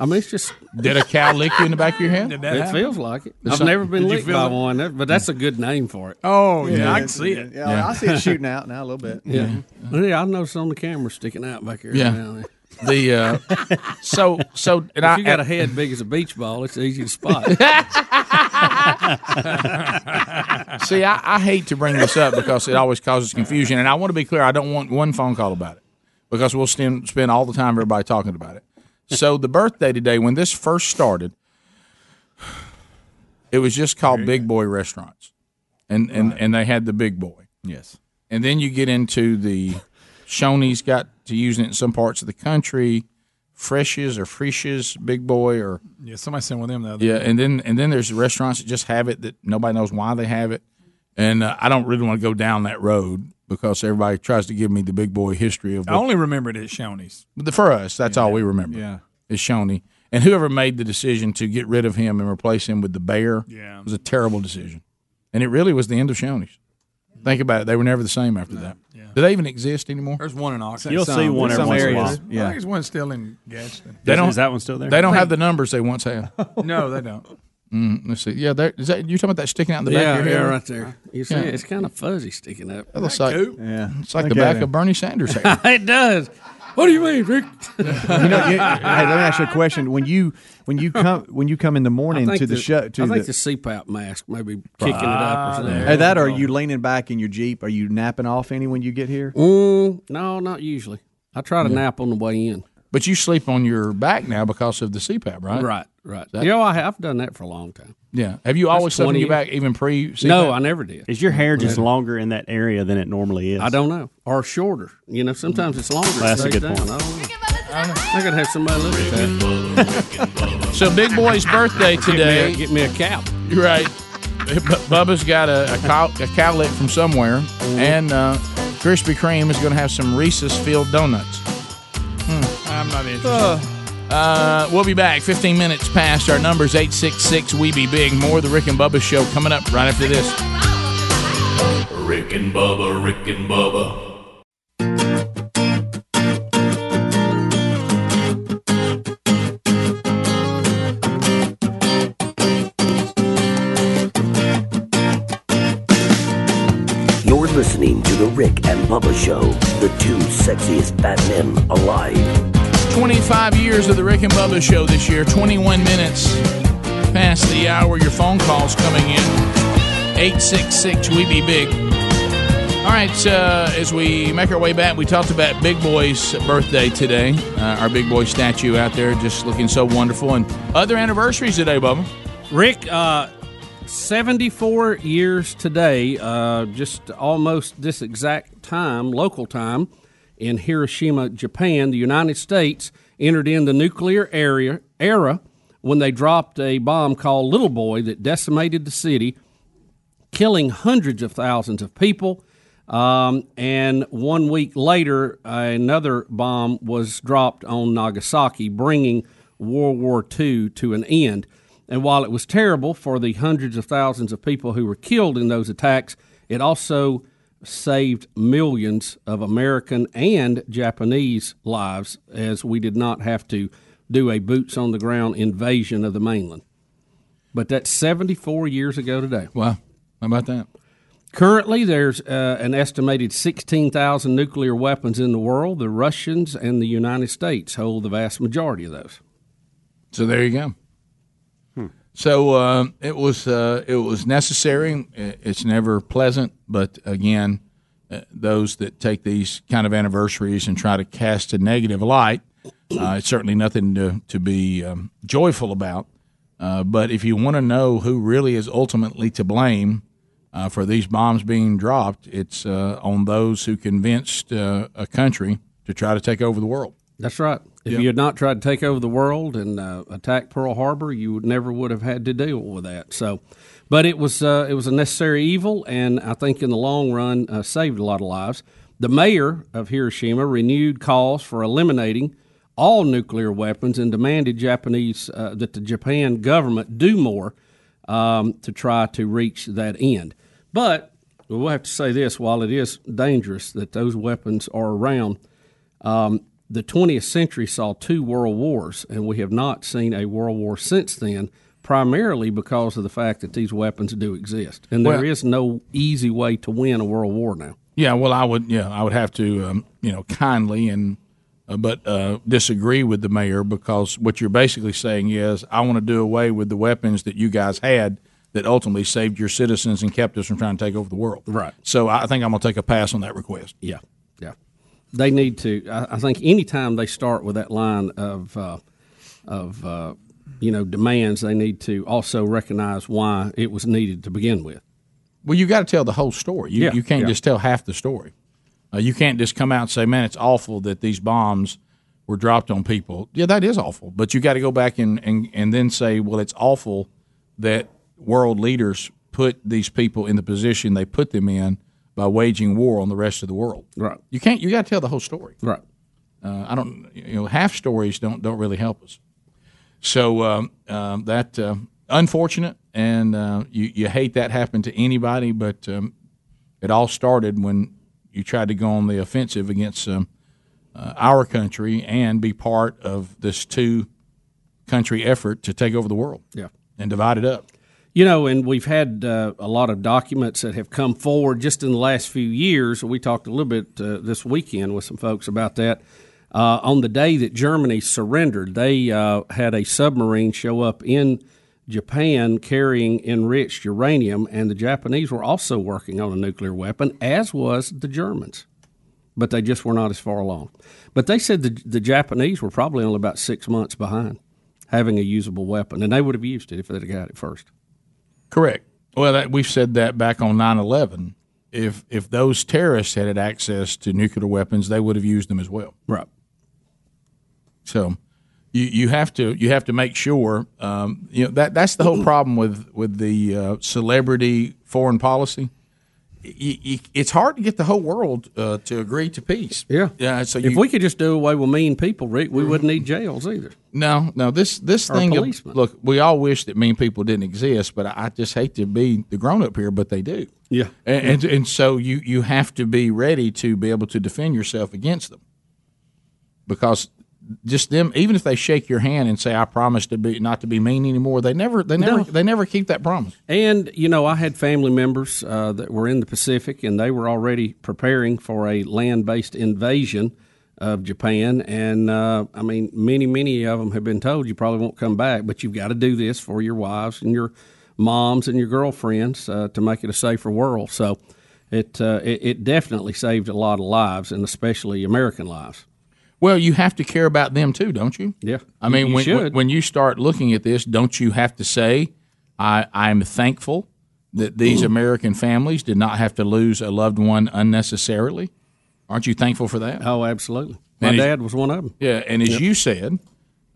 Speaker 3: I mean, it's just
Speaker 2: Did a cow lick you in the back of your head?
Speaker 4: Did
Speaker 3: it
Speaker 4: that happen?
Speaker 3: feels like it.
Speaker 2: Did
Speaker 3: I've
Speaker 2: some-
Speaker 3: never been
Speaker 2: did you
Speaker 3: licked
Speaker 2: feel
Speaker 3: by
Speaker 2: it?
Speaker 3: one, that- but that's a good name for it.
Speaker 4: Oh yeah, I can see it.
Speaker 10: Yeah, I see [LAUGHS] it shooting out now a little bit.
Speaker 3: Yeah, yeah. I noticed on the camera sticking out back here.
Speaker 2: Mm-hmm. Yeah.
Speaker 3: Now.
Speaker 2: The uh, so so and
Speaker 3: [LAUGHS] If
Speaker 2: I
Speaker 3: you got a head big as a beach ball, it's easy
Speaker 2: [LAUGHS]
Speaker 3: to spot.
Speaker 2: See, I, I hate to bring this up because it always causes confusion, and I want to be clear. I don't want one phone call about it because we'll spend spend all the time everybody talking about it. So the birthday today, when this first started, it was just called Big Boy Restaurants, and and and they had the Big Boy,
Speaker 10: Yes.
Speaker 2: and then you get into the Shoney's got to using it in some parts of the country, Fresh's or Frisch's Big Boy or
Speaker 4: Yeah, somebody sent one of them the other.
Speaker 2: yeah,
Speaker 4: day.
Speaker 2: and then and then there's restaurants that just have it that nobody knows why they have it, and uh, I don't really want to go down that road because everybody tries to give me the big boy history of
Speaker 4: I only remembered it at Shoney's.
Speaker 2: the, for us. That's all we remember.
Speaker 4: Yeah.
Speaker 2: is Shoney and whoever made the decision to get rid of him and replace him with the bear.
Speaker 4: Yeah.
Speaker 2: was a terrible decision, and it really was the end of Shoney's. Think about it; they were never the same after that. Do they even exist anymore?
Speaker 4: There's one in Oxford.
Speaker 11: You'll see one every once
Speaker 10: some
Speaker 11: in a
Speaker 10: areas.
Speaker 11: while.
Speaker 4: I
Speaker 10: Yeah.
Speaker 4: think there's one still in Gaston.
Speaker 2: They
Speaker 11: Is-
Speaker 2: don't-
Speaker 11: is that one still there?
Speaker 2: They don't have the numbers they once had.
Speaker 4: No, they don't.
Speaker 2: Mm, let's see. Yeah, there, is that you talking about that sticking out in the
Speaker 3: yeah,
Speaker 2: back of your
Speaker 3: yeah,
Speaker 2: head?
Speaker 3: right there. You see,
Speaker 2: Yeah.
Speaker 3: it's kind of fuzzy sticking up.
Speaker 2: That looks like
Speaker 10: Yeah.
Speaker 2: it's like the back of Bernie
Speaker 3: [LAUGHS]
Speaker 2: Sanders' hair.
Speaker 3: it does. What do you mean, Rick?
Speaker 10: You know, you, hey, let me ask you a question. When you when you come when you come in
Speaker 3: I
Speaker 10: the morning
Speaker 3: think
Speaker 10: to the, show to
Speaker 3: I think
Speaker 10: the Ah,
Speaker 3: the CPAP mask maybe kicking it
Speaker 2: Ah,
Speaker 3: up or something.
Speaker 10: Hey, that or are you leaning back in your Jeep? Are you napping off any when you get here?
Speaker 3: Mm, no, not usually. I try to nap on the way in.
Speaker 2: But you sleep on your back now because of the CPAP, right?
Speaker 3: Right, right.
Speaker 2: That-
Speaker 3: you know, I have done that for a long time.
Speaker 2: Yeah. Have you always slept on
Speaker 3: 20
Speaker 2: your back even pre CPAP?
Speaker 3: No, I never did.
Speaker 11: Is your hair just longer in that area than it normally is?
Speaker 3: I don't know. Or shorter. You know, sometimes it's longer. it
Speaker 11: That's a
Speaker 3: stays
Speaker 11: good
Speaker 3: down.
Speaker 11: point.
Speaker 3: I don't know. I could have somebody look at that.
Speaker 2: So Big Boy's birthday
Speaker 3: Get me, a,
Speaker 2: today.
Speaker 3: get me a cap.
Speaker 2: You're right. Bu- Bubba's got a, a, cow, a cowlick from somewhere, and uh, Krispy Kreme is going to have some Reese's filled donuts.
Speaker 4: I'm not interested.
Speaker 2: Uh, we'll be back 15 minutes past our numbers 866 We Be Big. More of the Rick and Bubba show coming up right after this.
Speaker 5: Rick and Bubba, Rick and Bubba,
Speaker 14: You're listening to The Rick and Bubba Show, the two sexiest fat men alive.
Speaker 2: 25 years of the Rick and Bubba show this year, 21 minutes past the hour. Your phone calls coming in. 866 We Be Big. All right, uh, as we make our way back, we talked about Big Boy's birthday today. Uh, our Big Boy statue out there just looking so wonderful. And other anniversaries today, Bubba.
Speaker 3: Rick, uh, 74 years today, uh, just almost this exact time, local time, in Hiroshima, Japan, the United States entered in the nuclear area, era when they dropped a bomb called Little Boy that decimated the city, killing hundreds of thousands of people. Um, and one week later, another bomb was dropped on Nagasaki, bringing World War II to an end. And while it was terrible for the hundreds of thousands of people who were killed in those attacks, it also saved millions of American and Japanese lives as we did not have to do a boots on the ground invasion of the mainland. But that's 74 years ago today.
Speaker 2: Wow. How about that?
Speaker 3: Currently, there's uh, an estimated 16,000 nuclear weapons in the world. The Russians and the United States hold the vast majority of those.
Speaker 2: So there you go. So uh, it was uh, it was necessary. I- It's never pleasant, but again, uh, those that take these kind of anniversaries and try to cast a negative light, uh, it's certainly nothing to to be um, joyful about. Uh, but if you want to know who really is ultimately to blame uh, for these bombs being dropped, it's uh, on those who convinced uh, a country to try to take over the world.
Speaker 3: That's right. If
Speaker 2: Yeah.
Speaker 3: you had not tried to take over the world and uh, attack Pearl Harbor, you would never would have had to deal with that. So, but it was uh, it was a necessary evil, and I think in the long run uh, saved a lot of lives. The mayor of Hiroshima renewed calls for eliminating all nuclear weapons and demanded Japanese uh, that the Japan government do more um, to try to reach that end. But we'll have to say this: while it is dangerous that those weapons are around, um, the 20th century saw two world wars, and we have not seen a world war since then, primarily because of the fact that these weapons do exist, and there is
Speaker 2: Well-
Speaker 3: no easy way to win a world war now.
Speaker 2: Yeah, well, I would. Yeah, I would have to, um, you know, kindly and uh, but uh, disagree with the mayor because what you're basically saying is I want to do away with the weapons that you guys had that ultimately saved your citizens and kept us from trying to take over the world. Right. So I think I'm going to take a pass on that request.
Speaker 3: Yeah, yeah. They need to. I, I think anytime they start with that line of uh, of uh, you know demands, they need to also recognize why it was needed to begin with.
Speaker 2: Well, you got to tell the whole story. You,
Speaker 3: Yeah,
Speaker 2: you can't
Speaker 3: yeah.
Speaker 2: just tell half the story. Uh, you can't just come out and say, "Man, it's awful that these bombs were dropped on people." Yeah, that is awful. But you got to go back and, and and then say, "Well, it's awful that world leaders put these people in the position they put them in by waging war on the rest of the world."
Speaker 3: Right.
Speaker 2: You can't. You got to tell the whole story.
Speaker 3: Right.
Speaker 2: Uh, I don't. You know, half stories don't don't really help us. So um, um, that uh, unfortunate, and uh, you you hate that happen to anybody, but um, it all started when you tried to go on the offensive against um, uh, our country and be part of this two country effort to take over the world.
Speaker 3: Yeah.
Speaker 2: and divide it up.
Speaker 3: You know, and we've had uh, a lot of documents that have come forward just in the last few years. We talked a little bit uh, this weekend with some folks about that. Uh, on the day that Germany surrendered, they uh, had a submarine show up in Japan carrying enriched uranium, and the Japanese were also working on a nuclear weapon, as was the Germans. But they just were not as far along. But they said the, the Japanese were probably only about six months behind having a usable weapon, and they would have used it if they'd have got it first.
Speaker 2: Correct. Well, that, we've said that back on 9-11. If if those terrorists had had access to nuclear weapons, they would have used them as well.
Speaker 3: Right.
Speaker 2: So you, you have to you have to make sure um, you know that that's the whole problem with with the uh, celebrity foreign policy. Y- y- it's hard to get the whole world uh, to agree to peace.
Speaker 3: Yeah.
Speaker 2: Yeah. So
Speaker 3: if
Speaker 2: you-
Speaker 3: we could just do away with mean people, Rick, we wouldn't need jails either.
Speaker 2: No, no. This this
Speaker 3: Or
Speaker 2: thing. of-
Speaker 3: policemen.
Speaker 2: Look, we all wish that mean people didn't exist, but I, I just hate to be the grown up here, but they do.
Speaker 3: Yeah.
Speaker 2: And, and and so you you have to be ready to be able to defend yourself against them, because just them, even if they shake your hand and say, "I promise to be not to be mean anymore," they never they never
Speaker 3: No.
Speaker 2: they never keep that promise.
Speaker 3: And, you know, I had family members uh, that were in the Pacific and they were already preparing for a land based invasion of Japan. And, uh, I mean, many, many of them have been told you probably won't come back, but you've got to do this for your wives and your moms and your girlfriends uh, to make it a safer world. So it, uh, it, it definitely saved a lot of lives and especially American lives.
Speaker 2: Well, you have to care about them too, don't you?
Speaker 3: Yeah.
Speaker 2: I mean,
Speaker 3: You
Speaker 2: when,
Speaker 3: should.
Speaker 2: when when you start looking at this, don't you have to say, I, "I'm thankful that these American families did not have to lose a loved one unnecessarily"? Aren't you thankful for that?
Speaker 3: Oh, absolutely. My
Speaker 2: And as-
Speaker 3: dad was one of them.
Speaker 2: Yeah, and as
Speaker 3: Yep.
Speaker 2: you said,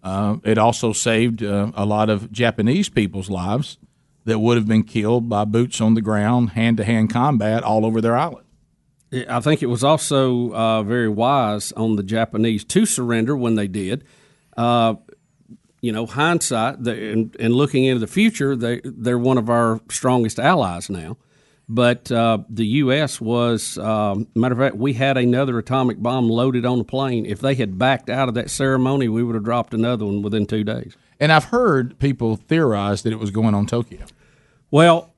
Speaker 2: uh, it also saved uh, a lot of Japanese people's lives that would have been killed by boots on the ground, hand to hand combat all over their island.
Speaker 3: Yeah, I think it was also uh, very wise on the Japanese to surrender when they did. Uh, you know, hindsight the, and, and looking into the future, they, they're one of our strongest allies now. But uh, the U.S. was, um, matter of fact, we had another atomic bomb loaded on the plane. If they had backed out of that ceremony, we would have dropped another one within two days.
Speaker 2: And I've heard people theorize that it was going on Tokyo.
Speaker 3: Well,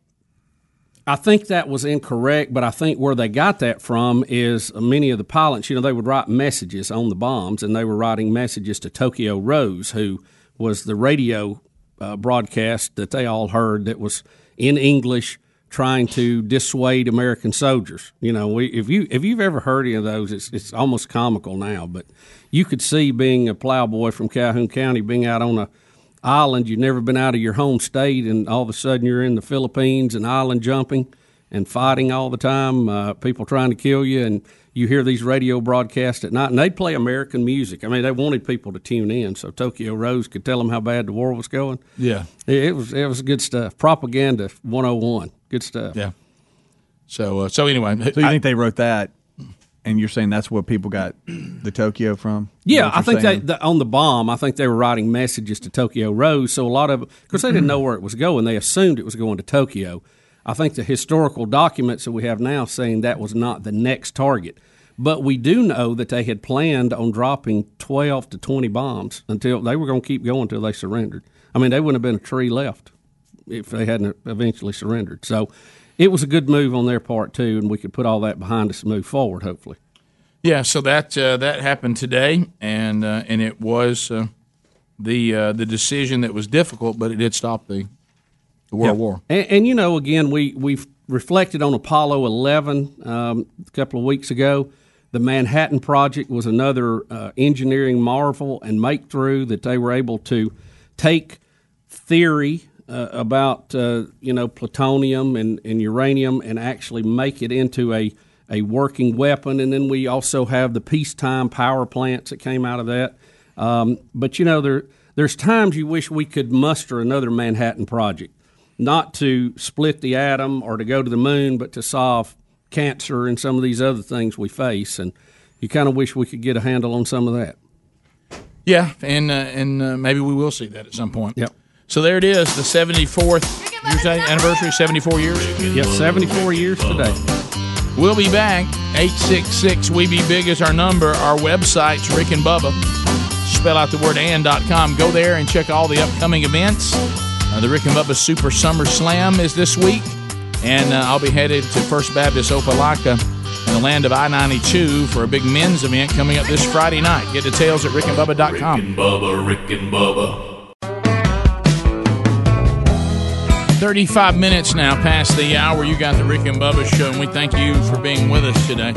Speaker 3: I think that was incorrect, but I think where they got that from is many of the pilots, you know, they would write messages on the bombs, and they were writing messages to Tokyo Rose, who was the radio uh, broadcast that they all heard that was in English trying to dissuade American soldiers. You know, we, if you if you've ever heard any of those, it's it's almost comical now. But you could see being a plowboy from Calhoun County, being out on a island, you've never been out of your home state, and all of a sudden you're in the Philippines and island jumping and fighting all the time, uh, people trying to kill you, and you hear these radio broadcasts at night, and they play American music. I mean, they wanted people to tune in so Tokyo Rose could tell them how bad the war was going.
Speaker 2: Yeah.
Speaker 3: It, it was it was good stuff. Propaganda 101. Good stuff.
Speaker 2: Yeah. So uh, so anyway,
Speaker 10: so you think they wrote that, and you're saying that's where people got the Tokyo from?
Speaker 3: Yeah, I think they, the, on the bomb, I think they were writing messages to Tokyo Rose. So a lot of, of course, they didn't know where it was going. They assumed it was going to Tokyo. I think the historical documents that we have now saying that was not the next target. But we do know that they had planned on dropping 12 to 20 bombs until they were going to keep going until they surrendered. I mean, they wouldn't have been a tree left if they hadn't eventually surrendered. So it was a good move on their part, too, and we could put all that behind us and move forward, hopefully.
Speaker 2: Yeah, so that uh, that happened today, and uh, and it was uh, the uh, the decision that was difficult, but it did stop the the world
Speaker 3: Yeah.
Speaker 2: war.
Speaker 3: And, and you know, again, we we've reflected on Apollo 11 um, a couple of weeks ago. The Manhattan Project was another uh, engineering marvel and make through that they were able to take theory uh, about uh, you know plutonium and, and uranium and actually make it into a a working weapon. And then we also have the peacetime power plants that came out of that. Um, but you know, there there's times you wish we could muster another Manhattan Project not to split the atom or to go to the moon, but to solve cancer and some of these other things we face. And you kind of wish we could get a handle on some of that.
Speaker 2: Yeah, and uh, and uh, maybe we will see that at some point.
Speaker 3: Yep.
Speaker 2: So there it is, the 74th year day anniversary, 74 years.
Speaker 3: Yes, 74 years today.
Speaker 2: We'll be back. 866 We Be Big is our number. Our website's Rick and Bubba. Spell out the word and.com. Go there and check all the upcoming events. Uh, the Rick and Bubba Super Summer Slam is this week, and uh, I'll be headed to First Baptist Opelika in the land of I 92 for a big men's event coming up this Friday night. Get details at rickandbubba.com.
Speaker 5: Rick and Bubba, Rick and Bubba,
Speaker 2: 35 minutes now past the hour. You got the Rick and Bubba show, and we thank you for being with us today.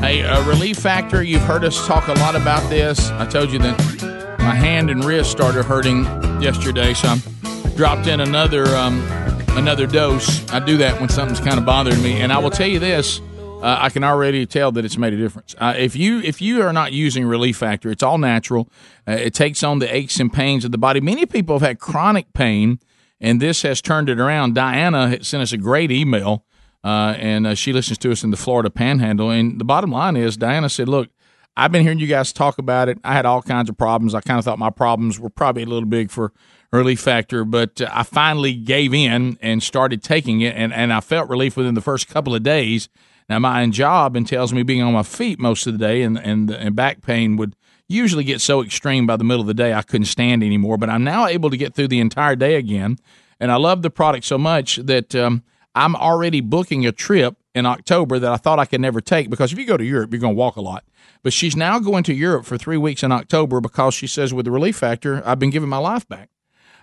Speaker 2: Hey, uh, Relief Factor, you've heard us talk a lot about this. I told you that my hand and wrist started hurting yesterday, so I dropped in another um, another dose. I do that when something's kind of bothering me, and I will tell you this. Uh, I can already tell that it's made a difference. Uh, if you if you are not using Relief Factor, it's all natural. Uh, it takes on the aches and pains of the body. Many people have had chronic pain, and this has turned it around. Diana had sent us a great email, uh, and uh, she listens to us in the Florida Panhandle. And the bottom line is, Diana said, "Look, I've been hearing you guys talk about it. I had all kinds of problems. I kind of thought my problems were probably a little big for Relief Factor, but uh, I finally gave in and started taking it, and, and I felt relief within the first couple of days. Now, my job entails me being on my feet most of the day, and, and, and back pain would usually get so extreme by the middle of the day I couldn't stand anymore, but I'm now able to get through the entire day again. And I love the product so much that um, I'm already booking a trip in October that I thought I could never take because if you go to Europe, you're going to walk a lot. But she's now going to Europe for three weeks in October because she says, with the relief factor, I've been giving my life back.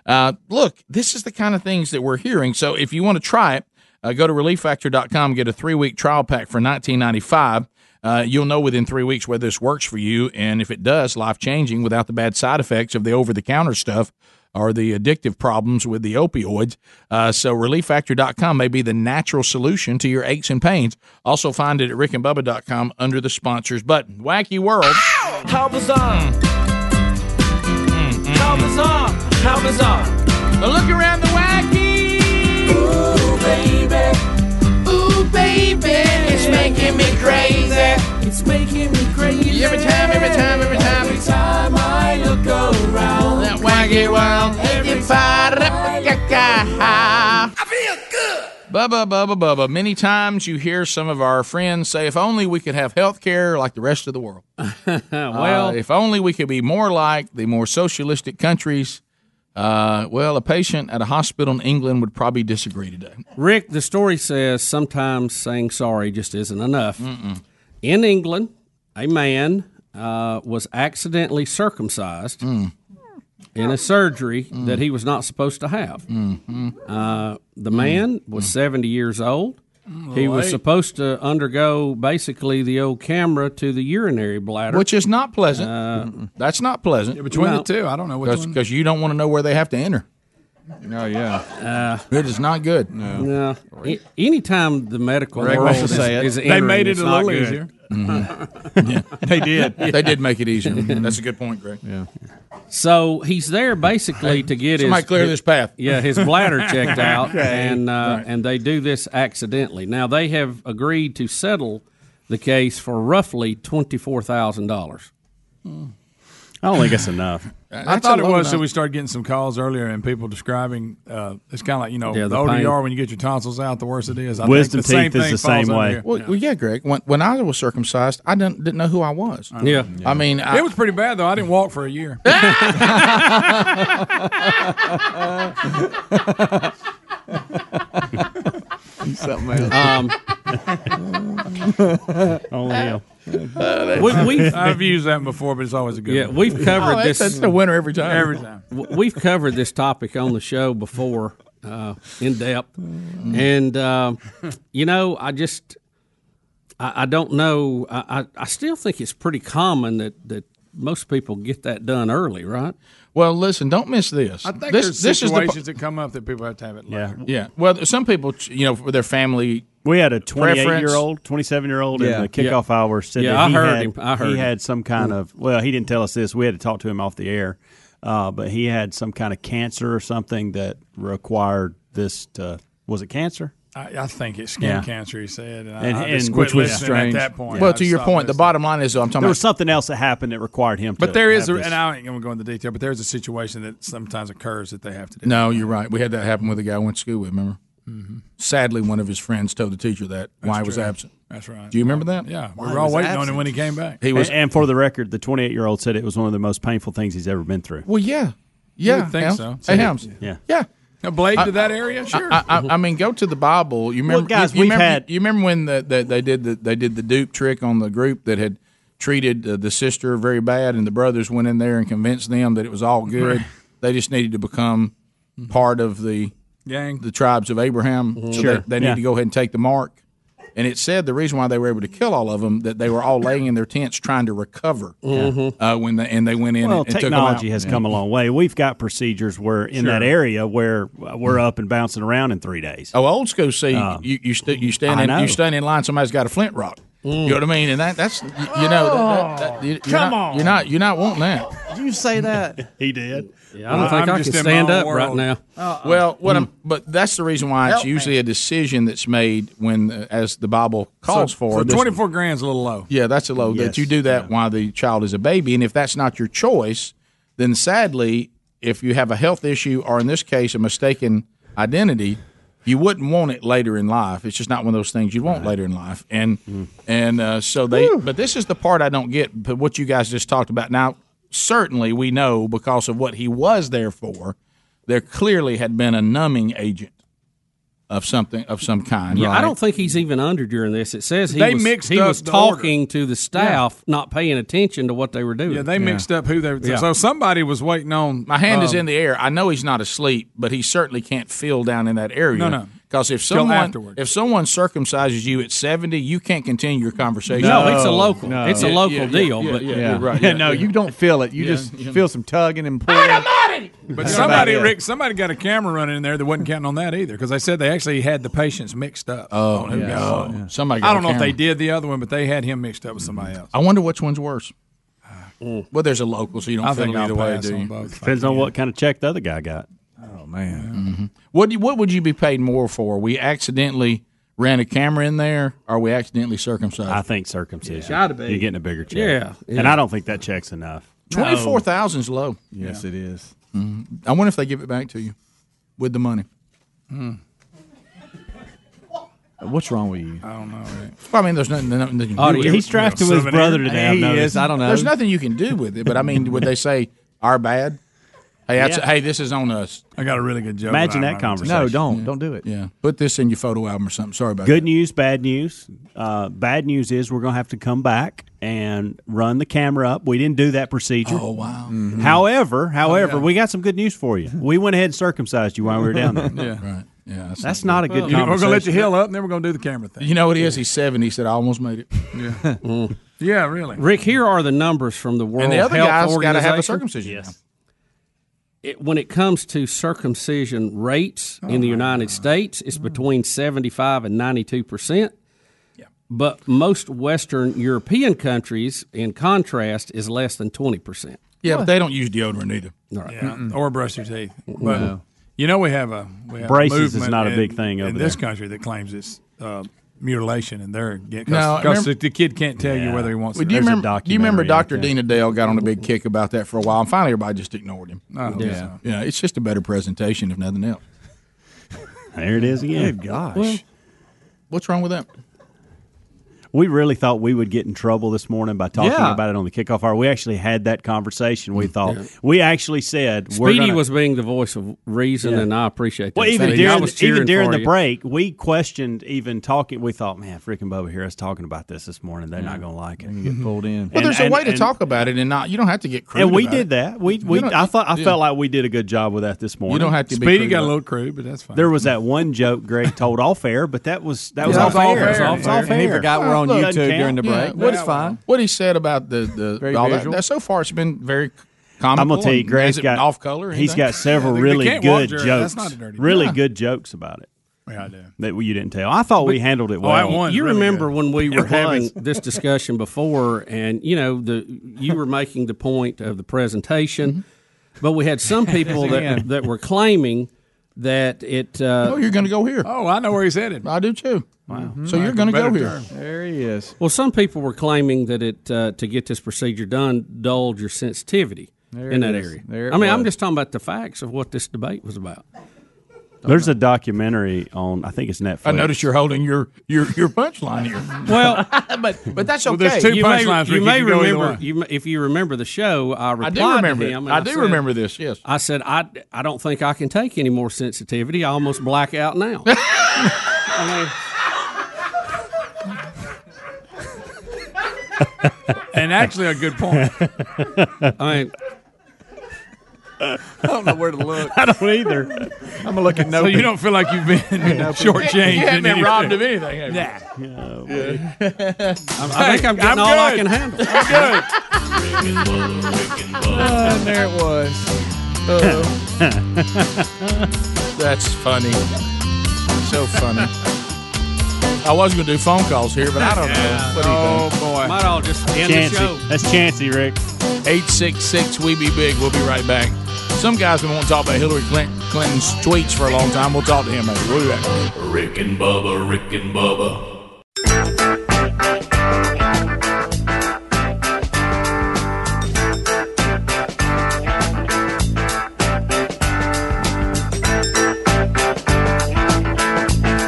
Speaker 2: Uh, look, this is the kind of things that we're hearing. So if you want to try it, uh, go to relieffactor.com, get a three week trial pack for $19.95. Uh, you'll know within three weeks whether this works for you. And if it does, life changing without the bad side effects of the over the counter stuff or the addictive problems with the opioids. Uh, so relieffactor.com may be the natural solution to your aches and pains. Also find it at rickandbubba.com under the sponsors button. Wacky World.
Speaker 12: How bizarre! Mm, How bizarre! How bizarre!
Speaker 2: A look around the wacky!
Speaker 12: Ooh, baby! Ooh, baby! It's making me crazy! It's making me crazy! Every time, every time, every time! Every time I look around! That
Speaker 2: wacky world!
Speaker 12: Every time I look around!
Speaker 2: But Bubba, Bubba, Bubba. Many times you hear some of our friends say, if only we could have health care like the rest of the world.
Speaker 3: well,
Speaker 2: Uh, if only we could be more like the more socialistic countries. Uh, well, a patient at a hospital in England would probably disagree today.
Speaker 3: Rick, the story says sometimes saying sorry just isn't enough. In England, a man uh, was accidentally circumcised in a surgery that he was not supposed to have.
Speaker 12: Mm-hmm.
Speaker 3: Uh, the man was 70 years old. He was
Speaker 2: Right.
Speaker 3: supposed to undergo basically the old camera to the urinary bladder,
Speaker 2: Which is not pleasant. That's not pleasant.
Speaker 3: Uh, Yeah, between the No. two, I
Speaker 4: don't know which
Speaker 2: Cause,
Speaker 3: one.
Speaker 2: Because you don't want to know where they have to enter. No, Oh, yeah. it is not good. No.
Speaker 3: No. A- anytime the medical
Speaker 2: Greg
Speaker 3: world
Speaker 2: wants to
Speaker 3: is,
Speaker 2: say it.
Speaker 3: is
Speaker 2: They
Speaker 3: entering,
Speaker 2: made it
Speaker 3: it's
Speaker 2: a
Speaker 3: not
Speaker 2: little
Speaker 3: good.
Speaker 2: easier. [LAUGHS] They did. They did make it
Speaker 3: [LAUGHS]
Speaker 2: easier. That's a good point, Greg.
Speaker 10: Yeah.
Speaker 3: So he's there basically to get
Speaker 2: somebody
Speaker 3: his
Speaker 2: clear this path.
Speaker 3: Yeah, his bladder
Speaker 2: [LAUGHS]
Speaker 3: checked out,
Speaker 2: Okay.
Speaker 3: and uh,
Speaker 2: Right.
Speaker 3: and they do this accidentally. Now they have agreed to settle the case for roughly twenty four thousand dollars.
Speaker 11: I don't think that's enough.
Speaker 4: I thought it was so we started getting some calls earlier and people describing uh, it's kind of like you know
Speaker 2: Yeah, the
Speaker 4: the, older
Speaker 2: pain.
Speaker 4: you are when you get your tonsils out the worse it is. I
Speaker 11: Wisdom
Speaker 4: think the same
Speaker 11: teeth is
Speaker 4: thing falls
Speaker 11: the same
Speaker 4: under
Speaker 11: way.
Speaker 4: here.
Speaker 2: Well, well, yeah, Greg. When, when I was circumcised, I didn't, didn't know who I was.
Speaker 4: Yeah.
Speaker 2: I mean, I,
Speaker 4: it was pretty bad though. I didn't walk for a [LAUGHS] year.
Speaker 12: Something else.
Speaker 4: Um,
Speaker 12: [LAUGHS]
Speaker 11: [LAUGHS] Only him. [LAUGHS]
Speaker 3: We- we've-
Speaker 4: I've used that before, but it's always a good.
Speaker 3: Yeah,
Speaker 4: one.
Speaker 2: [LAUGHS]
Speaker 3: we've covered
Speaker 4: Oh,
Speaker 3: this.
Speaker 4: Every time.
Speaker 3: W- We've covered this topic on the show before, uh, in depth, and uh, you know, I just, I, I don't know. I, I, I still think it's pretty common that that most people get that done early, right?
Speaker 2: Well, listen, don't miss this.
Speaker 4: I think there's
Speaker 2: This- this is the
Speaker 4: situations that come up that people have to have it. Later.
Speaker 2: yeah. Well, some people, you know, for their family.
Speaker 11: We had a 28
Speaker 2: preference.
Speaker 11: year old, 27 year old
Speaker 2: Yeah.
Speaker 11: in the kickoff
Speaker 2: Yeah.
Speaker 11: hour said
Speaker 2: Yeah,
Speaker 11: that
Speaker 2: I
Speaker 11: he
Speaker 2: heard
Speaker 11: had,
Speaker 2: him. I heard
Speaker 11: he
Speaker 2: him.
Speaker 11: had some kind of, well, he didn't tell us this. We had to talk to him off the air, uh, but he had some kind of cancer or something that required this to, was it cancer?
Speaker 4: I, I think it's skin
Speaker 11: Yeah.
Speaker 4: cancer. He said, and,
Speaker 11: And-
Speaker 4: I, I
Speaker 11: and
Speaker 4: just
Speaker 11: which
Speaker 4: quit
Speaker 11: was
Speaker 4: listening
Speaker 11: strange.
Speaker 4: at that point.
Speaker 2: Well,
Speaker 4: I
Speaker 2: to your
Speaker 4: stopped
Speaker 2: point, the bottom line is, I'm talking
Speaker 11: There
Speaker 2: about
Speaker 11: was something else that happened that required him to.
Speaker 4: But there is,
Speaker 11: have
Speaker 4: a,
Speaker 11: this.
Speaker 4: and I ain't going to go into detail. But there's a situation that sometimes occurs that they have to do.
Speaker 2: No, you're right. We had that happen with a guy I went to school with. Remember? Sadly, one of his friends told the teacher that why he was
Speaker 4: Mm-hmm. true.
Speaker 2: absent.
Speaker 4: That's right.
Speaker 2: Do you remember that?
Speaker 4: Yeah, we
Speaker 2: Why
Speaker 4: were all
Speaker 2: was
Speaker 4: waiting on
Speaker 2: absent?
Speaker 4: him when he came back.
Speaker 2: He was-
Speaker 11: and, and for the record, the 28 year old said it was one of the most painful things he's ever been through.
Speaker 2: Well, yeah,
Speaker 4: You
Speaker 2: yeah.
Speaker 4: would think
Speaker 2: Helms.
Speaker 4: so.
Speaker 2: Hey, Helms.
Speaker 11: Yeah.
Speaker 2: Yeah.
Speaker 4: A blade
Speaker 2: I-
Speaker 4: to that area, sure.
Speaker 2: I, I, I mean, go to the Bible. You remember,
Speaker 11: guys,
Speaker 2: you, you
Speaker 11: we've
Speaker 2: remember,
Speaker 11: had-
Speaker 2: you remember when the, the, they did the they did the dupe trick on the group that had treated uh, the sister very bad, and the brothers went in there and convinced them that it was all good.
Speaker 4: Right. Mm-hmm.
Speaker 2: They just needed to become part of the
Speaker 4: Gang.
Speaker 2: the tribes of Abraham. So
Speaker 4: Sure.
Speaker 2: they, they need
Speaker 4: Yeah.
Speaker 2: to go ahead and take the mark. And it said the reason why they were able to kill all of them that they were all laying in their tents trying to recover
Speaker 11: Mhm.
Speaker 2: uh, when they, and they went in.
Speaker 11: Well,
Speaker 2: and, and took 'em out.
Speaker 11: technology has come a long way. We've got procedures where in
Speaker 2: Sure.
Speaker 11: that area where uh, we're up and bouncing around in three days.
Speaker 2: Oh, old school. See,
Speaker 11: Um,
Speaker 2: you you, st- you stand
Speaker 11: I
Speaker 2: in
Speaker 11: know.
Speaker 2: you stand in line. Somebody's got a flint rock. You know what I mean? And that that's you, you know that, that, that- you, you're
Speaker 11: come
Speaker 2: not,
Speaker 11: on.
Speaker 2: You're not you're not wanting that.
Speaker 10: You say that.
Speaker 11: [LAUGHS] he did.
Speaker 3: Yeah, I don't think i can stand up right now.
Speaker 2: Well, what I'm but that's the reason why it's
Speaker 3: Help me.
Speaker 2: usually a decision that's made when uh, as the Bible calls
Speaker 4: so,
Speaker 2: for.
Speaker 4: so
Speaker 2: This-
Speaker 4: 24 grand's a little low.
Speaker 2: Yeah, that's a low
Speaker 4: Yes.
Speaker 2: that you do that while the child is a baby, and if that's not your choice, then sadly, if you have a health issue or in this case a mistaken identity, you wouldn't want it later in life. It's just not one of those things you want later in life, and
Speaker 3: Mm-hmm.
Speaker 2: and uh, so they. But this is the part I don't get. But what you guys just talked about now, certainly we know because of what he was there for. There clearly had been a numbing agent of something of some kind.
Speaker 3: Yeah, I
Speaker 2: right?
Speaker 3: don't think he's even under during this. It says he
Speaker 2: They
Speaker 3: was,
Speaker 2: mixed
Speaker 3: he
Speaker 2: up
Speaker 3: was
Speaker 2: the
Speaker 3: talking to the staff, not paying attention to what they were doing.
Speaker 4: Yeah, they mixed up who they were. So somebody was waiting on.
Speaker 2: My hand is
Speaker 4: um,
Speaker 2: in the air. I know he's not asleep, but he certainly can't feel down in that area.
Speaker 4: No, no.
Speaker 2: Because if
Speaker 4: Till
Speaker 2: someone
Speaker 4: afterward.
Speaker 2: if someone circumcises you, it's seventy, you can't continue your conversation.
Speaker 3: No, it's a local. It's a
Speaker 2: Yeah,
Speaker 3: local
Speaker 2: yeah, yeah,
Speaker 3: deal.
Speaker 2: yeah,
Speaker 3: but
Speaker 2: yeah, yeah,
Speaker 10: [LAUGHS]
Speaker 2: right. yeah,
Speaker 10: no,
Speaker 2: yeah.
Speaker 10: you don't feel it. You
Speaker 2: Yeah.
Speaker 10: just feel some tugging and pulling.
Speaker 4: But
Speaker 10: That's
Speaker 4: somebody,
Speaker 10: about it.
Speaker 4: Rick, somebody got a camera running in there that wasn't counting on that either because they said they actually had the patients mixed up.
Speaker 2: Oh,
Speaker 4: on who
Speaker 2: yeah.
Speaker 4: got-
Speaker 2: Oh, yeah. Somebody got
Speaker 4: I don't
Speaker 2: a
Speaker 4: know if they
Speaker 2: camera.
Speaker 4: did the other one, but they had him mixed up with somebody else.
Speaker 2: I wonder which one's worse. Well, there's a local, so you don't
Speaker 4: I
Speaker 2: feel
Speaker 4: think
Speaker 2: either
Speaker 4: I'll
Speaker 2: way,
Speaker 4: pass
Speaker 2: do
Speaker 4: on
Speaker 2: you?
Speaker 4: both.
Speaker 11: Mm. Depends on what kind of check the other guy got.
Speaker 10: Oh man.
Speaker 2: Mm-hmm. What do you- what would you be paid more for? We accidentally ran a camera in there, or we accidentally circumcised?
Speaker 11: I think circumcision.
Speaker 2: Gotta be.
Speaker 11: You're getting a bigger check.
Speaker 2: Yeah,
Speaker 11: And
Speaker 2: yeah.
Speaker 11: I don't think that check's enough.
Speaker 2: twenty four thousand is low. Mm-hmm.
Speaker 10: Yes, it is.
Speaker 2: I wonder if they give it back to you with the money.
Speaker 10: What's wrong with you?
Speaker 4: I don't know.
Speaker 2: Well, I mean, there's nothing. nothing you can
Speaker 10: Oh,
Speaker 2: do with
Speaker 10: yeah,
Speaker 2: it.
Speaker 10: he's drafting with his Souvenir? brother today, I've
Speaker 2: He
Speaker 10: noticed.
Speaker 2: is. I don't know.
Speaker 10: There's
Speaker 2: There's nothing you can do with it. But I mean, would they say our bad? Hey, that's,
Speaker 10: Yeah.
Speaker 2: hey, this is on us.
Speaker 4: I got a really good joke.
Speaker 11: Imagine that conversation.
Speaker 2: No, don't.
Speaker 10: Don't do it.
Speaker 2: Yeah, put this in your photo album or something. Sorry about
Speaker 11: Good news, bad news. Uh, bad news is we're going to have to come back and run the camera up. We didn't do that procedure. Oh
Speaker 2: wow! Oh,
Speaker 11: However, however, we got some good news for you. We went ahead and circumcised you while we were
Speaker 2: [LAUGHS]
Speaker 11: down there.
Speaker 4: [LAUGHS] Yeah.
Speaker 2: Right. Yeah, that's,
Speaker 11: not, a good.
Speaker 4: We're going to let you
Speaker 11: conversation.
Speaker 4: heal up, and then we're going to do the camera
Speaker 2: that.
Speaker 4: thing.
Speaker 2: You know what it is? He's seven. He said, "I almost made it." Yeah.
Speaker 4: [LAUGHS] Yeah, really.
Speaker 3: Rick, here are the numbers from the World
Speaker 2: And the other
Speaker 3: Health
Speaker 2: guy's
Speaker 3: got
Speaker 2: gotta
Speaker 3: to
Speaker 2: have a circumcision now.
Speaker 3: It, when it comes to circumcision
Speaker 2: Oh
Speaker 3: rates in the United States,
Speaker 2: Mm.
Speaker 3: it's between 75 and 92 percent. But most Western European countries, in contrast, is less than 20 percent.
Speaker 2: Yeah, but they don't use deodorant either.
Speaker 4: Yeah, or brush your teeth. But
Speaker 3: No.
Speaker 4: you know we have a we have
Speaker 11: Braces
Speaker 4: a
Speaker 11: is
Speaker 4: movement
Speaker 11: not a
Speaker 4: in-
Speaker 11: big thing over
Speaker 4: in this
Speaker 11: there.
Speaker 4: country that claims it's uh, mutilation, and they're because
Speaker 2: No, I
Speaker 4: the,
Speaker 2: remember-
Speaker 4: the kid can't tell you whether he wants.
Speaker 2: Well,
Speaker 4: it.
Speaker 2: do you remember? Do you remember Dr.
Speaker 4: Dean?
Speaker 2: Dina Dale got on a big kick about that for a while, and finally everybody just ignored him.
Speaker 4: I hope
Speaker 2: yeah,
Speaker 4: so.
Speaker 2: you know, it's just a better presentation, if nothing else.
Speaker 11: There it is again.
Speaker 2: Good gosh. Well, what's wrong with that?
Speaker 11: We really thought we would get in trouble this morning by talking
Speaker 2: Yeah. Mm-hmm.
Speaker 11: about it on the kickoff hour. We actually had that conversation. We thought we actually said we're
Speaker 3: Speedy
Speaker 11: gonna-
Speaker 3: was being the voice of reason,
Speaker 11: Yeah.
Speaker 3: and I appreciate that.
Speaker 11: Well, even
Speaker 3: Speedy. I
Speaker 11: during,
Speaker 3: was
Speaker 11: even
Speaker 3: cheering
Speaker 11: during
Speaker 3: for
Speaker 11: the
Speaker 3: you.
Speaker 11: break, we questioned even talking. We thought, man, freaking Bubba here is talking about this this morning. They're not going to like it. You
Speaker 3: Mm-hmm.
Speaker 10: get pulled in.
Speaker 2: Well, there's a way to talk about it, and not you don't have to get. Crude
Speaker 11: And we
Speaker 2: about
Speaker 11: did
Speaker 2: it.
Speaker 11: that. We, we
Speaker 2: You don't-
Speaker 11: I thought I
Speaker 2: yeah.
Speaker 11: felt like we did a good job with that this morning.
Speaker 2: don't have to be
Speaker 4: Speedy
Speaker 2: crude
Speaker 4: got a
Speaker 2: about
Speaker 4: little crude,
Speaker 11: [LAUGHS]
Speaker 4: but that's fine.
Speaker 11: There was that one joke Greg told off air, but that was that was
Speaker 4: Yeah,
Speaker 11: off
Speaker 4: it's all
Speaker 11: air.
Speaker 4: fair.
Speaker 11: It's all
Speaker 4: And he
Speaker 11: fair.
Speaker 4: forgot
Speaker 2: Well, look, doesn't count. Yeah,
Speaker 11: What is
Speaker 2: well, What he said about the the
Speaker 11: Very
Speaker 2: all that-
Speaker 11: visual.
Speaker 2: that, so far it's been very. Comical
Speaker 11: I'm gonna tell you,
Speaker 2: and
Speaker 11: Greg's
Speaker 2: hasn't
Speaker 11: got
Speaker 2: been off color. or
Speaker 11: He's
Speaker 2: anything.
Speaker 11: got
Speaker 2: Yeah, [LAUGHS]
Speaker 11: several
Speaker 2: they- they
Speaker 11: really
Speaker 2: can't
Speaker 11: good
Speaker 2: walk, Jerry.
Speaker 11: jokes,
Speaker 2: That's not a dirty
Speaker 11: really
Speaker 2: joke.
Speaker 11: good jokes about it.
Speaker 4: Yeah, I do.
Speaker 11: That you didn't tell. I thought we handled
Speaker 10: Oh,
Speaker 2: oh,
Speaker 11: it well.
Speaker 3: you remember when we
Speaker 11: It
Speaker 3: were
Speaker 11: was.
Speaker 3: having this discussion before, and you know the you were making the point of the presentation,
Speaker 11: Mm-hmm.
Speaker 3: but we
Speaker 11: [LAUGHS]
Speaker 3: had some people
Speaker 4: Again.
Speaker 3: that that were claiming that it. Uh,
Speaker 2: Oh, you're going to go here.
Speaker 4: Oh, I know where he's headed.
Speaker 2: I do too.
Speaker 3: Wow.
Speaker 2: So you're going to go here.
Speaker 10: There he is.
Speaker 3: Well, some people were claiming that it uh, to get this procedure done dulled your sensitivity
Speaker 10: There
Speaker 3: in
Speaker 10: it
Speaker 3: that
Speaker 10: is.
Speaker 3: area.
Speaker 10: There it
Speaker 3: I mean, I'm
Speaker 10: was.
Speaker 3: just talking about the facts of what this debate was about.
Speaker 11: There's a documentary on. I think it's Netflix.
Speaker 2: I notice you're holding your your your punchline here.
Speaker 3: Well, [LAUGHS]
Speaker 2: but but that's okay.
Speaker 3: You may, you may remember you may, if you remember the show. I
Speaker 2: I
Speaker 3: replied
Speaker 2: do remember.
Speaker 3: to
Speaker 2: it.
Speaker 3: him. and
Speaker 2: I do
Speaker 3: said-
Speaker 2: remember this. Yes.
Speaker 3: I said I, I don't think I can take any more sensitivity. I almost black out [LAUGHS] now.
Speaker 4: and actually a good point.
Speaker 3: I mean,
Speaker 4: I don't know where to look.
Speaker 11: [LAUGHS] I don't either.
Speaker 4: I'm gonna look at no. So you don't feel like you've [LAUGHS]
Speaker 11: [LAUGHS]
Speaker 4: been shortchanged.
Speaker 2: You haven't
Speaker 4: in
Speaker 2: been
Speaker 4: any-
Speaker 2: robbed of anything. have you?
Speaker 4: Nah.
Speaker 3: I think I'm getting all I can handle. Oh,
Speaker 10: Uh, there it was.
Speaker 2: oh.
Speaker 11: [LAUGHS]
Speaker 2: That's funny. So funny. I was going to do phone calls here, but I don't know. What do you think?
Speaker 4: boy.
Speaker 3: Might all just end the show.
Speaker 11: Oh, That's Chancy, Rick.
Speaker 2: 866 We Be Big. We'll be right back. Some guys been wanting to talk about Hillary Clin- Clinton's tweets for a long time. We'll talk to him later. We'll be back.
Speaker 5: Rick and Bubba, Rick and Bubba,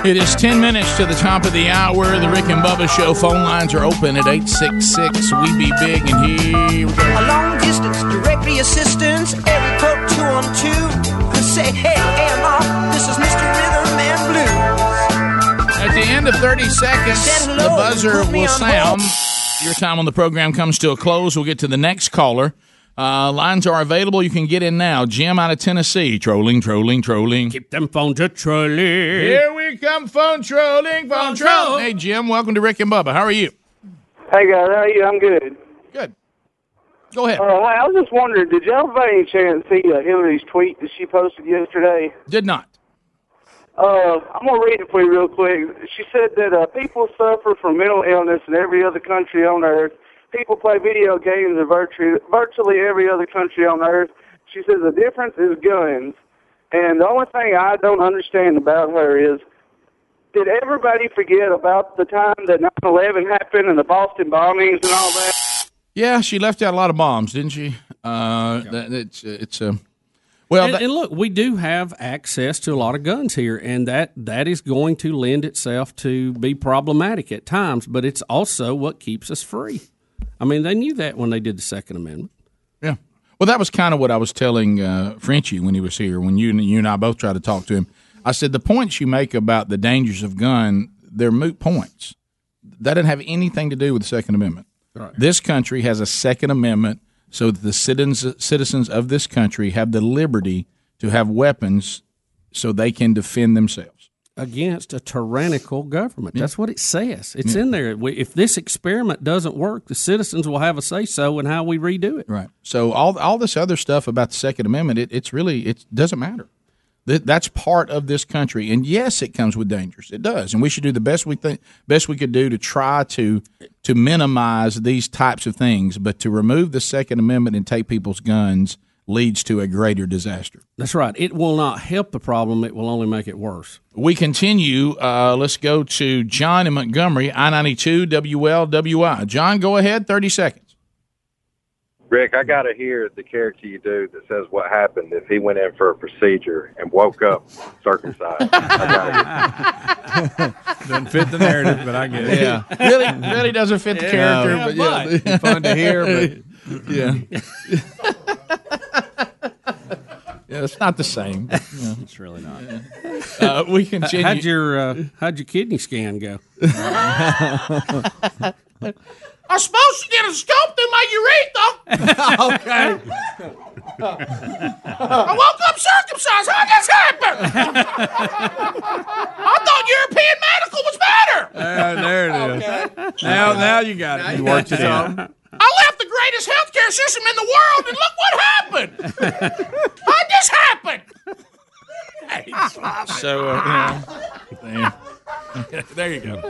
Speaker 2: It is 10 minutes to the top of the hour. The Rick and Bubba Show phone lines are open at 866 We Be Big. And here we go.
Speaker 15: A long distance directory assistance, area code 212. Could say, hey, AMR, this is Mr. Rhythm and Blues.
Speaker 2: At the end of 30 seconds,
Speaker 15: hello,
Speaker 2: The buzzer
Speaker 15: and put me
Speaker 2: will
Speaker 15: on
Speaker 2: sound.
Speaker 15: hold.
Speaker 2: Your time on the program comes to a close. We'll get to the next caller. Uh, lines are available. You can get in now. Jim out of Tennessee. Trolling, trolling, trolling.
Speaker 3: Keep them phones a trolling.
Speaker 2: Here we come, phone trolling, phone trolling. Hey, Jim, welcome to Rick and Bubba. How are you?
Speaker 16: Hey guys, how are you? I'm good.
Speaker 2: Good. Go ahead.
Speaker 16: Uh, hey, I was just wondering, did y'all by any chance see uh, Hillary's tweet that she posted yesterday?
Speaker 2: Did not.
Speaker 16: Uh, I'm gonna read it for you real quick. She said that uh, people suffer from mental illness in every other country on earth. People play video games in virtu- virtually every other country on earth. She says the difference is guns. And the only thing I don't understand about her is, did everybody forget about the time that 9/11 happened and the Boston bombings and all that?
Speaker 2: Yeah, she left out a lot of bombs, didn't she? Uh, that, it's it's uh, Well,
Speaker 3: and,
Speaker 2: that-
Speaker 3: and look, we do have access to a lot of guns here, and that that is going to lend itself to be problematic at times. But it's also what keeps us free. I mean, they knew that when they did the Second Amendment.
Speaker 2: Yeah. Well, that was kind of what I was telling uh, Frenchie when he was here. When you and you and I both tried to talk to him, I said the points you make about the dangers of gun, they're moot points. That didn't have anything to do with the Second Amendment.
Speaker 3: Right.
Speaker 2: This country has a Second Amendment so that the citizens citizens of this country have the liberty to have weapons so they can defend themselves.
Speaker 3: Against a tyrannical government. That's what it says. It's in there. We- If this experiment doesn't work, the citizens will have a say so in how we redo it.
Speaker 2: Right. So all all this other stuff about the Second Amendment, it, it's really it doesn't matter. That that's part of this country, and yes, it comes with dangers. It does, and we should do the best we think best we could do to try to to minimize these types of things. But to remove the Second Amendment and take people's guns leads to a greater disaster.
Speaker 3: That's right. It will not help the problem. It will only make it worse.
Speaker 2: We continue. Uh, let's go to John in Montgomery, I ninety two WLWI. John, go ahead, thirty seconds.
Speaker 17: Rick, I gotta hear the character you do that says what happened if he went in for a procedure and woke up circumcised.
Speaker 4: Doesn't fit the narrative, but I get it. [LAUGHS]
Speaker 2: Yeah. really, really doesn't fit the
Speaker 4: Yeah.
Speaker 2: character.
Speaker 4: Yeah,
Speaker 2: but yeah,
Speaker 4: but- Fun to hear, but-
Speaker 2: [LAUGHS]
Speaker 4: [LAUGHS]
Speaker 2: yeah, yeah, it's not the
Speaker 3: [LAUGHS]
Speaker 2: same.
Speaker 3: It's really not.
Speaker 2: Uh, we continue.
Speaker 3: How'd your uh, how'd your kidney scan go?
Speaker 12: I'm supposed to get a scope through my
Speaker 2: [LAUGHS]
Speaker 12: urethra. [LAUGHS] okay. I woke up circumcised. How did this happen? [LAUGHS] I thought European medical was better.
Speaker 4: Yeah, Ah, there it is. Now, now you got it. You worked it out.
Speaker 12: I left the greatest healthcare system in the world, and look what happened. How'd this happen?
Speaker 2: So uh, yeah.
Speaker 4: [LAUGHS]
Speaker 2: there you go.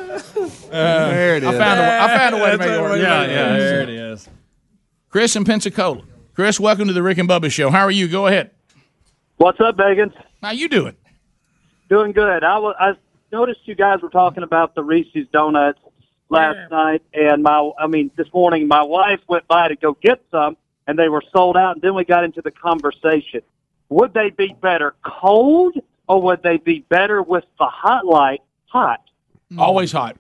Speaker 12: There it
Speaker 2: I
Speaker 12: is.
Speaker 2: found a, I found a way to make it
Speaker 12: That's
Speaker 2: work.
Speaker 12: a way to make it Yeah, work. yeah, there it
Speaker 2: is. Chris in Pensacola. Chris, welcome to the Rick and Bubba Show. How are you? Go ahead.
Speaker 18: What's up, Megan?
Speaker 2: How you doing?
Speaker 18: Doing good. I wa- I noticed you guys were talking about the Reese's donuts last night, and my I mean this morning my wife went by to go get some, and they were sold out. And then we got into the conversation: Would they be better cold, or would they be better with the hot light hot?
Speaker 2: [LAUGHS] Always hot.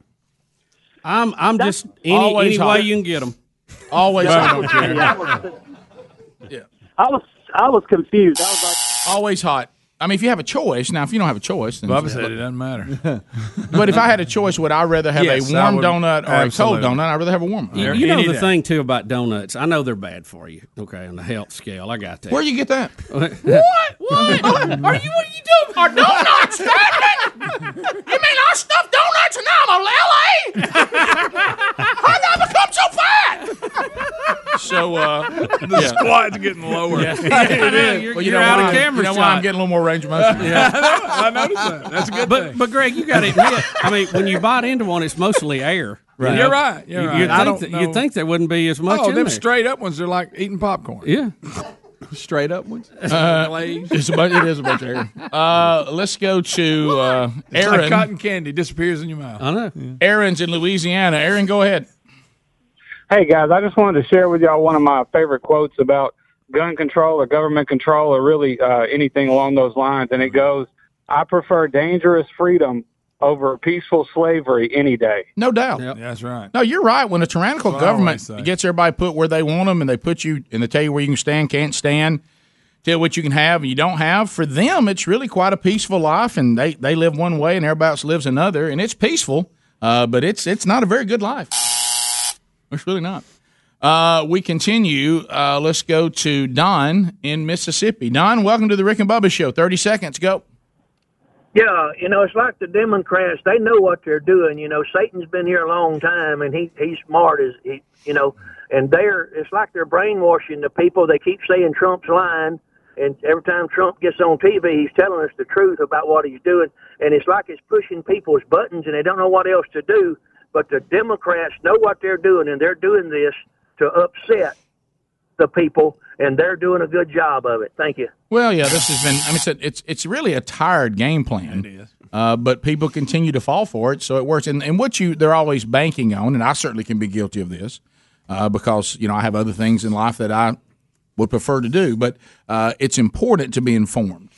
Speaker 3: I'm I'm just any,
Speaker 18: Always
Speaker 3: any
Speaker 18: hot.
Speaker 3: way you can get them.
Speaker 2: Always
Speaker 18: I was- I was- I was I was confused. I was like,
Speaker 2: Always hot. I mean, if you have a choice, now if you don't have a choice, then
Speaker 4: Bubba said it doesn't matter.
Speaker 2: [LAUGHS] But if I had a choice, would I rather have
Speaker 4: Yes,
Speaker 2: a
Speaker 4: I
Speaker 2: warm
Speaker 4: would-
Speaker 2: donut or a
Speaker 4: absolutely.
Speaker 2: cold donut? I'd rather have a warm. one.
Speaker 3: You, you know the thing too about donuts. I know they're bad for you. Okay, on the health scale, I got that.
Speaker 2: Where you get that?
Speaker 3: what?
Speaker 12: What? Are you? What are you doing? Are donuts fat? You mean I stuffed donuts and now I'm a LA? How did I become so fat?
Speaker 2: So uh,
Speaker 4: the squad's getting lower. [LAUGHS]
Speaker 5: [LAUGHS]
Speaker 2: Yeah.
Speaker 4: it is.
Speaker 2: Well, you know why? You know why I'm getting a little more range of [LAUGHS] motion?
Speaker 4: I noticed that. That's a good
Speaker 3: But but Greg, you got to admit. I mean, when you bite into one, it's mostly air.
Speaker 4: Right.
Speaker 3: You
Speaker 4: You're right. You're
Speaker 3: you,
Speaker 4: right.
Speaker 3: You'd
Speaker 4: I
Speaker 3: think,
Speaker 4: don't
Speaker 3: that, you'd
Speaker 4: know.
Speaker 3: think there wouldn't be as much
Speaker 4: oh,
Speaker 3: in
Speaker 4: them
Speaker 3: there.
Speaker 4: straight up ones are like eating popcorn.
Speaker 3: Yeah.
Speaker 4: straight up [LAUGHS] ones.
Speaker 2: [LAUGHS] Uh, it's a bunch, it is a bunch of [LAUGHS] hair. Uh, let's go to uh,
Speaker 4: It's
Speaker 2: Aaron.
Speaker 4: like cotton candy disappears in your mouth.
Speaker 3: I know.
Speaker 2: Aaron's in Louisiana. Aaron, go ahead.
Speaker 19: Hey guys, I just wanted to share with y'all one of my favorite quotes about gun control or government control or really uh, anything along those lines. And it goes, I prefer dangerous freedom over peaceful slavery any day.
Speaker 2: No doubt.
Speaker 4: That's right.
Speaker 2: No, you're right. When a tyrannical
Speaker 4: That's what I
Speaker 2: government
Speaker 4: always say.
Speaker 2: gets everybody put where they want them, and they put you and they tell you where you can stand, can't stand, tell you what you can have and you don't have. For them, it's really quite a peaceful life, and they they live one way, and everybody else lives another, and it's peaceful, uh, but it's it's not a very good life. It's really not. Uh, we continue. Uh, let's go to Don in Mississippi. Don, welcome to the Rick and Bubba Show. Thirty seconds. Go.
Speaker 20: Yeah, you know, it's like the Democrats. They know what they're doing. You know, Satan's been here a long time, and he he's smart as he, you know. And they're it's like they're brainwashing the people. They keep saying Trump's lying, and every time Trump gets on TV, he's telling us the truth about what he's doing. And it's like it's pushing people's buttons, and they don't know what else to do. But the Democrats know what they're doing, and they're doing this to upset the people, and they're doing a good job of it. Thank you.
Speaker 2: Well, yeah, this has been. I mean, it's a- it's, it's really a tired game plan. It is. Uh, but people continue to fall for it, so it works. And, and what you they're always banking on, and I certainly can be guilty of this uh, because you know I have other things in life that I would prefer to do. But uh, it's important to be informed.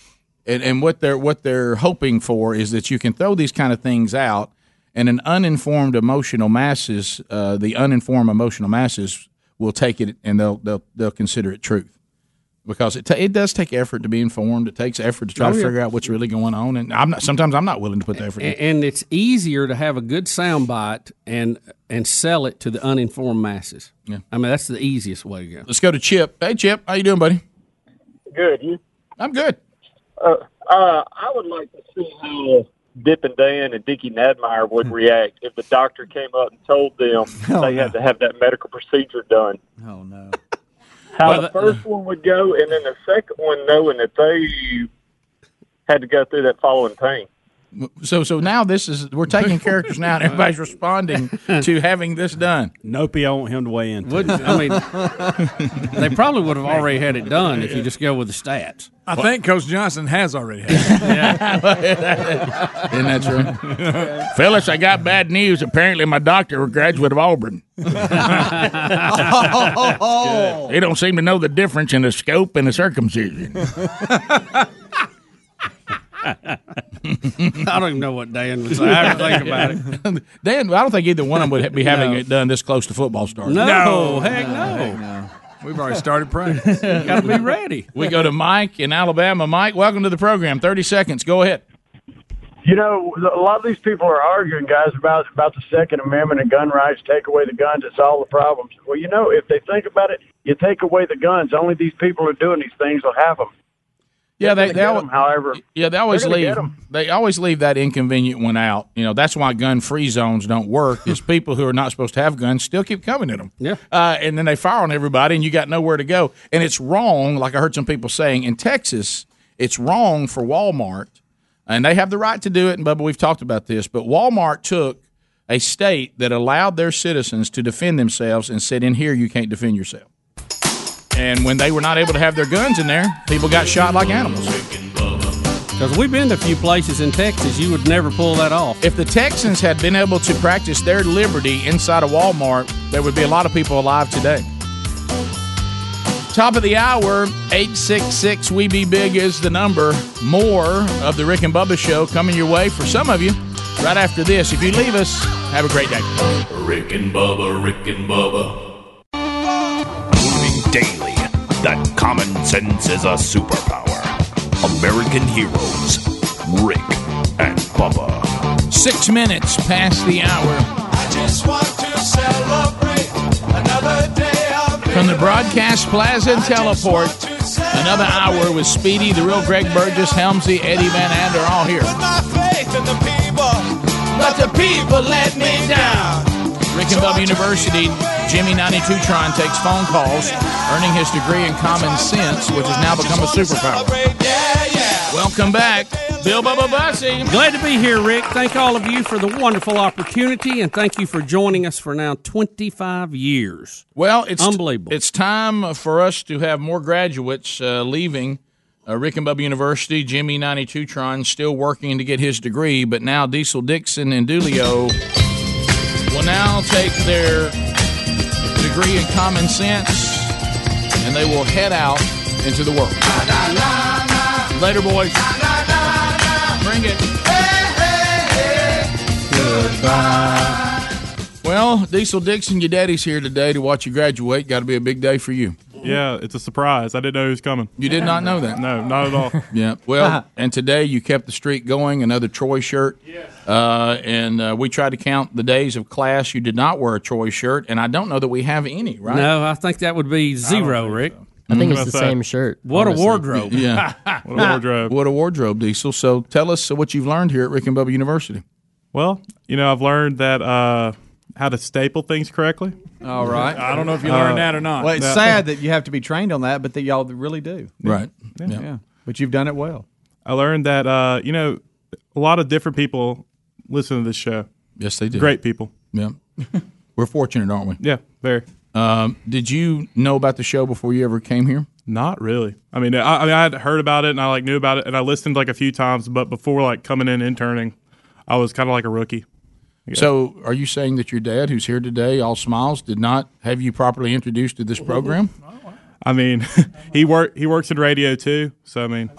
Speaker 2: And, and what they're what they're hoping for is that you can throw these kind of things out, and an uninformed emotional masses, uh, the uninformed emotional masses will take it and they'll they'll they'll consider it truth because it ta- it does take effort to be informed. It takes effort to try
Speaker 3: Oh,
Speaker 2: to
Speaker 3: yeah.
Speaker 2: figure out what's really going on. And I'm not sometimes I'm not willing to put the effort.
Speaker 3: A-
Speaker 2: in.
Speaker 3: and it's easier to have a good sound bite and and sell it to the uninformed masses.
Speaker 2: Yeah.
Speaker 3: I mean that's the easiest way to go.
Speaker 2: Let's go to Chip. Hey Chip, how you doing,
Speaker 3: [LAUGHS]
Speaker 2: buddy?
Speaker 21: Good. You?
Speaker 2: I'm good.
Speaker 21: Uh, uh, I would like to see how Dip and Dan and Dickie Nadmeyer would react if the doctor came up and told them they had to have that medical procedure done.
Speaker 10: Oh no!
Speaker 21: How
Speaker 10: Well,
Speaker 21: the
Speaker 10: that-
Speaker 21: first one would go, and then the second one knowing that they had to go through that following pain.
Speaker 2: So so now this is we're
Speaker 3: [LAUGHS]
Speaker 2: taking characters now, and everybody's responding to having this done.
Speaker 11: Nope, I want him to weigh in.
Speaker 3: Wouldn't- I mean, they probably would have already had it done if you just go with the stats.
Speaker 4: I think Coach Johnson has already
Speaker 2: [LAUGHS]
Speaker 4: had it.
Speaker 2: Isn't that [LAUGHS] true? Fellas, I got bad news. Apparently, my doctor, a graduate of Auburn, he don't seem to know the difference in a scope and a circumcision.
Speaker 3: I don't even know what Dan would say. I have to think about it.
Speaker 2: [LAUGHS] Dan, I don't think either one of them would be having
Speaker 3: No.
Speaker 2: it done this close to football start.
Speaker 3: No, heck no.
Speaker 4: We've already started
Speaker 2: [LAUGHS]
Speaker 4: practice.
Speaker 3: Got to be ready.
Speaker 2: We go to Mike in Alabama. Mike, welcome to the program. Thirty seconds. Go ahead.
Speaker 22: You know, a lot of these people are arguing, guys, about about the Second Amendment and gun rights. Take away the guns, it's all the problems. Well, you know, if they think about it, you take away the guns. Only these people are doing these things will have them.
Speaker 2: Yeah, they, they,
Speaker 22: Get
Speaker 2: al-
Speaker 22: 'em, however,
Speaker 2: yeah, they always
Speaker 22: They're gonna
Speaker 2: leave.
Speaker 22: get 'em.
Speaker 2: They always leave that inconvenient one out. You know, that's why gun free zones don't
Speaker 22: [LAUGHS]
Speaker 2: work. Is people who are not supposed to have guns still keep coming at them. Yeah, uh, and then they fire on everybody, and you got nowhere to go. And it's wrong. Like I heard some people saying in Texas, it's wrong for Walmart, and they have the right to do it. And Bubba, we've talked about this, but Walmart took a state that allowed their citizens to defend themselves and said, "In here, you can't defend yourself." And when they were not able to have their guns in there, people got shot like animals.
Speaker 3: Because we've been to a few places in Texas, you would never pull that off.
Speaker 2: If the Texans had been able to practice their liberty inside of Walmart, there would be a lot of people alive today. Top of the hour, 866 We Be Big is the number. More of the Rick and Bubba Show coming your way for some of you right after this. If you leave us, have a great day.
Speaker 5: Rick and Bubba, Rick and Bubba,
Speaker 23: Proving daily that common sense is a superpower. American heroes, Rick and Bubba.
Speaker 2: Six minutes past the hour
Speaker 12: I just want to celebrate another day of
Speaker 2: from the broadcast plaza and teleport. Another hour with Speedy, the real Greg Burgess, Helmsy, Eddie Van Ander, all here.
Speaker 12: my faith in the people, but the people let me down.
Speaker 2: Rick and Bob University, Jimmy 92 Tron takes phone calls, earning his degree in common sense, which has now become a superpower. Welcome back, Bill Bubba Bussy.
Speaker 3: Glad to be here, Rick. Thank all of you for the wonderful opportunity, and thank you for joining us for now 25 years.
Speaker 2: Well, it's
Speaker 3: unbelievable.
Speaker 2: It's time for us to have more graduates uh, leaving uh, Rick and Bubba University. Jimmy 92 Tron still working to get his degree, but now Diesel Dixon and Dulio will now take their degree in common sense and they will head out into the world. Later, boys. Bring it. Well, Diesel Dixon, your daddy's here today to watch you graduate. Got to be a big day for you.
Speaker 24: Yeah, it's a surprise. I didn't know he was coming.
Speaker 2: You did not know that?
Speaker 24: No, not at all.
Speaker 2: [LAUGHS] Yeah.
Speaker 10: [LAUGHS]
Speaker 2: Well, and today you kept the streak going. Another Troy shirt. Uh, and uh, we tried to count the days of class you did not wear a Troy shirt, and I don't know that we have any. Right?
Speaker 3: No, I think that would be zero, Rick.
Speaker 2: I think it's the About that. same
Speaker 25: shirt.
Speaker 3: What
Speaker 2: honestly.
Speaker 3: a wardrobe. [LAUGHS]
Speaker 2: Yeah. [LAUGHS]
Speaker 24: [LAUGHS] What a wardrobe.
Speaker 2: What a wardrobe, Diesel. So tell us what you've learned here at Rick and Bubba University.
Speaker 24: Well, you know, I've learned that uh, how to staple things correctly.
Speaker 10: All right. Uh,
Speaker 4: I don't know
Speaker 2: Uh,
Speaker 4: if you learned that or not.
Speaker 10: Well, it's
Speaker 24: No.
Speaker 10: sad that you have to be trained on that, but that y'all really do.
Speaker 24: Right.
Speaker 10: Yeah.
Speaker 24: Yeah.
Speaker 10: yeah. But you've done it well.
Speaker 24: I learned that uh, you know a lot of different people listen to this show.
Speaker 2: Yes, they do.
Speaker 24: Great people. [LAUGHS]
Speaker 2: Yeah. We're fortunate, aren't we?
Speaker 24: Yeah, very.
Speaker 2: Um, did you know about the show before you ever came here?
Speaker 24: Not really. I mean, I, I mean, I had heard about it and I like knew about it and I listened like a few times, but before like coming in interning, I was kind of like a rookie. Yeah.
Speaker 2: So, are you saying that your dad, who's here today, all smiles, did not have you properly introduced to this program?
Speaker 24: Oh, [LAUGHS] I mean, [LAUGHS] he work he works in radio too. So I mean,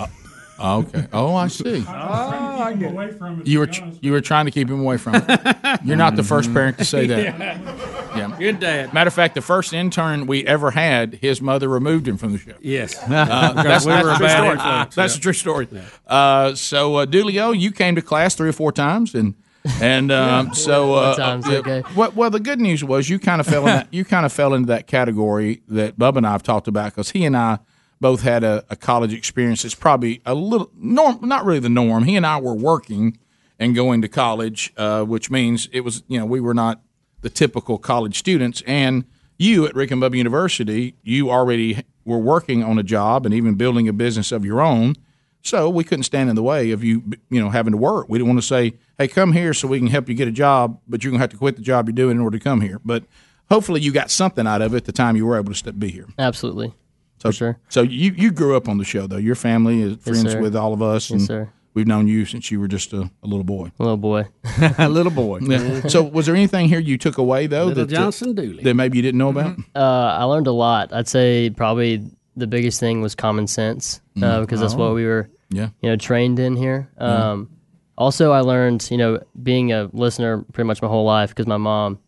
Speaker 2: okay. Oh, I see.
Speaker 4: I get away from
Speaker 2: You were tr- you were trying to keep him away from it. You're not the first parent to
Speaker 24: [LAUGHS]
Speaker 2: say that. [LAUGHS] Yeah.
Speaker 3: Good dad.
Speaker 2: Matter of fact, the first intern we ever had, his mother removed him from the show.
Speaker 3: Yes. [LAUGHS]
Speaker 2: Uh, that's,
Speaker 3: We
Speaker 2: that's
Speaker 3: were
Speaker 2: a
Speaker 3: a
Speaker 2: true
Speaker 3: bad
Speaker 2: story.
Speaker 3: influence,
Speaker 2: that's
Speaker 3: yeah.
Speaker 2: a true story. Uh, so, uh, Dulio, you came to class three or four times, and
Speaker 6: [LAUGHS]
Speaker 2: and um, so uh,
Speaker 6: times,
Speaker 2: yeah,
Speaker 6: okay.
Speaker 2: well, well, the good news was you kind of fell
Speaker 6: [LAUGHS]
Speaker 2: in that, you kind of fell into that category that Bub and I have talked about because he and I both had a, a college experience. It's probably a little norm, not really the norm. He and I were working and going to college, uh, which means it was you know we were not the typical college students. And you at Rick and Bubba University, you already were working on a job and even building a business of your own. So we couldn't stand in the way of you, you know, having to work. We didn't want to say, "Hey, come here so we can help you get a job," but you're gonna have to quit the job you're doing in order to come here. But hopefully, you got something out of it the time you were able to st- be here.
Speaker 6: Absolutely.
Speaker 2: So sure. So you you grew up on the show though. Your family is friends
Speaker 6: sir.
Speaker 2: with all of us.
Speaker 6: Yes,
Speaker 2: and
Speaker 6: sir.
Speaker 2: We've known you since you were just a, a little boy.
Speaker 6: Little boy.
Speaker 2: [LAUGHS] little boy.
Speaker 6: [LAUGHS]
Speaker 2: So was there anything here you took away though?
Speaker 6: Little
Speaker 2: uh,
Speaker 6: Johnson Dooley.
Speaker 2: That maybe you didn't know about.
Speaker 6: Uh, I learned a lot. I'd say probably the biggest thing was common sense uh,
Speaker 2: Mm.
Speaker 6: because that's
Speaker 2: Oh.
Speaker 6: what we were,
Speaker 2: Yeah.
Speaker 6: you know, trained in here.
Speaker 2: Yeah.
Speaker 6: Um, Also, I learned, you know, being a listener pretty much my whole life because my mom,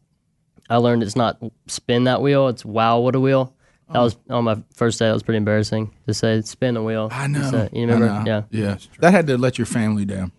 Speaker 6: I learned it's not spin that wheel; it's wow, what a wheel.
Speaker 2: Oh.
Speaker 6: That was on my first day. That was pretty embarrassing to say spin the wheel. I
Speaker 2: know.
Speaker 6: you remember?
Speaker 2: I know.
Speaker 6: Yeah.
Speaker 2: Yeah. That had to let your family down.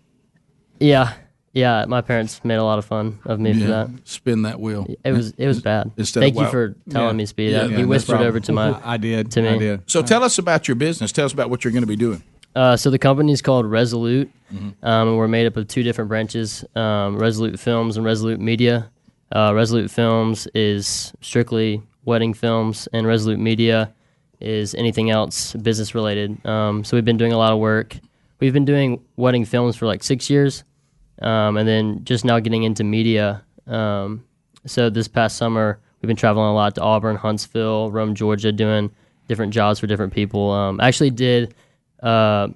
Speaker 6: Yeah, yeah. My parents made a lot of fun of me for
Speaker 2: Yeah,
Speaker 6: that.
Speaker 2: Spin that wheel.
Speaker 6: It was it was bad.
Speaker 2: Instead of
Speaker 6: Thank
Speaker 2: wow.
Speaker 6: you for telling
Speaker 2: Yeah.
Speaker 6: me, Speed.
Speaker 2: Yeah,
Speaker 6: I-
Speaker 2: yeah,
Speaker 6: you
Speaker 2: no
Speaker 6: whispered
Speaker 2: problem.
Speaker 6: over to my.
Speaker 10: [LAUGHS] I did.
Speaker 6: To me.
Speaker 10: I did.
Speaker 2: So tell us about your business. Tell us about what you're going to be doing.
Speaker 6: Uh, so the company is called Resolute.
Speaker 2: Mm-hmm.
Speaker 6: Um, and we're made up of two different branches: um, Resolute Films and Resolute Media. Uh, Resolute Films is strictly wedding films, and Resolute Media is anything else business related. Um, so we've been doing a lot of work. We've been doing wedding films for like six years, um, and then just now getting into media. Um, so this past summer, we've been traveling a lot to Auburn, Huntsville, Rome, Georgia, doing different jobs for different people. Um, I actually did uh,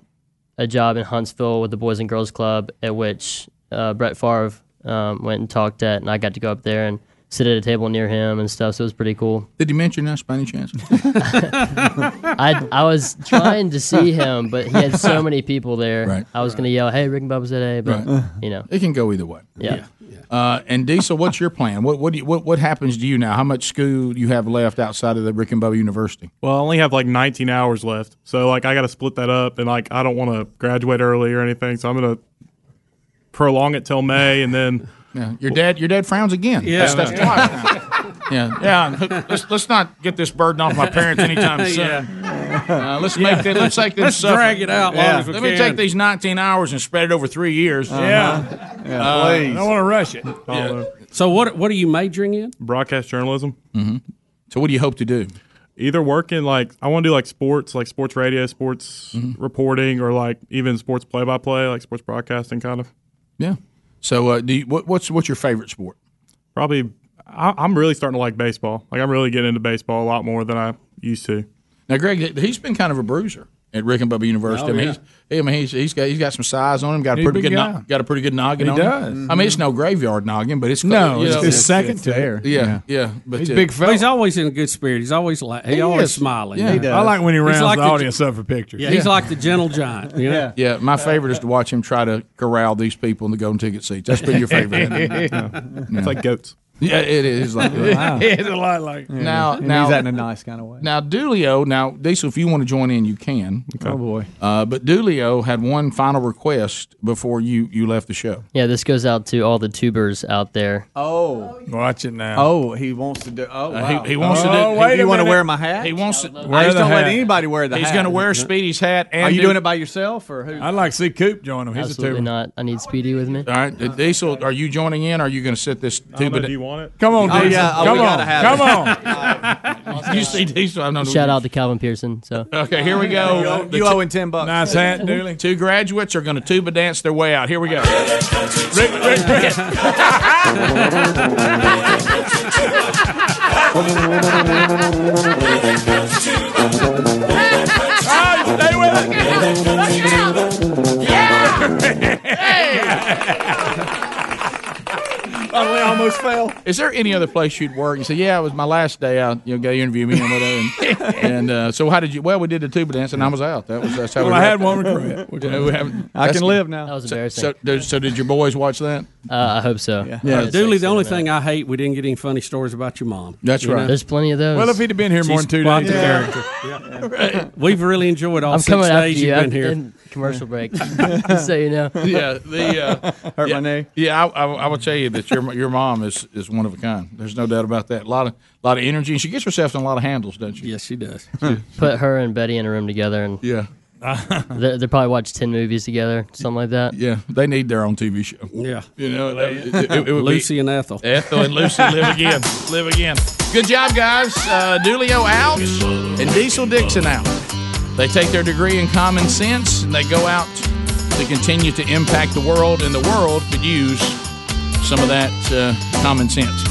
Speaker 6: a job in Huntsville with the Boys and Girls Club, at which uh, Brett Favre um, went and talked at, and I got to go up there and sit at a table near him and stuff. So it was pretty cool.
Speaker 2: Did he mention us by any chance?
Speaker 6: [LAUGHS] I I was trying to see him, but he had so many people there.
Speaker 2: Right.
Speaker 6: I was going to yell, "Hey, Rick and Bubba's today," but
Speaker 2: Right.
Speaker 6: you know,
Speaker 2: It can go either way.
Speaker 6: Yeah.
Speaker 2: Uh, and Diesel, what's your plan? What what, do you, what what happens to you now? How much school do you have left outside of the Rick and Bubba University?
Speaker 24: well, I only have like 19 hours left, so like I got to split that up, and like I don't want to graduate early or anything, so I'm gonna prolong it till May, and then
Speaker 2: yeah, your dad your dad frowns again. That's, that's twice now. Yeah, yeah. Let's, let's not get this burden off my parents anytime soon. Uh, let's
Speaker 12: Yeah.
Speaker 2: make them, let's take them
Speaker 12: Let's
Speaker 2: suffer.
Speaker 12: drag it out long
Speaker 2: Yeah.
Speaker 12: as we
Speaker 2: Let me
Speaker 12: can.
Speaker 2: take these 19 hours and spread it over three years.
Speaker 24: Yeah.
Speaker 2: Yeah, Uh, please. I don't
Speaker 24: to rush it.
Speaker 3: So what what are you majoring in?
Speaker 24: Broadcast journalism.
Speaker 2: Mm-hmm. So what do you hope to do?
Speaker 24: Either work in like I want to do like sports, like sports radio, sports
Speaker 2: Mm-hmm.
Speaker 24: reporting, or like even sports play by play, like sports broadcasting, kind of.
Speaker 2: Yeah. So uh, do you, what, what's what's your favorite sport?
Speaker 24: Probably. I, I'm really starting to like baseball. Like I'm really getting into baseball a lot more than I used to.
Speaker 2: Now, Greg, he's been kind of a bruiser at Rick and Bubba University.
Speaker 24: Oh,
Speaker 2: I mean,
Speaker 24: yeah.
Speaker 2: he's, he- I mean he's, he's got he's got some size on him. Got a
Speaker 24: He's a
Speaker 2: pretty
Speaker 24: big
Speaker 2: good no,
Speaker 24: guy.
Speaker 2: got a pretty good noggin.
Speaker 24: He
Speaker 2: on him.
Speaker 24: does.
Speaker 2: I mean, it's no graveyard noggin, but it's
Speaker 3: No,
Speaker 2: you
Speaker 3: it's-
Speaker 2: know,
Speaker 3: it's second to
Speaker 2: there. Yeah,
Speaker 3: there.
Speaker 2: yeah. But
Speaker 3: he's
Speaker 2: uh,
Speaker 3: big fella. He's always in a good spirit. He's always la- he,
Speaker 2: He
Speaker 3: always
Speaker 2: is.
Speaker 3: smiling.
Speaker 2: Yeah. He does. I like when he
Speaker 3: He's
Speaker 2: rounds the
Speaker 3: ge-
Speaker 2: audience up for pictures.
Speaker 3: Yeah, he's
Speaker 2: Yeah.
Speaker 3: like the gentle giant. you know?
Speaker 2: yeah, yeah. My favorite is to watch him try to corral these people in the golden ticket seats. That's been your favorite.
Speaker 3: Yeah.
Speaker 24: It's like goats.
Speaker 2: Yeah, it is
Speaker 10: [LAUGHS]
Speaker 2: like
Speaker 4: [LAUGHS]
Speaker 10: Wow.
Speaker 2: that.
Speaker 10: a lot like
Speaker 2: Now,
Speaker 10: and
Speaker 2: now
Speaker 10: he's that in a nice kind of way.
Speaker 2: Now, Dulio, now, Diesel, if you want to join in, you can.
Speaker 10: Oh, boy.
Speaker 2: Uh, but Dulio had one final request before you, you left the show. Uh,
Speaker 6: yeah, this goes out to all the tubers out there.
Speaker 10: Oh,
Speaker 2: Watch it now.
Speaker 10: oh, he wants to do. Oh,
Speaker 2: Uh, he-
Speaker 10: wow.
Speaker 2: he wants to do-
Speaker 10: Oh,
Speaker 2: he-
Speaker 10: wait a
Speaker 2: you wanna
Speaker 10: minute.
Speaker 2: wear my hat?
Speaker 10: He
Speaker 2: wants to.
Speaker 10: I
Speaker 2: wear
Speaker 10: just
Speaker 2: the
Speaker 10: don't let
Speaker 2: hat.
Speaker 10: anybody wear the
Speaker 2: He's
Speaker 10: hat.
Speaker 2: gonna wear Speedy's hat. And
Speaker 10: Are you
Speaker 2: do-
Speaker 10: doing it by yourself or who?
Speaker 2: I'd like to see Coop join him.
Speaker 10: He's a
Speaker 6: Absolutely
Speaker 10: tuber.
Speaker 6: not. I need Speedy with me.
Speaker 2: All right, uh, Diesel, are you joining in? Or are you going to sit this
Speaker 6: don't
Speaker 2: tuba?
Speaker 6: know, do you
Speaker 24: want it?
Speaker 2: Come on,
Speaker 6: Oh,
Speaker 2: Diesel.
Speaker 6: yeah. Oh,
Speaker 2: Come
Speaker 6: we gotta have it.
Speaker 2: on. Come [LAUGHS] on. Uh, you see Diesel? I'm not
Speaker 6: Shout out to Calvin Pearson. So
Speaker 2: Okay, here we go.
Speaker 6: You owe-
Speaker 2: The
Speaker 6: you
Speaker 2: two-
Speaker 6: owe him 10 bucks.
Speaker 2: Nice hat, Dooley. Two graduates are going to tuba dance their way out. Here we [LAUGHS] go. Rick, Rick, Rick.
Speaker 12: Yeah!
Speaker 24: I almost
Speaker 2: almost fell. Is there any other place you'd work? You say, yeah, it was my last day. I you know, got to interview me and whatever. And, and uh, so how did you? Well, we did the tuba dance, and I was out. That was that's how.
Speaker 4: Well,
Speaker 2: we
Speaker 4: I had
Speaker 2: wrapped it.
Speaker 4: one regret.
Speaker 2: You know, [LAUGHS] we haven't-
Speaker 4: I
Speaker 2: that's
Speaker 4: can
Speaker 2: good.
Speaker 4: live now.
Speaker 6: That was
Speaker 2: So-
Speaker 6: embarrassing.
Speaker 2: So, do- so did your boys watch that?
Speaker 6: Uh, I hope so. Yeah,
Speaker 3: Yeah, Dooley, the only thing I hate, we didn't get any funny stories about your mom.
Speaker 2: That's right.
Speaker 6: There's plenty of those.
Speaker 4: Well, if he'd have been here more
Speaker 3: She's
Speaker 4: than two
Speaker 3: quite
Speaker 4: days,
Speaker 3: the character. We've really enjoyed all
Speaker 6: I'm
Speaker 3: six
Speaker 6: coming after
Speaker 3: days
Speaker 6: you.
Speaker 3: have been
Speaker 6: I'm
Speaker 3: here.
Speaker 6: in commercial break. [LAUGHS] Just so you know.
Speaker 2: Yeah, the uh,
Speaker 10: hurt
Speaker 2: yeah,
Speaker 10: my knee.
Speaker 2: Yeah, I, I, I will tell you that your your mom is, is one of a kind. There's no doubt about that. A lot of lot of energy, and she gets herself in a lot of handles, doesn't she?
Speaker 3: Yes, she does.
Speaker 6: Put her and Betty in a room together, and
Speaker 2: Uh, yeah,
Speaker 6: [LAUGHS] they they probably watch ten movies together, something like that.
Speaker 2: Yeah, they need their own TV show.
Speaker 3: Yeah,
Speaker 2: you know, it- it- it would be-
Speaker 3: Lucy and Ethel.
Speaker 2: Ethel and Lucy live again. Live again. Good job, guys. Uh, Dulio out and Diesel Dixon out. They take their degree in common sense and they go out to continue to impact the world, and the world could use some of that uh, common sense.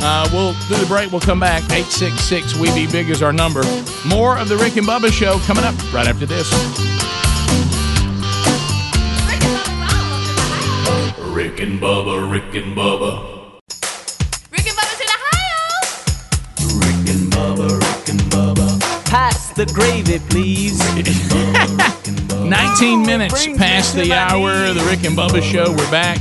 Speaker 2: Uh, we'll do the break. We'll come back. 866 We Be Big is our number. More of the Rick and Bubba Show coming up right after this. [LAUGHS]
Speaker 5: Rick and Bubba, Rick and Bubba.
Speaker 12: Pass the gravy, please.
Speaker 2: 19 minutes past the hour. The Rick and Bubba Show. We're back.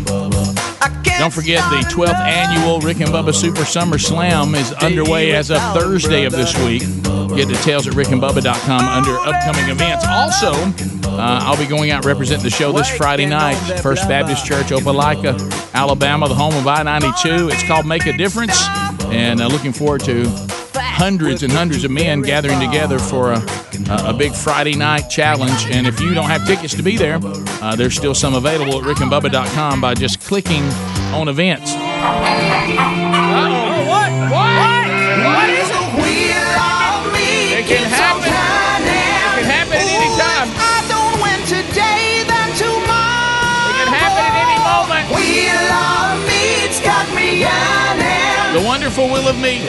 Speaker 2: Don't forget the 12th annual Rick and Bubba Super Summer Slam is underway as of Thursday of this week. Get details at rickandbubba.com under upcoming events. Also, uh, I'll be going out representing the show this Friday night. First Baptist Church, Opelika, Alabama, the home of I 92. It's called Make a Difference, and uh, looking forward to hundreds and hundreds of men gathering together for a, a, a big Friday night challenge. And if you don't have tickets to be there, uh, there's still some available at rickandbubba.com by just clicking on events.
Speaker 12: What? What? What is it? It can happen. It can happen at any time. I don't win today, then tomorrow. It can happen at any moment. Wheel of meat's got me on it.
Speaker 2: The wonderful will of me.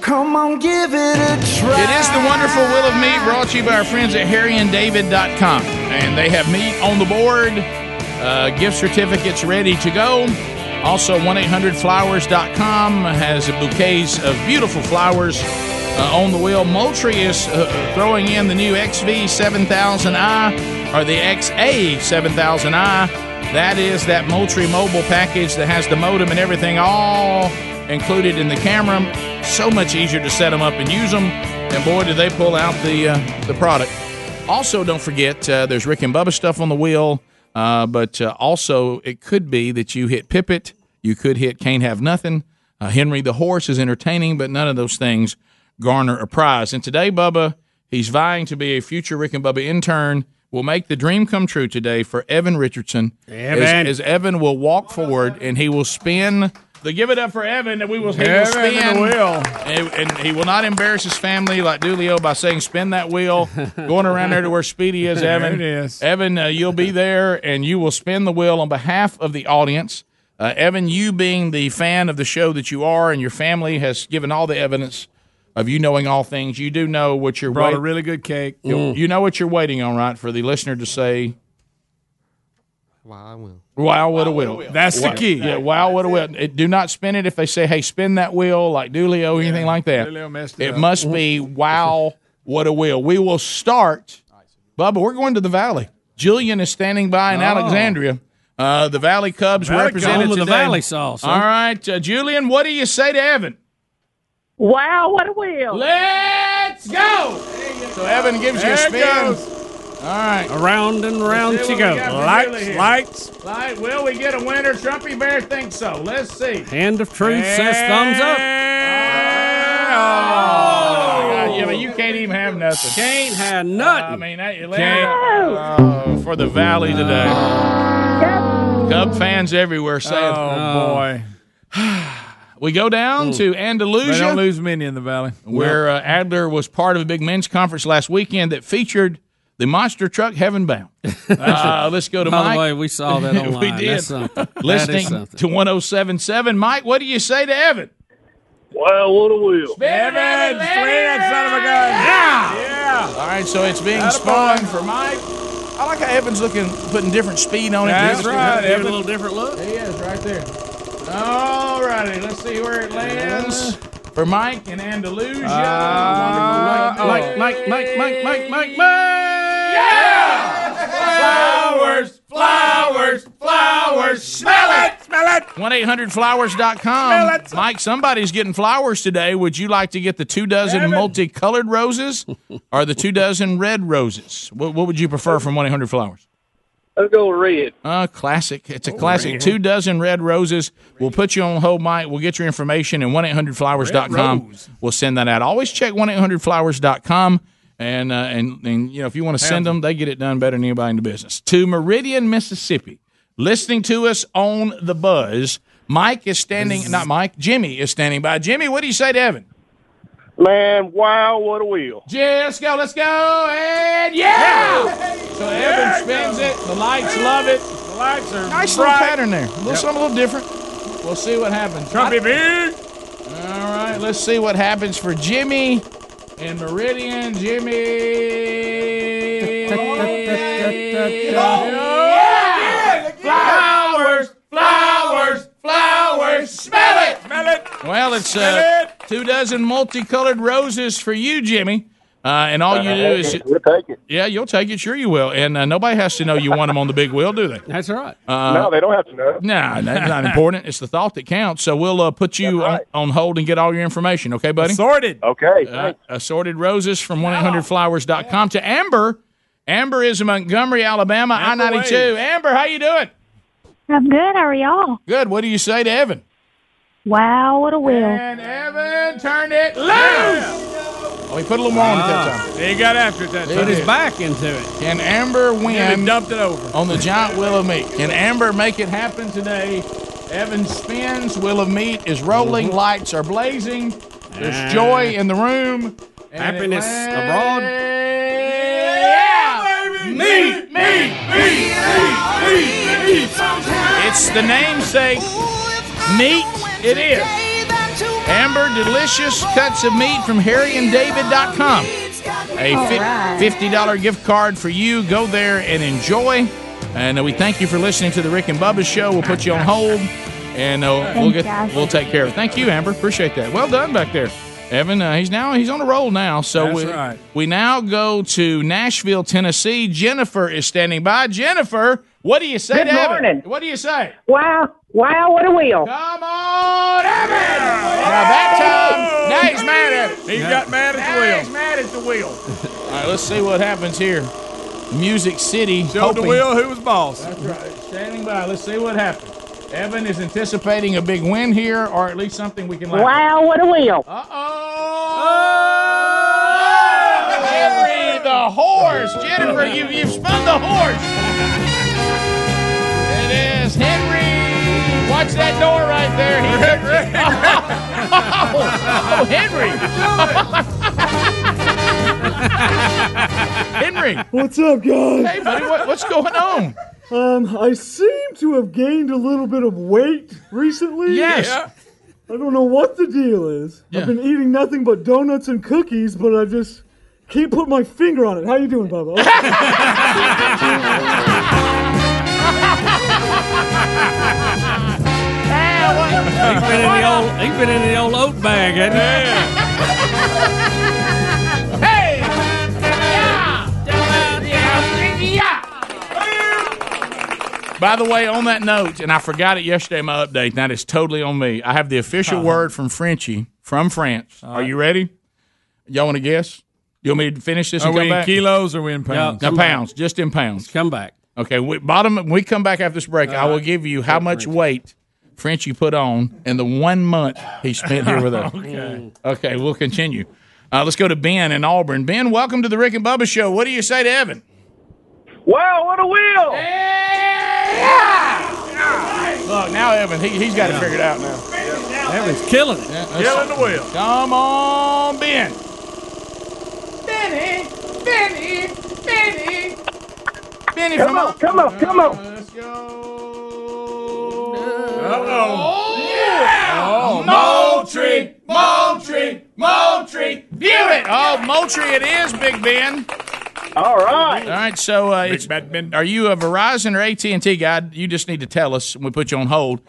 Speaker 12: Come on, give it a try.
Speaker 2: It is the wonderful Will of Meat brought to you by our friends at harryanddavid.com. And they have meat on the board, uh, gift certificates ready to go. Also, 1 800flowers.com has bouquets of beautiful flowers uh, on the wheel. Moultrie is uh, throwing in the new XV7000i or the XA7000i. That is that Moultrie mobile package that has the modem and everything all included in the camera. So much easier to set them up and use them. And boy, do they pull out the uh, the product. Also, don't forget uh, there's Rick and Bubba stuff on the wheel. Uh, but uh, also, it could be that you hit Pippet. You could hit Can't Have Nothing. Uh, Henry the Horse is entertaining, but none of those things garner a prize. And today, Bubba, he's vying to be a future Rick and Bubba intern. Will make the dream come true today for Evan Richardson.
Speaker 3: Evan.
Speaker 2: As, as Evan will walk forward and he will spin the give it up for Evan, and we will, he will
Speaker 4: Evan
Speaker 2: spin
Speaker 4: and the wheel.
Speaker 2: and, and he will not embarrass his family like Dulio by saying spin that wheel,
Speaker 4: [LAUGHS]
Speaker 2: going around there to where Speedy is.
Speaker 4: There
Speaker 2: Evan,
Speaker 4: it is.
Speaker 2: Evan, uh, you'll be there, and you will spin the wheel on behalf of the audience. Uh, Evan, you being the fan of the show that you are, and your family has given all the evidence of you knowing all things. You do know what you're
Speaker 4: Brought
Speaker 2: wait-
Speaker 4: a really good cake.
Speaker 2: you, you know what you're waiting on, right? For the listener to say.
Speaker 1: Wow, I will.
Speaker 2: Wow, what a will.
Speaker 4: That's the
Speaker 2: Wow.
Speaker 4: key.
Speaker 2: Yeah, wow, what a will. It- Do not spin it if they say, hey, spin that wheel like Doolio or anything like that.
Speaker 4: Doolio messed it
Speaker 2: it
Speaker 4: up.
Speaker 2: must be, wow, what a will. We will start. Bubba, we're going to the Valley. Jillian is standing by in
Speaker 3: Oh.
Speaker 2: Alexandria. Uh, the Valley Cubs
Speaker 3: Valley
Speaker 2: represented
Speaker 3: Cubs. Home of the
Speaker 2: today.
Speaker 3: Valley sauce, huh?
Speaker 2: All right, uh, Julian, what do you say to Evan?
Speaker 7: Wow, what a wheel.
Speaker 2: Let's go. So Evan gives you a
Speaker 7: There it
Speaker 2: spin. All right.
Speaker 3: Around and round
Speaker 2: Let's see
Speaker 3: she
Speaker 2: what we got
Speaker 3: goes.
Speaker 2: for Julie
Speaker 3: Lights,
Speaker 2: here.
Speaker 3: lights.
Speaker 2: Light. Will we get a winner? Trumpy Bear thinks so. Let's see.
Speaker 3: Hand of truth says thumbs up.
Speaker 2: Oh, yeah, but you can't even have nothing.
Speaker 3: Can't have nothing.
Speaker 2: I mean, that, Oh, for the Valley today. Cub fans everywhere saying,
Speaker 4: Oh, boy.
Speaker 2: [SIGHS] We go down to Andalusia.
Speaker 4: They don't lose many in the valley.
Speaker 2: where uh, Adler was part of a big men's conference last weekend that featured the monster truck Heaven Bound. Uh, let's go to
Speaker 3: By
Speaker 2: Mike.
Speaker 3: the way, we saw that online.
Speaker 2: [LAUGHS] we did.
Speaker 3: That's something. That is
Speaker 2: Listening
Speaker 3: something.
Speaker 2: to 1077. Mike, what do you say to Evan?
Speaker 7: Wow, what a wheel.
Speaker 2: Evan,
Speaker 4: Spin that son of a gun.
Speaker 2: Yeah. All right, so it's being spun for Mike. I like how Evans looking putting different speed on it.
Speaker 4: That's right.
Speaker 2: Evan.
Speaker 4: Evan. different look. He is right there. All righty, let's see where it lands.
Speaker 2: For Mike
Speaker 4: in Andalusia. Uh,
Speaker 2: Mike, Mike, Mike, Mike, Mike, Mike, Flowers, flowers, flowers. Smell it, smell it. 1-800-Flowers.com. Mike, somebody's getting flowers today. Would you like to get the two dozen multicolored roses or the two dozen red roses? What, what would you prefer from 1-800-Flowers?
Speaker 21: Let's go red. Oh,
Speaker 2: Uh, classic. It's a classic. Two dozen red roses. We'll put you on hold, Mike. We'll get your information and 1-800-Flowers.com. We'll send that out. Always check 1-800-Flowers.com. And, uh, and, and, you know, if you want to send them, they get it done better than anybody in the business. To Meridian, Mississippi, listening to us on the buzz. Mike is standing, not Mike, Jimmy is standing by. Jimmy, what do you say to Evan?
Speaker 21: Man, wow, what a wheel.
Speaker 2: Yeah, let's go, let's go, and yeah! So Evan spins it. The lights love it. The lights are Nice little
Speaker 4: bright.
Speaker 2: pattern there. A little,
Speaker 4: Yep.
Speaker 2: Something a little different. We'll see what happens.
Speaker 4: Trumpy
Speaker 2: big. All right, let's see what happens for Jimmy and Meridian. Jimmy. Flowers, flowers, flowers. Smell it, smell it. Well, it's uh, two dozen multicolored roses for you, Jimmy. Uh, and all you do is
Speaker 21: We'll take it.
Speaker 2: yeah, you'll take it. Sure, you will. And uh, nobody has to know you want them on the big wheel, do they? That's right. Uh,
Speaker 21: no, they don't have to
Speaker 2: [LAUGHS]
Speaker 21: know.
Speaker 2: No, that's not important. It's the thought that counts. So we'll uh, put you on, on hold and get all your information, okay, buddy?
Speaker 4: Sorted.
Speaker 21: Okay.
Speaker 2: Uh, assorted roses from 1-800-Flowers.com to Amber. Amber is in Montgomery, Alabama,
Speaker 12: Amber
Speaker 2: I-92.
Speaker 12: Wade.
Speaker 2: Amber, how you doing?
Speaker 8: I'm good. How are y'all?
Speaker 2: Good. What do you say to Evan?
Speaker 8: Wow, what a wheel.
Speaker 2: And Evan turned it loose. Oh, he put a little more on it that time.
Speaker 4: He got after it that
Speaker 2: He
Speaker 4: time.
Speaker 2: did.
Speaker 4: back into it.
Speaker 2: Ah. Can Amber win
Speaker 4: And dumped it over.
Speaker 2: on the giant wheel of meat? Can Amber make it happen today? Evan spins. Wheel of meat is rolling. Lights are blazing. There's joy in the room. And
Speaker 4: Ah.
Speaker 2: it
Speaker 4: Happiness abroad.
Speaker 2: Me, me, me, me, me, me. It's the namesake meat. It is. Amber delicious cuts of meat from HarryandDavid.com. A
Speaker 12: All
Speaker 2: fi-
Speaker 12: right.
Speaker 2: $50 gift card for you. Go there and enjoy. And uh, we thank you for listening to the Rick and Bubba show. We'll put you on hold and uh, we'll
Speaker 12: Thanks,
Speaker 2: get
Speaker 12: guys.
Speaker 2: we'll take care of it. Thank you, Amber. Appreciate that. Well done back there. Evan, uh, he's now he's on a roll now. So
Speaker 4: That's
Speaker 2: we,
Speaker 4: right.
Speaker 2: we now go to Nashville, Tennessee. Jennifer is standing by. Jennifer, what do you say
Speaker 12: Good
Speaker 2: to Evan?
Speaker 12: morning.
Speaker 2: What do you say?
Speaker 12: Wow, wow, what a wheel.
Speaker 2: Come on, Evan! Now that time, now he's mad at
Speaker 4: He got mad at the
Speaker 2: Now
Speaker 4: wheel.
Speaker 2: He's mad at the wheel. All right, let's see what happens here. Music City.
Speaker 4: Showed the
Speaker 2: hoping-
Speaker 4: wheel who was boss.
Speaker 2: That's right. Standing by. Let's see what happens. Evan is anticipating a big win here, or at least something we can laugh.
Speaker 12: Wow, what a wheel.
Speaker 2: Henry the horse. Jennifer, you, you've spun the horse. It is Henry. Watch that door right there. He took- oh, Henry. oh,
Speaker 12: [LAUGHS]
Speaker 2: Henry.
Speaker 9: What's up, guys?
Speaker 2: Hey, buddy, what, what's going on?
Speaker 9: Um, I seem to have gained a little bit of weight recently.
Speaker 2: Yes. Yeah.
Speaker 9: I don't know what the deal is.
Speaker 2: Yeah.
Speaker 9: I've been eating nothing but donuts and cookies, but I just can't put my finger on it. How you doing, Bubba?
Speaker 3: He's been in the old, he's been in the old oat bag, hasn't
Speaker 2: By the way, on that note, and I forgot it yesterday in my update, and that is totally on me. I have the official
Speaker 4: Uh-huh.
Speaker 2: word from Frenchie from France. Are you ready? Y'all want to guess? You want me to finish this
Speaker 4: Are
Speaker 2: and
Speaker 4: we
Speaker 2: come
Speaker 4: in
Speaker 2: back?
Speaker 4: kilos or are we in pounds?
Speaker 2: No, pounds, just in pounds.
Speaker 3: come back.
Speaker 2: Okay, we, bottom. When we come back after this break, I will give you how much weight Frenchie put on in the one month he spent here with us.
Speaker 4: [LAUGHS] Okay.
Speaker 2: Okay, we'll continue. Uh, let's go to Ben in Auburn. Ben, welcome to the Rick and Bubba Show. What do you say to Evan?
Speaker 21: Wow, what a wheel.
Speaker 2: Look, now Evan, he, he's got it figured out now.
Speaker 3: Evan's killing it.
Speaker 2: Killing the wheel. Come on, Ben.
Speaker 12: Benny, Benny, Benny.
Speaker 2: Benny
Speaker 12: come on, come on, come on.
Speaker 2: Oh, yeah! Oh, Moultrie, Moultrie, Moultrie, view it. Oh, Moultrie, it is, Big Ben. All right. All right. So, uh, it's- are you a Verizon or AT and T guy? You just need to tell us, and we put you on hold.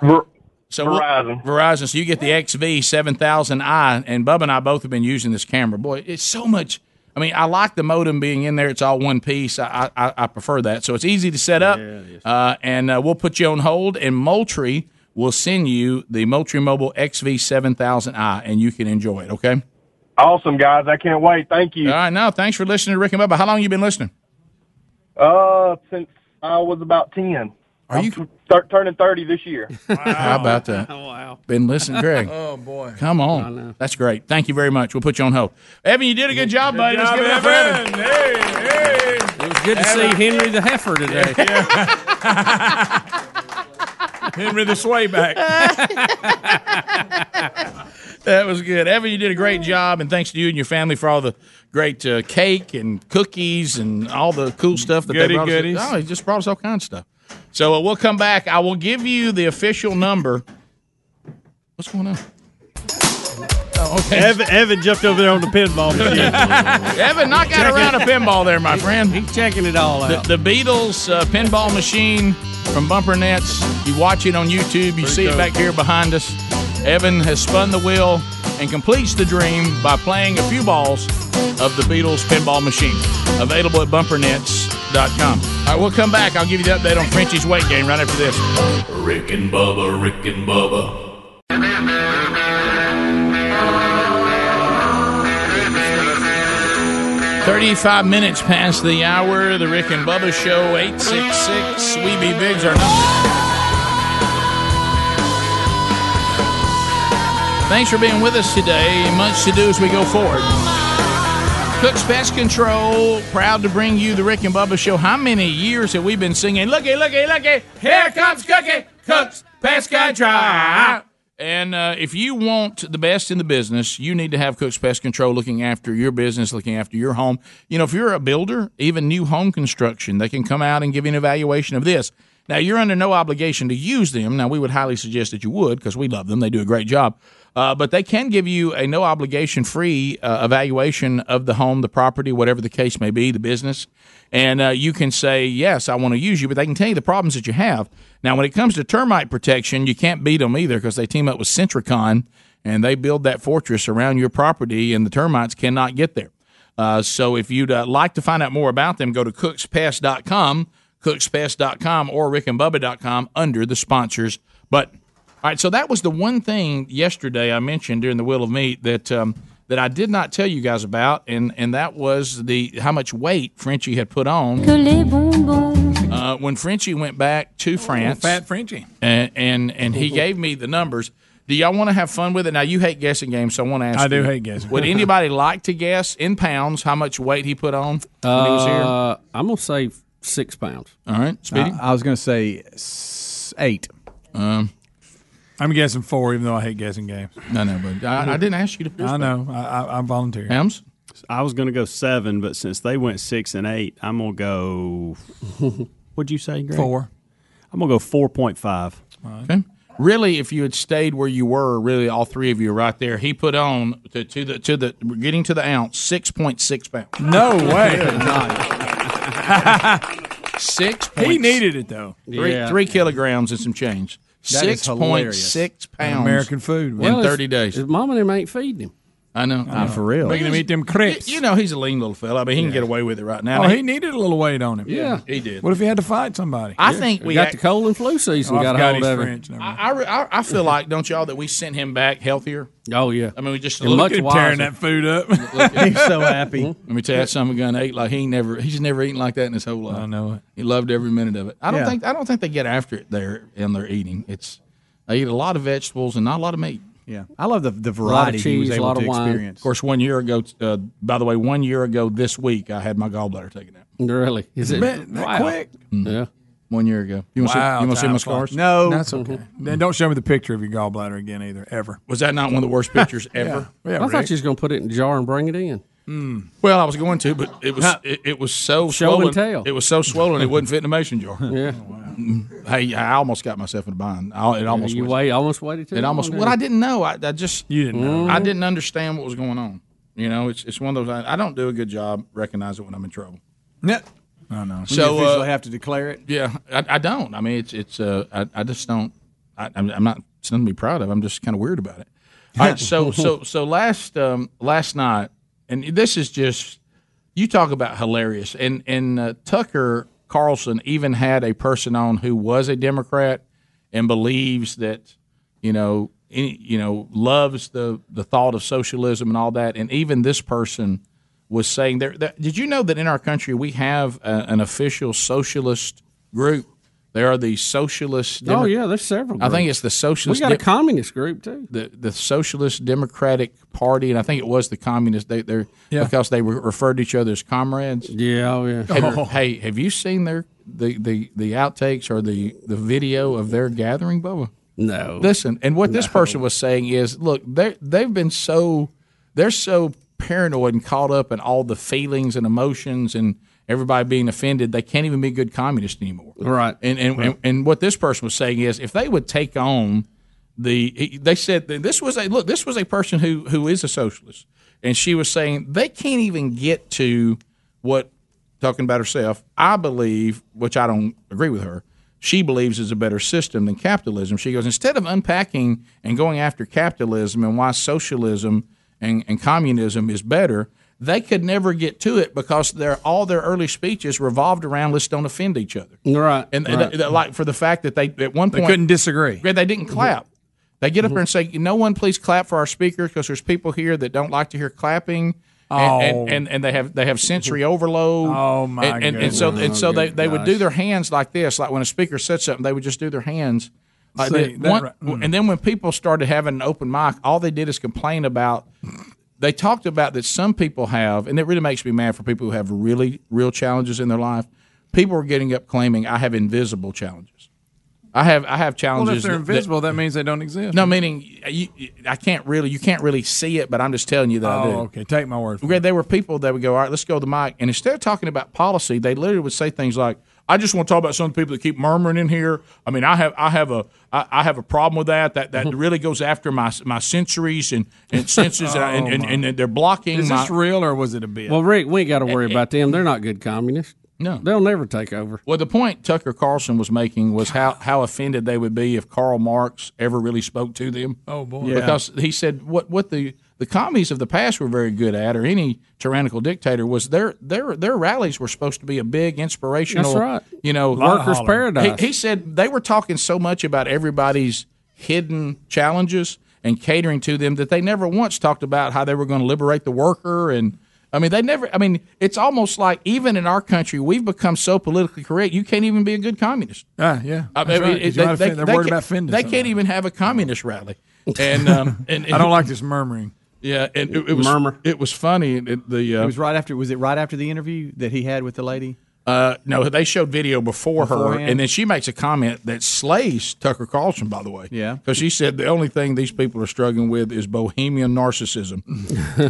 Speaker 2: so we'll-
Speaker 22: Verizon.
Speaker 2: Verizon. So you get the XV seven thousand I, and Bub and I both have been using this camera. Boy, it's so much. I mean, I like the modem being in there. It's all one piece. I I, I prefer that. So it's easy to set up, uh, and uh, we'll put you on hold. And Moultrie will send you the Moultrie Mobile XV seven thousand I, and you can enjoy it. Okay.
Speaker 22: Awesome, guys. I can't wait. Thank you.
Speaker 2: All right. Now, Uh, thanks for listening to Rick and Bubba. How long you been
Speaker 3: [LAUGHS]
Speaker 2: listening?
Speaker 22: Uh, since I was about 10.
Speaker 2: Are
Speaker 22: you start turning 30 this year?
Speaker 2: How about
Speaker 3: [LAUGHS]
Speaker 2: that?
Speaker 22: wow.
Speaker 2: Been listening, [LAUGHS] Greg.
Speaker 22: Oh, boy.
Speaker 2: Come on. That's great. Thank you very much. We'll put you on hold. Evan, you did a good job, buddy. Let's give it up for Evan.
Speaker 3: It was good to see Henry the heifer
Speaker 2: [LAUGHS]
Speaker 3: today. [LAUGHS]
Speaker 4: Henry the sway back.
Speaker 2: [LAUGHS]
Speaker 3: Mm.
Speaker 4: [LAUGHS]
Speaker 2: That was good. Evan, you did a great job, and thanks to you and your family for all the great uh, cake and cookies and all the cool stuff that they
Speaker 4: Goody
Speaker 2: brought
Speaker 4: goodies.
Speaker 2: us. Oh, he just brought us all kinds of stuff. So uh, we'll come back. I will give you the official number. What's going on? Oh, okay.
Speaker 11: Evan, Evan jumped over there on the pinball machine.
Speaker 2: Evan, knock out a round of pinball there, my friend.
Speaker 3: He's checking it all out.
Speaker 2: The, the Beatles uh, pinball machine from Bumper Nets. You watch it on YouTube. You see it
Speaker 4: cool.
Speaker 2: back here behind us. Evan has spun the wheel and completes the dream by playing a few balls of the Beatles pinball machine. Available at bumpernets.com. All right, we'll come back. I'll give you the update on Frenchie's weight gain right after this.
Speaker 5: Rick and Bubba, Rick and Bubba,
Speaker 2: Thirty-five minutes past the hour. The Rick and Bubba Show. Eight six six. We be bigs or nothing. Thanks for being with us today. Much to do as we go forward. Cook's Pest Control, proud to bring you the Rick and Bubba Show. How many years have we been singing? Looky, looky, looky! Here comes Cookie Cook's Pest Control. And uh, if you want the best in the business, you need to have Cook's Pest Control looking after your business, looking after your home. You know, if you're a builder, even new home construction, they can come out and give you an evaluation of this. Now, you're under no obligation to use them. Now, we would highly suggest that you would because we love them. They do a great job. Uh, but they can give you a no obligation free uh, evaluation of the home, the property, whatever the case may be, the business. And uh, you can say, yes, I want to use you, but they can tell you the problems that you have. Now, when it comes to termite protection, you can't beat them either because they team up with Centricon and they build that fortress around your property, and the termites cannot get there. Uh, so if you'd uh, like to find out more about them, go to cookspest.com, cookspest.com, or rickandbubba.com under the sponsors button. All right, so that was the one thing yesterday I mentioned during the Wheel of Meat that um, that I did not tell you guys about, and, and that was the how much weight Frenchie had put on uh, when Frenchie went back to France
Speaker 4: Fat Frenchie.
Speaker 2: and and, and he gave me the numbers. Do y'all want to have fun with it? Now you hate guessing games, so I want to ask.
Speaker 4: I do
Speaker 2: you,
Speaker 4: hate guessing. [LAUGHS]
Speaker 2: Would anybody like to guess in pounds how much weight he put on when he was here?
Speaker 3: Uh, I'm gonna say six pounds.
Speaker 2: All right, Speedy?
Speaker 10: I was going to say s- eight.
Speaker 2: Um,
Speaker 4: I'm guessing four, even though I hate guessing games.
Speaker 2: No, no, but I, I didn't ask you to.
Speaker 4: I know. I, I, I'm volunteering.
Speaker 2: Hams?
Speaker 11: I was going to go seven, but since they went six and eight, I'm going to go. What'd you say, Greg?
Speaker 4: Four.
Speaker 11: I'm going to go 4.5.
Speaker 2: Okay. Really, if you had stayed where you were, really all three of you right there, he put on to, to the to the getting to the ounce six point six pounds. [LAUGHS]
Speaker 4: No way. Good [LAUGHS]
Speaker 2: six.
Speaker 4: He needed it, though.
Speaker 2: Three, three kilograms and some change.
Speaker 4: That is
Speaker 2: Six point six pounds.
Speaker 4: American food.
Speaker 2: in thirty days.
Speaker 3: His mom and him ain't feeding him.
Speaker 2: I know.
Speaker 4: I know. For real. Making him eat them crisps.
Speaker 2: You, you know, he's a lean little fella. I mean, he can get away with it right now.
Speaker 4: oh, he needed a little weight on him.
Speaker 2: Yeah, he did.
Speaker 4: What if he had to fight somebody?
Speaker 2: I think we
Speaker 4: got
Speaker 2: act-
Speaker 4: to
Speaker 3: cold and flu season.
Speaker 4: Oh, I
Speaker 3: got
Speaker 4: forgot
Speaker 3: a hold
Speaker 4: he's
Speaker 3: of him.
Speaker 4: French.
Speaker 2: I, I, I- I feel like, don't y'all, that we sent him back healthier?
Speaker 3: Oh yeah.
Speaker 2: I mean, we just a
Speaker 3: And
Speaker 2: little
Speaker 3: much wiser. Tearing that
Speaker 4: food up. [LAUGHS]
Speaker 2: [LAUGHS]
Speaker 3: He's so happy.
Speaker 2: Let me tell you, that son of a gun ate like he ain't never. He's never eaten like that in his whole life. I
Speaker 4: know it.
Speaker 2: He loved every minute of it. I don't
Speaker 4: Yeah.
Speaker 2: think. I don't think they get after it there in their eating. It's they eat a lot of vegetables and not a lot of meat.
Speaker 10: Yeah, I love the the variety he was able to experience.
Speaker 2: Of course, one year ago. Uh, by the way, one year ago this week, I had my gallbladder taken out.
Speaker 3: Really? Is it
Speaker 4: Man, that
Speaker 3: Wow.
Speaker 4: quick?
Speaker 3: Yeah.
Speaker 2: Mm. One year ago. You want to
Speaker 4: Wow,
Speaker 2: see? You want to see
Speaker 4: time
Speaker 2: my
Speaker 4: flies.
Speaker 2: scars?
Speaker 4: No. That's okay. Then don't show me the picture of your gallbladder again either, ever.
Speaker 2: Was that not one of the worst pictures ever?
Speaker 4: Yeah,
Speaker 3: I
Speaker 4: Rick.
Speaker 3: thought you was gonna put it in a jar and bring it in.
Speaker 2: Well, I was going to, but it was it, it was so
Speaker 3: Mm. Show
Speaker 2: swollen. [LAUGHS]
Speaker 3: and tell. Oh,
Speaker 2: It was so swollen it wouldn't fit in a mason jar.
Speaker 3: Yeah.
Speaker 2: Mm-hmm. Hey, I almost got myself in a bind. I, it almost
Speaker 3: you
Speaker 2: was.
Speaker 3: wait, almost waited. too
Speaker 2: It almost.
Speaker 3: long,
Speaker 2: Well, I
Speaker 3: didn't
Speaker 2: didn't know. Oh, I, I just. You
Speaker 4: didn't know.
Speaker 2: I didn't understand what was going on. You know, it's it's one of those. I, I don't do a good job recognizing when I'm in trouble. Yeah.
Speaker 4: I know.
Speaker 2: So
Speaker 10: you
Speaker 2: uh,
Speaker 10: officially have to declare it.
Speaker 2: Yeah, I, I don't. I mean, it's it's. Uh, I, I just don't. I, I'm, I'm not something to be proud of. I'm just kind of weird about it. All right.
Speaker 4: [LAUGHS]
Speaker 2: So so so last um, last night, and this is just you talk about hilarious. And and uh, Tucker Carlson even had a person on who was a Democrat and believes that you know any, you know loves the the thought of socialism and all that. And even this person was saying there. That, did you know that in our country we have a, an official socialist group? There are the socialist.
Speaker 3: oh
Speaker 2: Demo-
Speaker 3: yeah, there's several.
Speaker 2: I think
Speaker 3: groups.
Speaker 2: it's the socialist.
Speaker 3: We got a
Speaker 2: Dem-
Speaker 3: communist group too.
Speaker 2: the, the Socialist Democratic Party, and I think it was the Communist. They they
Speaker 3: Yeah.
Speaker 2: because they were referred to each other as comrades.
Speaker 3: Yeah, oh yeah.
Speaker 2: Have-
Speaker 3: Oh.
Speaker 2: Hey, have you seen their the, the, the outtakes or the, the video of their gathering, Bubba?
Speaker 3: No.
Speaker 2: Listen, and what this person was saying is, look, they they've been so they're so paranoid and caught up in all the feelings and emotions and everybody being offended, they can't even be good communists anymore.
Speaker 3: Right.
Speaker 2: And and, and and what this person was saying is, if they would take on the, he- they said that this was a look, this was a person who who is a socialist, and she was saying they can't even get to what talking about herself. I believe, which I don't agree with her, she believes is a better system than capitalism. She goes, instead of unpacking and going after capitalism and why socialism and, and communism is better, they could never get to it because their all their early speeches revolved around let's don't offend each other.
Speaker 3: Right.
Speaker 2: And and th- th- like for the fact that they at one
Speaker 4: They
Speaker 2: point
Speaker 4: couldn't disagree.
Speaker 2: Yeah, they didn't clap. They get
Speaker 4: Mm-hmm.
Speaker 2: up there and say, "No one, please clap for our speakers because there's people here that don't like to hear clapping." And,
Speaker 4: Oh. Mm-hmm.
Speaker 2: and, and and they have they have sensory overload.
Speaker 4: Oh, my
Speaker 2: And, and, and so
Speaker 4: goodness.
Speaker 2: and so they,
Speaker 4: Oh,
Speaker 2: they would
Speaker 4: gosh.
Speaker 2: do their hands like this, like when a speaker said something, they would just do their hands. Like
Speaker 4: See,
Speaker 2: that.
Speaker 4: that
Speaker 2: One-
Speaker 4: right- mm.
Speaker 2: And then when people started having an open mic, all they did is complain about. They talked about that some people have, and it really makes me mad for people who have really real challenges in their life. People are getting up claiming I have invisible challenges. I have I have
Speaker 4: Well, if
Speaker 2: challenges.
Speaker 4: they're
Speaker 2: that- that-
Speaker 4: invisible, that means they don't exist.
Speaker 2: no, meaning you, you- I can't really, you can't really see it, but I'm just telling you that I do.
Speaker 4: Oh, okay. Take my word.
Speaker 2: Greg, there were people that would go, all right, let's go to the mic. And instead of talking about policy, they literally would say things like, I just want to talk about some of the people that keep murmuring in here. I mean, I have, I have a, I, I have a problem with that.
Speaker 4: [LAUGHS]
Speaker 2: That that really goes after my my sensories and, and
Speaker 4: [LAUGHS]
Speaker 2: senses,
Speaker 4: Oh,
Speaker 2: and, I- and, and, and, they're blocking.
Speaker 3: Is
Speaker 2: my,
Speaker 3: this
Speaker 4: real or was it a bit?
Speaker 3: Well, Rick, we ain't got to worry about them. They're not good communists.
Speaker 2: No,
Speaker 3: they'll never take over.
Speaker 2: Well, the point Tucker Carlson was making was how, how offended they would be if Karl Marx ever really spoke to them.
Speaker 4: Oh, boy.
Speaker 3: Yeah.
Speaker 2: Because he said what what the the commies of the past were very good at, or any tyrannical dictator, was their their their rallies were supposed to be a big inspirational.
Speaker 3: That's right.
Speaker 2: You know,
Speaker 3: Lot of Workers' hollering. paradise.
Speaker 2: He, he said they were talking so much about everybody's hidden challenges and catering to them that they never once talked about how they were going to liberate the worker and. I mean, they never. I mean, it's almost like even in our country, we've become so politically correct, you can't even be a good communist.
Speaker 4: Ah, yeah.
Speaker 2: I
Speaker 4: That's right,
Speaker 2: mean, it-
Speaker 4: 'cause you might offend- they're worried
Speaker 2: can't-
Speaker 4: about offending
Speaker 2: They
Speaker 4: somebody.
Speaker 2: can't even have a communist rally. And,
Speaker 4: [LAUGHS]
Speaker 2: um, and
Speaker 4: I don't like this murmuring.
Speaker 2: Yeah, and it, it was
Speaker 4: Murmur.
Speaker 2: It was funny. and It, the uh,
Speaker 10: it was right after. Was it right after the interview that he had with the lady?
Speaker 2: uh, no, they showed video before her,
Speaker 10: Beforehand?
Speaker 2: and then she makes a comment that slays Tucker Carlson. By the way,
Speaker 10: Yeah.
Speaker 2: because she said the only thing these people are struggling with is
Speaker 4: [LAUGHS]
Speaker 2: bohemian narcissism.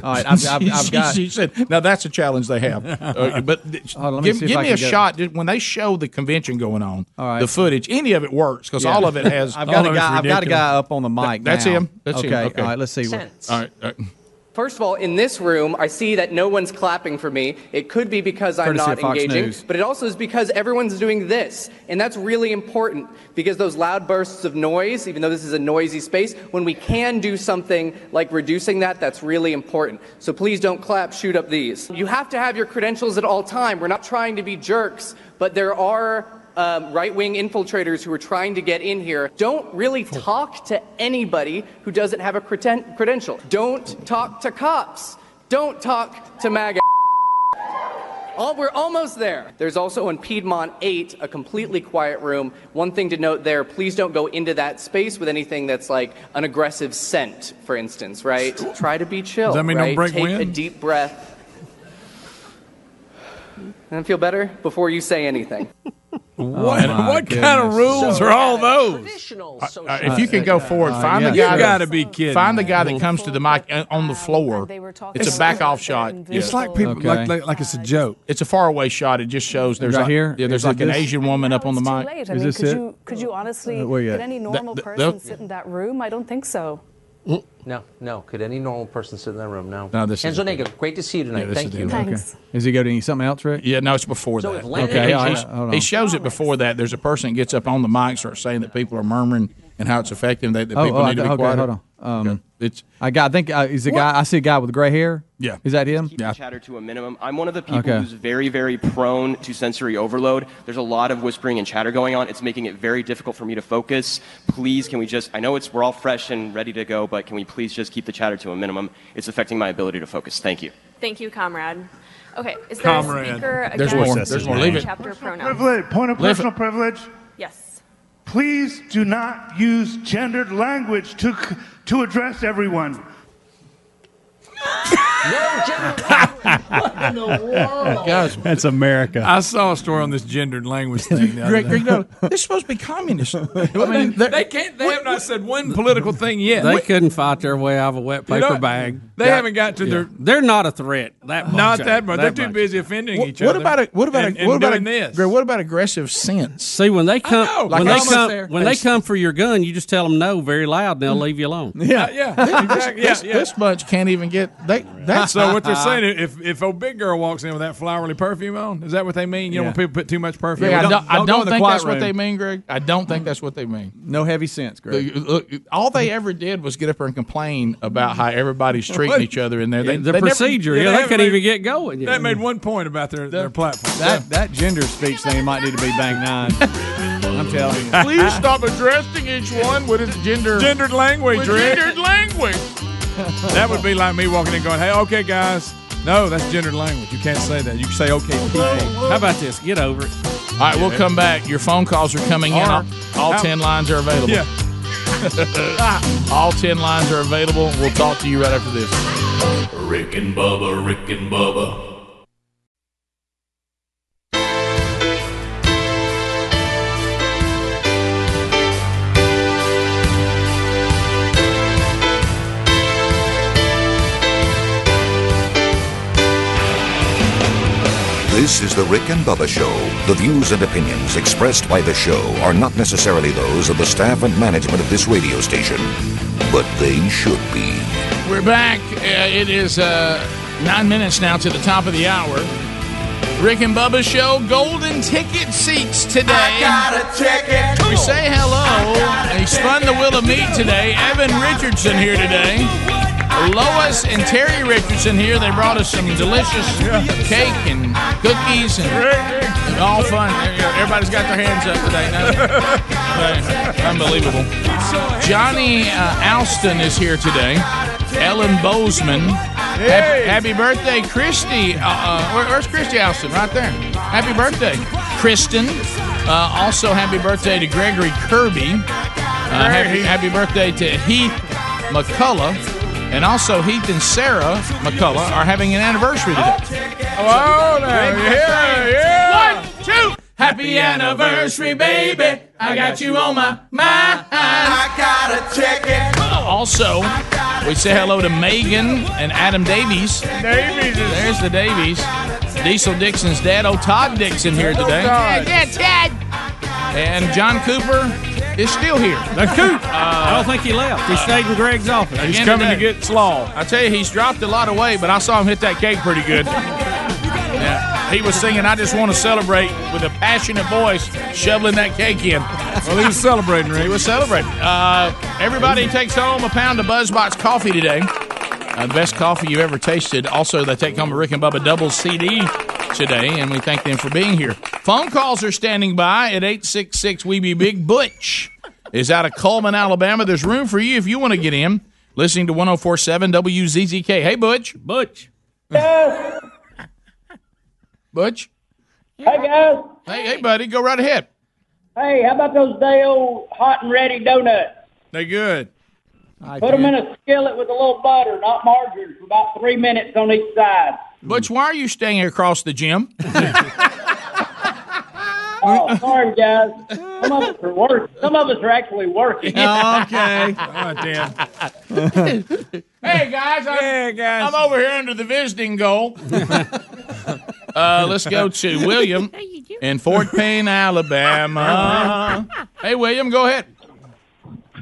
Speaker 10: All right, I've-
Speaker 2: [LAUGHS]
Speaker 10: I've- I've
Speaker 2: She-
Speaker 10: got-
Speaker 2: she said, now that's a challenge they
Speaker 10: [LAUGHS]
Speaker 2: have. Uh, but th-
Speaker 10: Hold on, let me
Speaker 2: give,
Speaker 10: see if
Speaker 2: give
Speaker 10: I
Speaker 2: me
Speaker 10: can
Speaker 2: a
Speaker 10: get-
Speaker 2: shot dude, when they show the convention going on.
Speaker 10: All right.
Speaker 2: the footage, any of it works because
Speaker 10: Yeah.
Speaker 2: all of it has.
Speaker 10: [LAUGHS] I've got a guy. I've got a guy up on the mic.
Speaker 2: Th- that's
Speaker 10: now.
Speaker 2: him. That's
Speaker 10: okay,
Speaker 2: him. Okay.
Speaker 10: All right. Let's see. what-
Speaker 13: Sense.
Speaker 2: All right. uh, All right.
Speaker 13: First of all, in this room, I see that no one's clapping for me. It could be because I'm
Speaker 10: Courtesy
Speaker 13: not
Speaker 10: of Fox
Speaker 13: engaging,
Speaker 10: News.
Speaker 13: but it also is because everyone's doing this. And that's really important because those loud bursts of noise, even though this is a noisy space, when we can do something like reducing that, that's really important. So please don't clap, shoot up these. You have to have your credentials at all time. We're not trying to be jerks, but there are um, right wing infiltrators who are trying to get in here don't really talk to anybody who doesn't have a creten- credential. Don't talk to cops. Don't talk to MAGA. All, Oh, we're almost there. There's also in Piedmont 8 a completely quiet room. One thing to note there please don't go into that space with anything that's like an aggressive scent, for instance, right? Try to be chill.
Speaker 4: Does that mean don't
Speaker 13: right?
Speaker 4: break
Speaker 13: Take a
Speaker 4: wind?
Speaker 13: deep breath. And feel better before you say anything.
Speaker 2: Oh
Speaker 4: What,
Speaker 13: Oh my
Speaker 4: what kind of
Speaker 13: goodness.
Speaker 4: rules
Speaker 13: So
Speaker 4: are all
Speaker 13: at a
Speaker 4: those?
Speaker 2: Uh, if you can go forward,
Speaker 4: Uh,
Speaker 2: find the
Speaker 4: yeah.
Speaker 2: guy.
Speaker 4: You
Speaker 2: that-
Speaker 4: gotta be kidding.
Speaker 2: Find the guy that comes to the mic uh, on
Speaker 14: Um,
Speaker 2: the floor. It's a back off shot.
Speaker 4: It's like people like, like like it's a joke.
Speaker 2: It's a faraway shot. It
Speaker 4: [LAUGHS]
Speaker 2: just shows there's
Speaker 4: Right
Speaker 2: like,
Speaker 4: here?
Speaker 2: Yeah, there's
Speaker 4: Is it
Speaker 2: like an
Speaker 4: this?
Speaker 2: Asian woman up on the mic.
Speaker 14: late. I mean, could you could you honestly
Speaker 2: Uh, where you
Speaker 14: could
Speaker 2: at?
Speaker 14: any
Speaker 2: That-
Speaker 14: normal
Speaker 2: that-
Speaker 14: person
Speaker 2: that-
Speaker 14: sit in that room? I don't think so. No, no. Could any normal person sit in that room? No.
Speaker 10: No, this is-
Speaker 14: Enzo Negro, great to see you tonight.
Speaker 10: Yeah, this
Speaker 14: Thank
Speaker 10: is
Speaker 14: you.
Speaker 10: the- Okay. Does he go to any, something else, Rick?
Speaker 2: Yeah, no, it's before
Speaker 14: So
Speaker 2: that.
Speaker 14: if Landon-
Speaker 2: okay,
Speaker 14: Yeah,
Speaker 2: he-
Speaker 14: I-
Speaker 2: he's-
Speaker 14: hold on.
Speaker 2: he shows it before that. There's a person that gets up on the mic, starts saying that people are murmuring and how it's affecting that, that
Speaker 10: Oh,
Speaker 2: people
Speaker 10: oh, I
Speaker 2: need to
Speaker 10: th-
Speaker 2: be
Speaker 10: okay,
Speaker 2: quiet.
Speaker 10: hold on. Um,
Speaker 2: It's
Speaker 10: I got. I think uh, is a guy. I see a guy with gray hair.
Speaker 2: Yeah.
Speaker 10: Is that him?
Speaker 15: keep the chatter to a minimum. I'm one of the people
Speaker 10: Okay.
Speaker 15: who's very, very prone to sensory overload. There's a lot of whispering and chatter going on. It's making it very difficult for me to focus. Please, can we just? I know it's we're all fresh and ready to go, but can we please just keep the chatter to a minimum? It's affecting my ability to focus. Thank you.
Speaker 16: Thank you, comrade. Okay, is there a
Speaker 15: Comrade.
Speaker 16: speaker again?
Speaker 15: There's more. There's more. Leave it.
Speaker 16: [LAUGHS] Chapter pronouns.
Speaker 17: Privilege, point of
Speaker 15: Leave it.
Speaker 17: personal privilege.
Speaker 16: Yes.
Speaker 17: Please do not use gendered language to c- to address
Speaker 2: [LAUGHS]
Speaker 17: everyone.
Speaker 2: Guys,
Speaker 11: that's America.
Speaker 4: I saw a story on this gendered language thing. the other
Speaker 2: Greg,
Speaker 4: day. [LAUGHS]
Speaker 2: Greg, no, this is supposed to be communist. I mean,
Speaker 4: they, can't. They have not said one political thing yet.
Speaker 3: They couldn't fight their way out of a wet
Speaker 4: You
Speaker 3: paper
Speaker 4: know,
Speaker 3: bag.
Speaker 4: they
Speaker 3: Yeah.
Speaker 4: haven't got to
Speaker 3: Yeah.
Speaker 4: their-
Speaker 3: They're not a threat. That much
Speaker 4: Not
Speaker 3: ain't.
Speaker 4: that much. They're
Speaker 3: That
Speaker 4: too busy offending
Speaker 2: what,
Speaker 4: each
Speaker 2: what
Speaker 4: other.
Speaker 2: about a, what about
Speaker 4: and,
Speaker 2: a, what
Speaker 4: and
Speaker 2: about a,
Speaker 4: doing this?
Speaker 2: Greg, what about aggressive sense?
Speaker 3: See when they come
Speaker 2: know. Like
Speaker 3: when
Speaker 2: I'm
Speaker 3: they
Speaker 2: almost
Speaker 3: come
Speaker 2: there. Mm.
Speaker 3: when they come for your gun, you just tell them no very loud, and they'll leave you alone.
Speaker 2: Yeah, This- this-
Speaker 4: exactly. Yeah,
Speaker 2: this,
Speaker 4: yeah.
Speaker 2: this bunch can't even get they. That's
Speaker 4: [LAUGHS] so
Speaker 2: [LAUGHS]
Speaker 4: what they're saying if if old big girl walks in with that flowery perfume on, is that what they mean? You know, when
Speaker 2: Yeah.
Speaker 4: people put too much perfume.
Speaker 2: Yeah,
Speaker 4: on?
Speaker 2: I don't, I don't think that's what they mean, Greg. I don't think that's what they mean.
Speaker 10: No heavy sense, Greg.
Speaker 2: Look, all they ever did was get up there and complain about how everybody's treating each other in there. They,
Speaker 3: the
Speaker 2: they never-
Speaker 3: procedure, yeah, they
Speaker 4: haven't
Speaker 3: couldn't
Speaker 4: made-
Speaker 3: even get going.
Speaker 4: That made one point about their, their platform.
Speaker 10: That that gender speech thing might need to be
Speaker 2: [LAUGHS]
Speaker 10: bang nine. I'm telling you.
Speaker 14: [LAUGHS]
Speaker 2: Please stop addressing each one with its gender
Speaker 4: gendered language.
Speaker 2: with
Speaker 4: Rick.
Speaker 2: gendered language.
Speaker 4: That would be like me walking in going, "Hey, okay, guys, no, that's gendered language. You can't say that. You can say okay, people." How
Speaker 3: about this? Get over it.
Speaker 2: All right, we'll come back. Your phone calls [LAUGHS] are coming in.
Speaker 4: Or-
Speaker 2: All, all
Speaker 4: how-
Speaker 2: ten lines are available.
Speaker 4: Yeah.
Speaker 2: [LAUGHS] all ten lines are available. We'll talk to you right after this.
Speaker 5: Rick and Bubba, Rick and Bubba,
Speaker 25: This is the Rick and Bubba Show. The views and opinions expressed by the show are not necessarily those of the staff and management of this radio station, but they should be.
Speaker 2: We're back. Uh, it is uh, nine minutes now to the top of the hour. Rick and Bubba show golden ticket seats today. We say hello. He spun the wheel of meat today. Evan Richardson here today. Lois and Terry Richardson here. They brought us some delicious cake and cookies and, and all fun. There you go. Everybody's got their hands up today. No? Okay. Unbelievable. Johnny uh, Alston is here today. Ellen Bozeman. Happy, happy birthday, Christy. Uh, uh, where- where's Christy Alston? Right there. Happy birthday, Kristen. Uh, also, happy birthday to Gregory Kirby. Uh, happy, happy birthday to Heath McCullough. And also, Heath and Sarah McCullough are having an anniversary today. Oh,
Speaker 4: Hello now. Yeah, yeah.
Speaker 2: One, two. Happy anniversary, baby. I got you on my mind. I gotta check it. Also, we say hello to Megan and Adam Davies. Davies. There's the Davies. Diesel Dixon's dad, oh Todd Dixon, here today. And John Cooper is still here. Uh,
Speaker 3: I don't think he left. He stayed in Greg's office.
Speaker 2: Again today. I tell you, he's dropped a lot of weight, but I saw him hit that cake pretty good. Yeah. He was singing, I just want to celebrate with a passionate voice, shoveling that cake in. Well, he was celebrating, He was celebrating. Uh, everybody takes home a pound of BuzzBox coffee today. Uh, the best coffee you've ever tasted. Also, they take home a Rick and Bubba double CD today, and we thank them for being here. Phone calls are standing by at 866 We Be E Big. Butch is out of Coleman, Alabama. There's room for you if you want to get in. Listening to 1047 WZZK. Hey, Butch.
Speaker 3: Butch.
Speaker 2: Butch.
Speaker 26: Hey guys.
Speaker 2: Hey, hey, buddy, go right ahead.
Speaker 26: Hey, how about those day old hot and ready donuts?
Speaker 4: They good.
Speaker 26: Put them in a skillet with a little butter, not margarine, for about three minutes on each side.
Speaker 2: Butch, why are you staying across the gym?
Speaker 26: Oh, sorry guys. Some of us are working. Some of us are actually working.
Speaker 12: [LAUGHS]
Speaker 2: Uh, hey guys, I'm, I'm over here under the visiting goal. uh, let's go to William
Speaker 12: [LAUGHS]
Speaker 2: [LAUGHS] in Fort Payne, Alabama. hey, William, go ahead.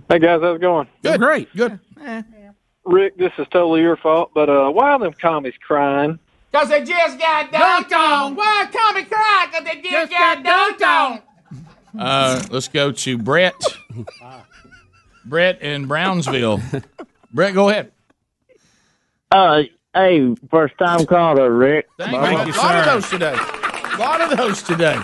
Speaker 6: Hey guys, how's it going?
Speaker 2: Good, great, good.
Speaker 6: Rick, this is totally your fault, but uh, why are them commies crying?
Speaker 12: Cause they just got dunked on. Why come and cry? Cause they just, got, dunked on.
Speaker 2: Uh, let's go to Brett. Brett in Brownsville. Brett, go ahead.
Speaker 18: Uh, hey, first time caller, Rick.
Speaker 2: Thank you, sir. A lot of those today. A lot of those today.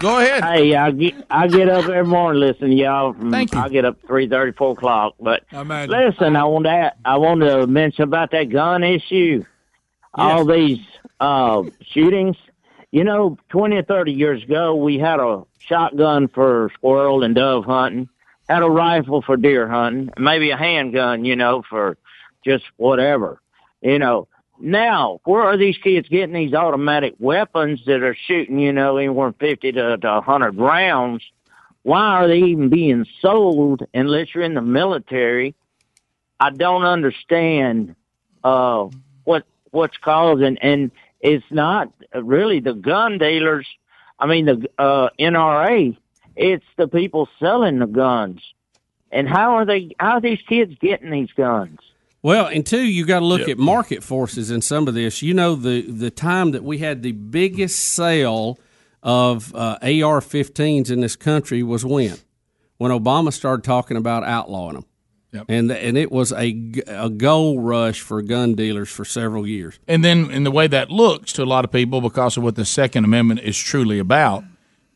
Speaker 2: Go ahead.
Speaker 18: Hey, I get I get up every morning, listen, to y'all. Thank you. I get up three thirty, four o'clock. But
Speaker 2: Imagine.
Speaker 18: listen, I want to I want to mention about that gun issue. All these uh, shootings. You know, twenty or thirty years ago, we had a shotgun for squirrel and dove hunting, had a rifle for deer hunting, maybe a handgun. You know, for just whatever. You know, now, where are these kids getting these automatic weapons that are shooting, you know, anywhere from 50 to, to 100 rounds? Why are they even being sold unless you're in the military? I don't understand uh, what what's causing, and it's not really the gun dealers. I mean, the uh, NRA. It's the people selling the guns, and how are they? How are these kids getting these guns?
Speaker 3: Well, and two, you got to look at market forces in some of this. You know, the the time that we had the biggest sale of uh, AR-15s in this country was when when Obama started talking about outlawing them, and and it was a g- a gold rush for gun dealers for several years.
Speaker 2: And then, in the way that looks to a lot of people, because of what the Second Amendment is truly about,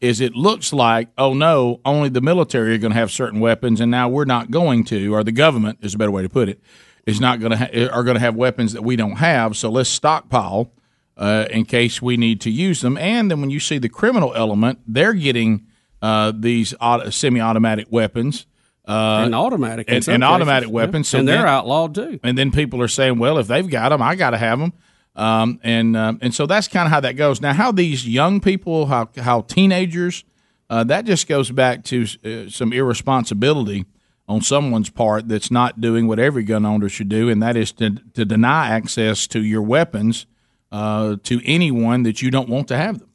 Speaker 2: is it looks like, oh no, only the military are going to have certain weapons, and now we're not going to, or the government is a better way to put it, is not going to ha- are going to have weapons that we don't have. So let's stockpile uh, in case we need to use them. And then when you see the criminal element, they're getting uh, these auto- semi-automatic weapons. Uh,
Speaker 3: and automatic, in
Speaker 2: and,
Speaker 3: some
Speaker 2: and automatic
Speaker 3: cases, yeah.
Speaker 2: weapons, so
Speaker 3: and they're
Speaker 2: then-
Speaker 3: outlawed too.
Speaker 2: and then people are saying, "Well, if they've got them, I got to have them." Um, and um, and so that's kind of how that goes. Now, how these young people, how how teenagers, uh, that just goes back to uh, some irresponsibility on someone's part that's not doing what every gun owner should do, and that is to to deny access to your weapons uh, to anyone that you don't want to have them.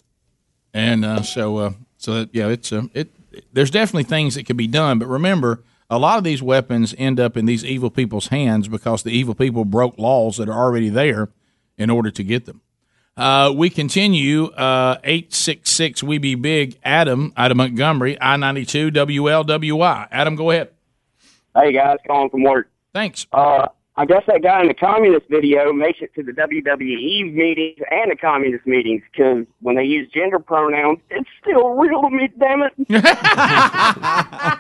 Speaker 2: And uh, so, uh, so that, yeah, it's um, it. There's definitely things that can be done, but remember, a lot of these weapons end up in these evil people's hands because the evil people broke laws that are already there in order to get them. Uh, we continue uh, eight six six. We be big. Adam out of Montgomery, I ninety two WLWY. Adam, go ahead.
Speaker 19: Hey guys, calling from work.
Speaker 2: Thanks.
Speaker 19: Uh, I guess that guy in the communist video makes it to the WWE meetings and the communist meetings because when they use gender pronouns, it's still real to me. Damn
Speaker 2: [LAUGHS]
Speaker 19: it!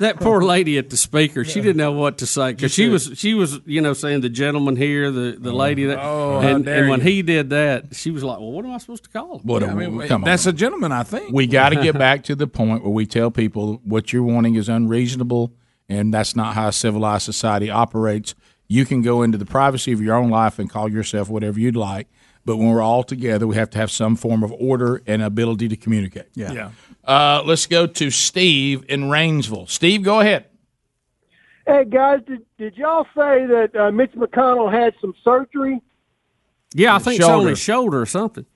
Speaker 3: that poor lady at the speaker, she didn't know what to say because she was she was you know saying the gentleman here, the the lady that,
Speaker 4: Oh, how
Speaker 3: and,
Speaker 4: dare
Speaker 3: and when
Speaker 4: you.
Speaker 3: he did that, she was like, "Well, what am I supposed to call him?"
Speaker 2: What
Speaker 3: I
Speaker 2: a-
Speaker 3: mean,
Speaker 2: come on.
Speaker 4: That's a gentleman, I think.
Speaker 2: We got to
Speaker 4: [LAUGHS]
Speaker 2: get back to the point where we tell people what you're wanting is unreasonable, and that's not how a civilized society operates. You can go into the privacy of your own life and call yourself whatever you'd like, but when we're all together, we have to have some form of order and ability to communicate.
Speaker 4: Yeah.
Speaker 2: Uh, let's go to Steve in Rainsville. Steve, go ahead.
Speaker 9: Hey guys, did, did y'all say that uh, Mitch McConnell had some surgery?
Speaker 3: yeah, I think it's on
Speaker 9: Shoulder.
Speaker 3: his shoulder or something.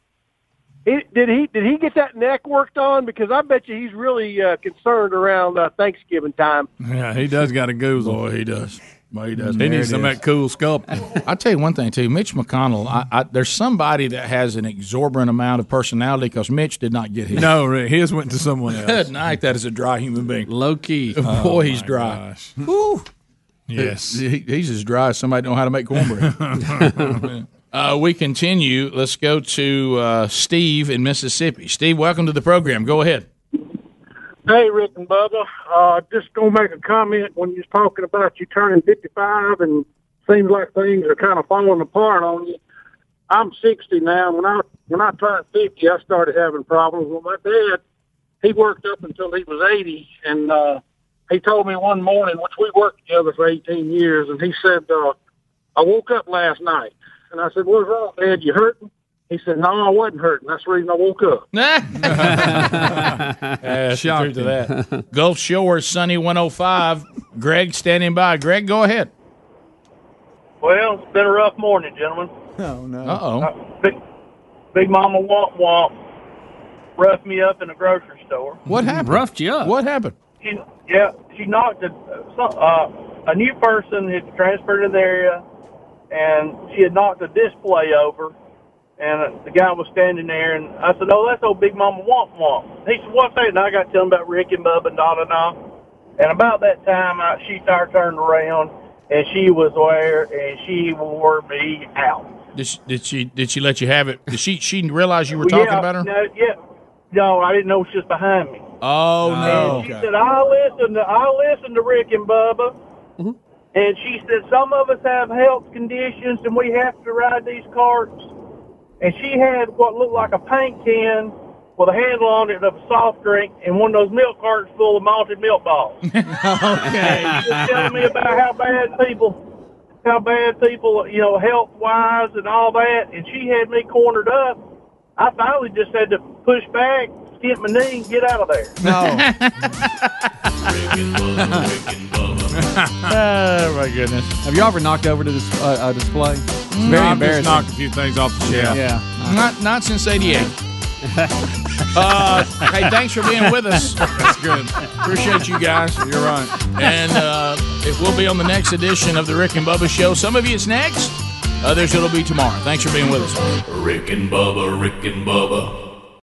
Speaker 9: It, did he did he get that neck worked on? Because I bet you he's really uh, concerned around uh, Thanksgiving time.
Speaker 4: Yeah, he does got a goozle. Boy, he does. Boy, he does. He needs some of that cool sculpting.
Speaker 2: I'll tell you one thing, too. Mitch McConnell, I, I, there's somebody that has an exorbitant amount of personality because Mitch did not get his.
Speaker 4: No, Rick, his went to someone
Speaker 2: [LAUGHS]
Speaker 4: else.
Speaker 2: Good night. That is a dry human being.
Speaker 3: Low key.
Speaker 4: Oh,
Speaker 2: [LAUGHS] Boy, he's
Speaker 4: my
Speaker 2: dry. Whew.
Speaker 4: Yes.
Speaker 2: He- he's as dry as somebody know how to
Speaker 4: [LAUGHS]
Speaker 2: make cornbread. uh, we continue. Let's go to uh, Steve in Mississippi. Steve, welcome to the program. Go ahead.
Speaker 20: Hey, Rick and Bubba. Uh, just gonna make a comment when you're talking about you turning 55 and seems like things are kind of falling apart on you. I'm 60 now. When I when I turned 50, I started having problems. Well, my dad, he worked up until he was 80, and uh, he told me one morning, which we worked together for 18 years, and he said, uh, "I woke up last night," and I said, "What's wrong, Dad? You hurting?" He said, "No, I wasn't hurting. That's the reason I woke up."
Speaker 2: Uh, Shocked to that. Gulf Shore, Sunny 105. Greg standing by. Greg, go ahead.
Speaker 23: Well, it's been a rough morning, gentlemen.
Speaker 10: Oh no.
Speaker 2: Uh-oh.
Speaker 23: Big, Big Mama Womp Womp roughed me up in a grocery store.
Speaker 2: What happened?
Speaker 3: Roughed you up.
Speaker 2: What happened?
Speaker 23: she, yeah, she knocked a, some- uh, a new person had transferred to the area, and she had knocked a display over, and the guy was standing there, and I said, "Oh, that's old Big Mama Womp Womp." He said, "What's that?" And I got to him about Rick and Bubba and da da da. And about that time, I, she started turning around, and she was there, and she wore me out.
Speaker 2: Did she, did she did she let you have it? Did she she realize you were talking
Speaker 23: yeah,
Speaker 2: about her?
Speaker 23: No, yeah. No, I didn't know she was behind me.
Speaker 2: Oh no!
Speaker 23: And she said, "I listen to I listen to Rick and Bubba," and she said, "Some of us have health conditions, and we have to ride these carts." And she had what looked like a paint can with a handle on it of a soft drink, and one of those milk carts full of malted milk balls.
Speaker 2: [LAUGHS]
Speaker 23: And she was telling me about how bad people. How bad people, you know, health wise and all that, and she had me cornered up. I finally just had to push back, skip my knee, and get out of there.
Speaker 2: No. oh my goodness!
Speaker 10: Have you ever knocked over to this uh, a display? It's
Speaker 2: No, I've Mm. just
Speaker 4: knocked a few things off the
Speaker 10: Yeah.
Speaker 4: shelf.
Speaker 10: yeah.
Speaker 2: Not not since '88. [LAUGHS] uh, hey, thanks for being with us. That's good. Appreciate you guys. You're right. And uh, it will be on the next edition of the Rick and Bubba Show. Some of you it's next. Others it'll be tomorrow. Thanks for being with us.
Speaker 5: Rick and Bubba, Rick and Bubba.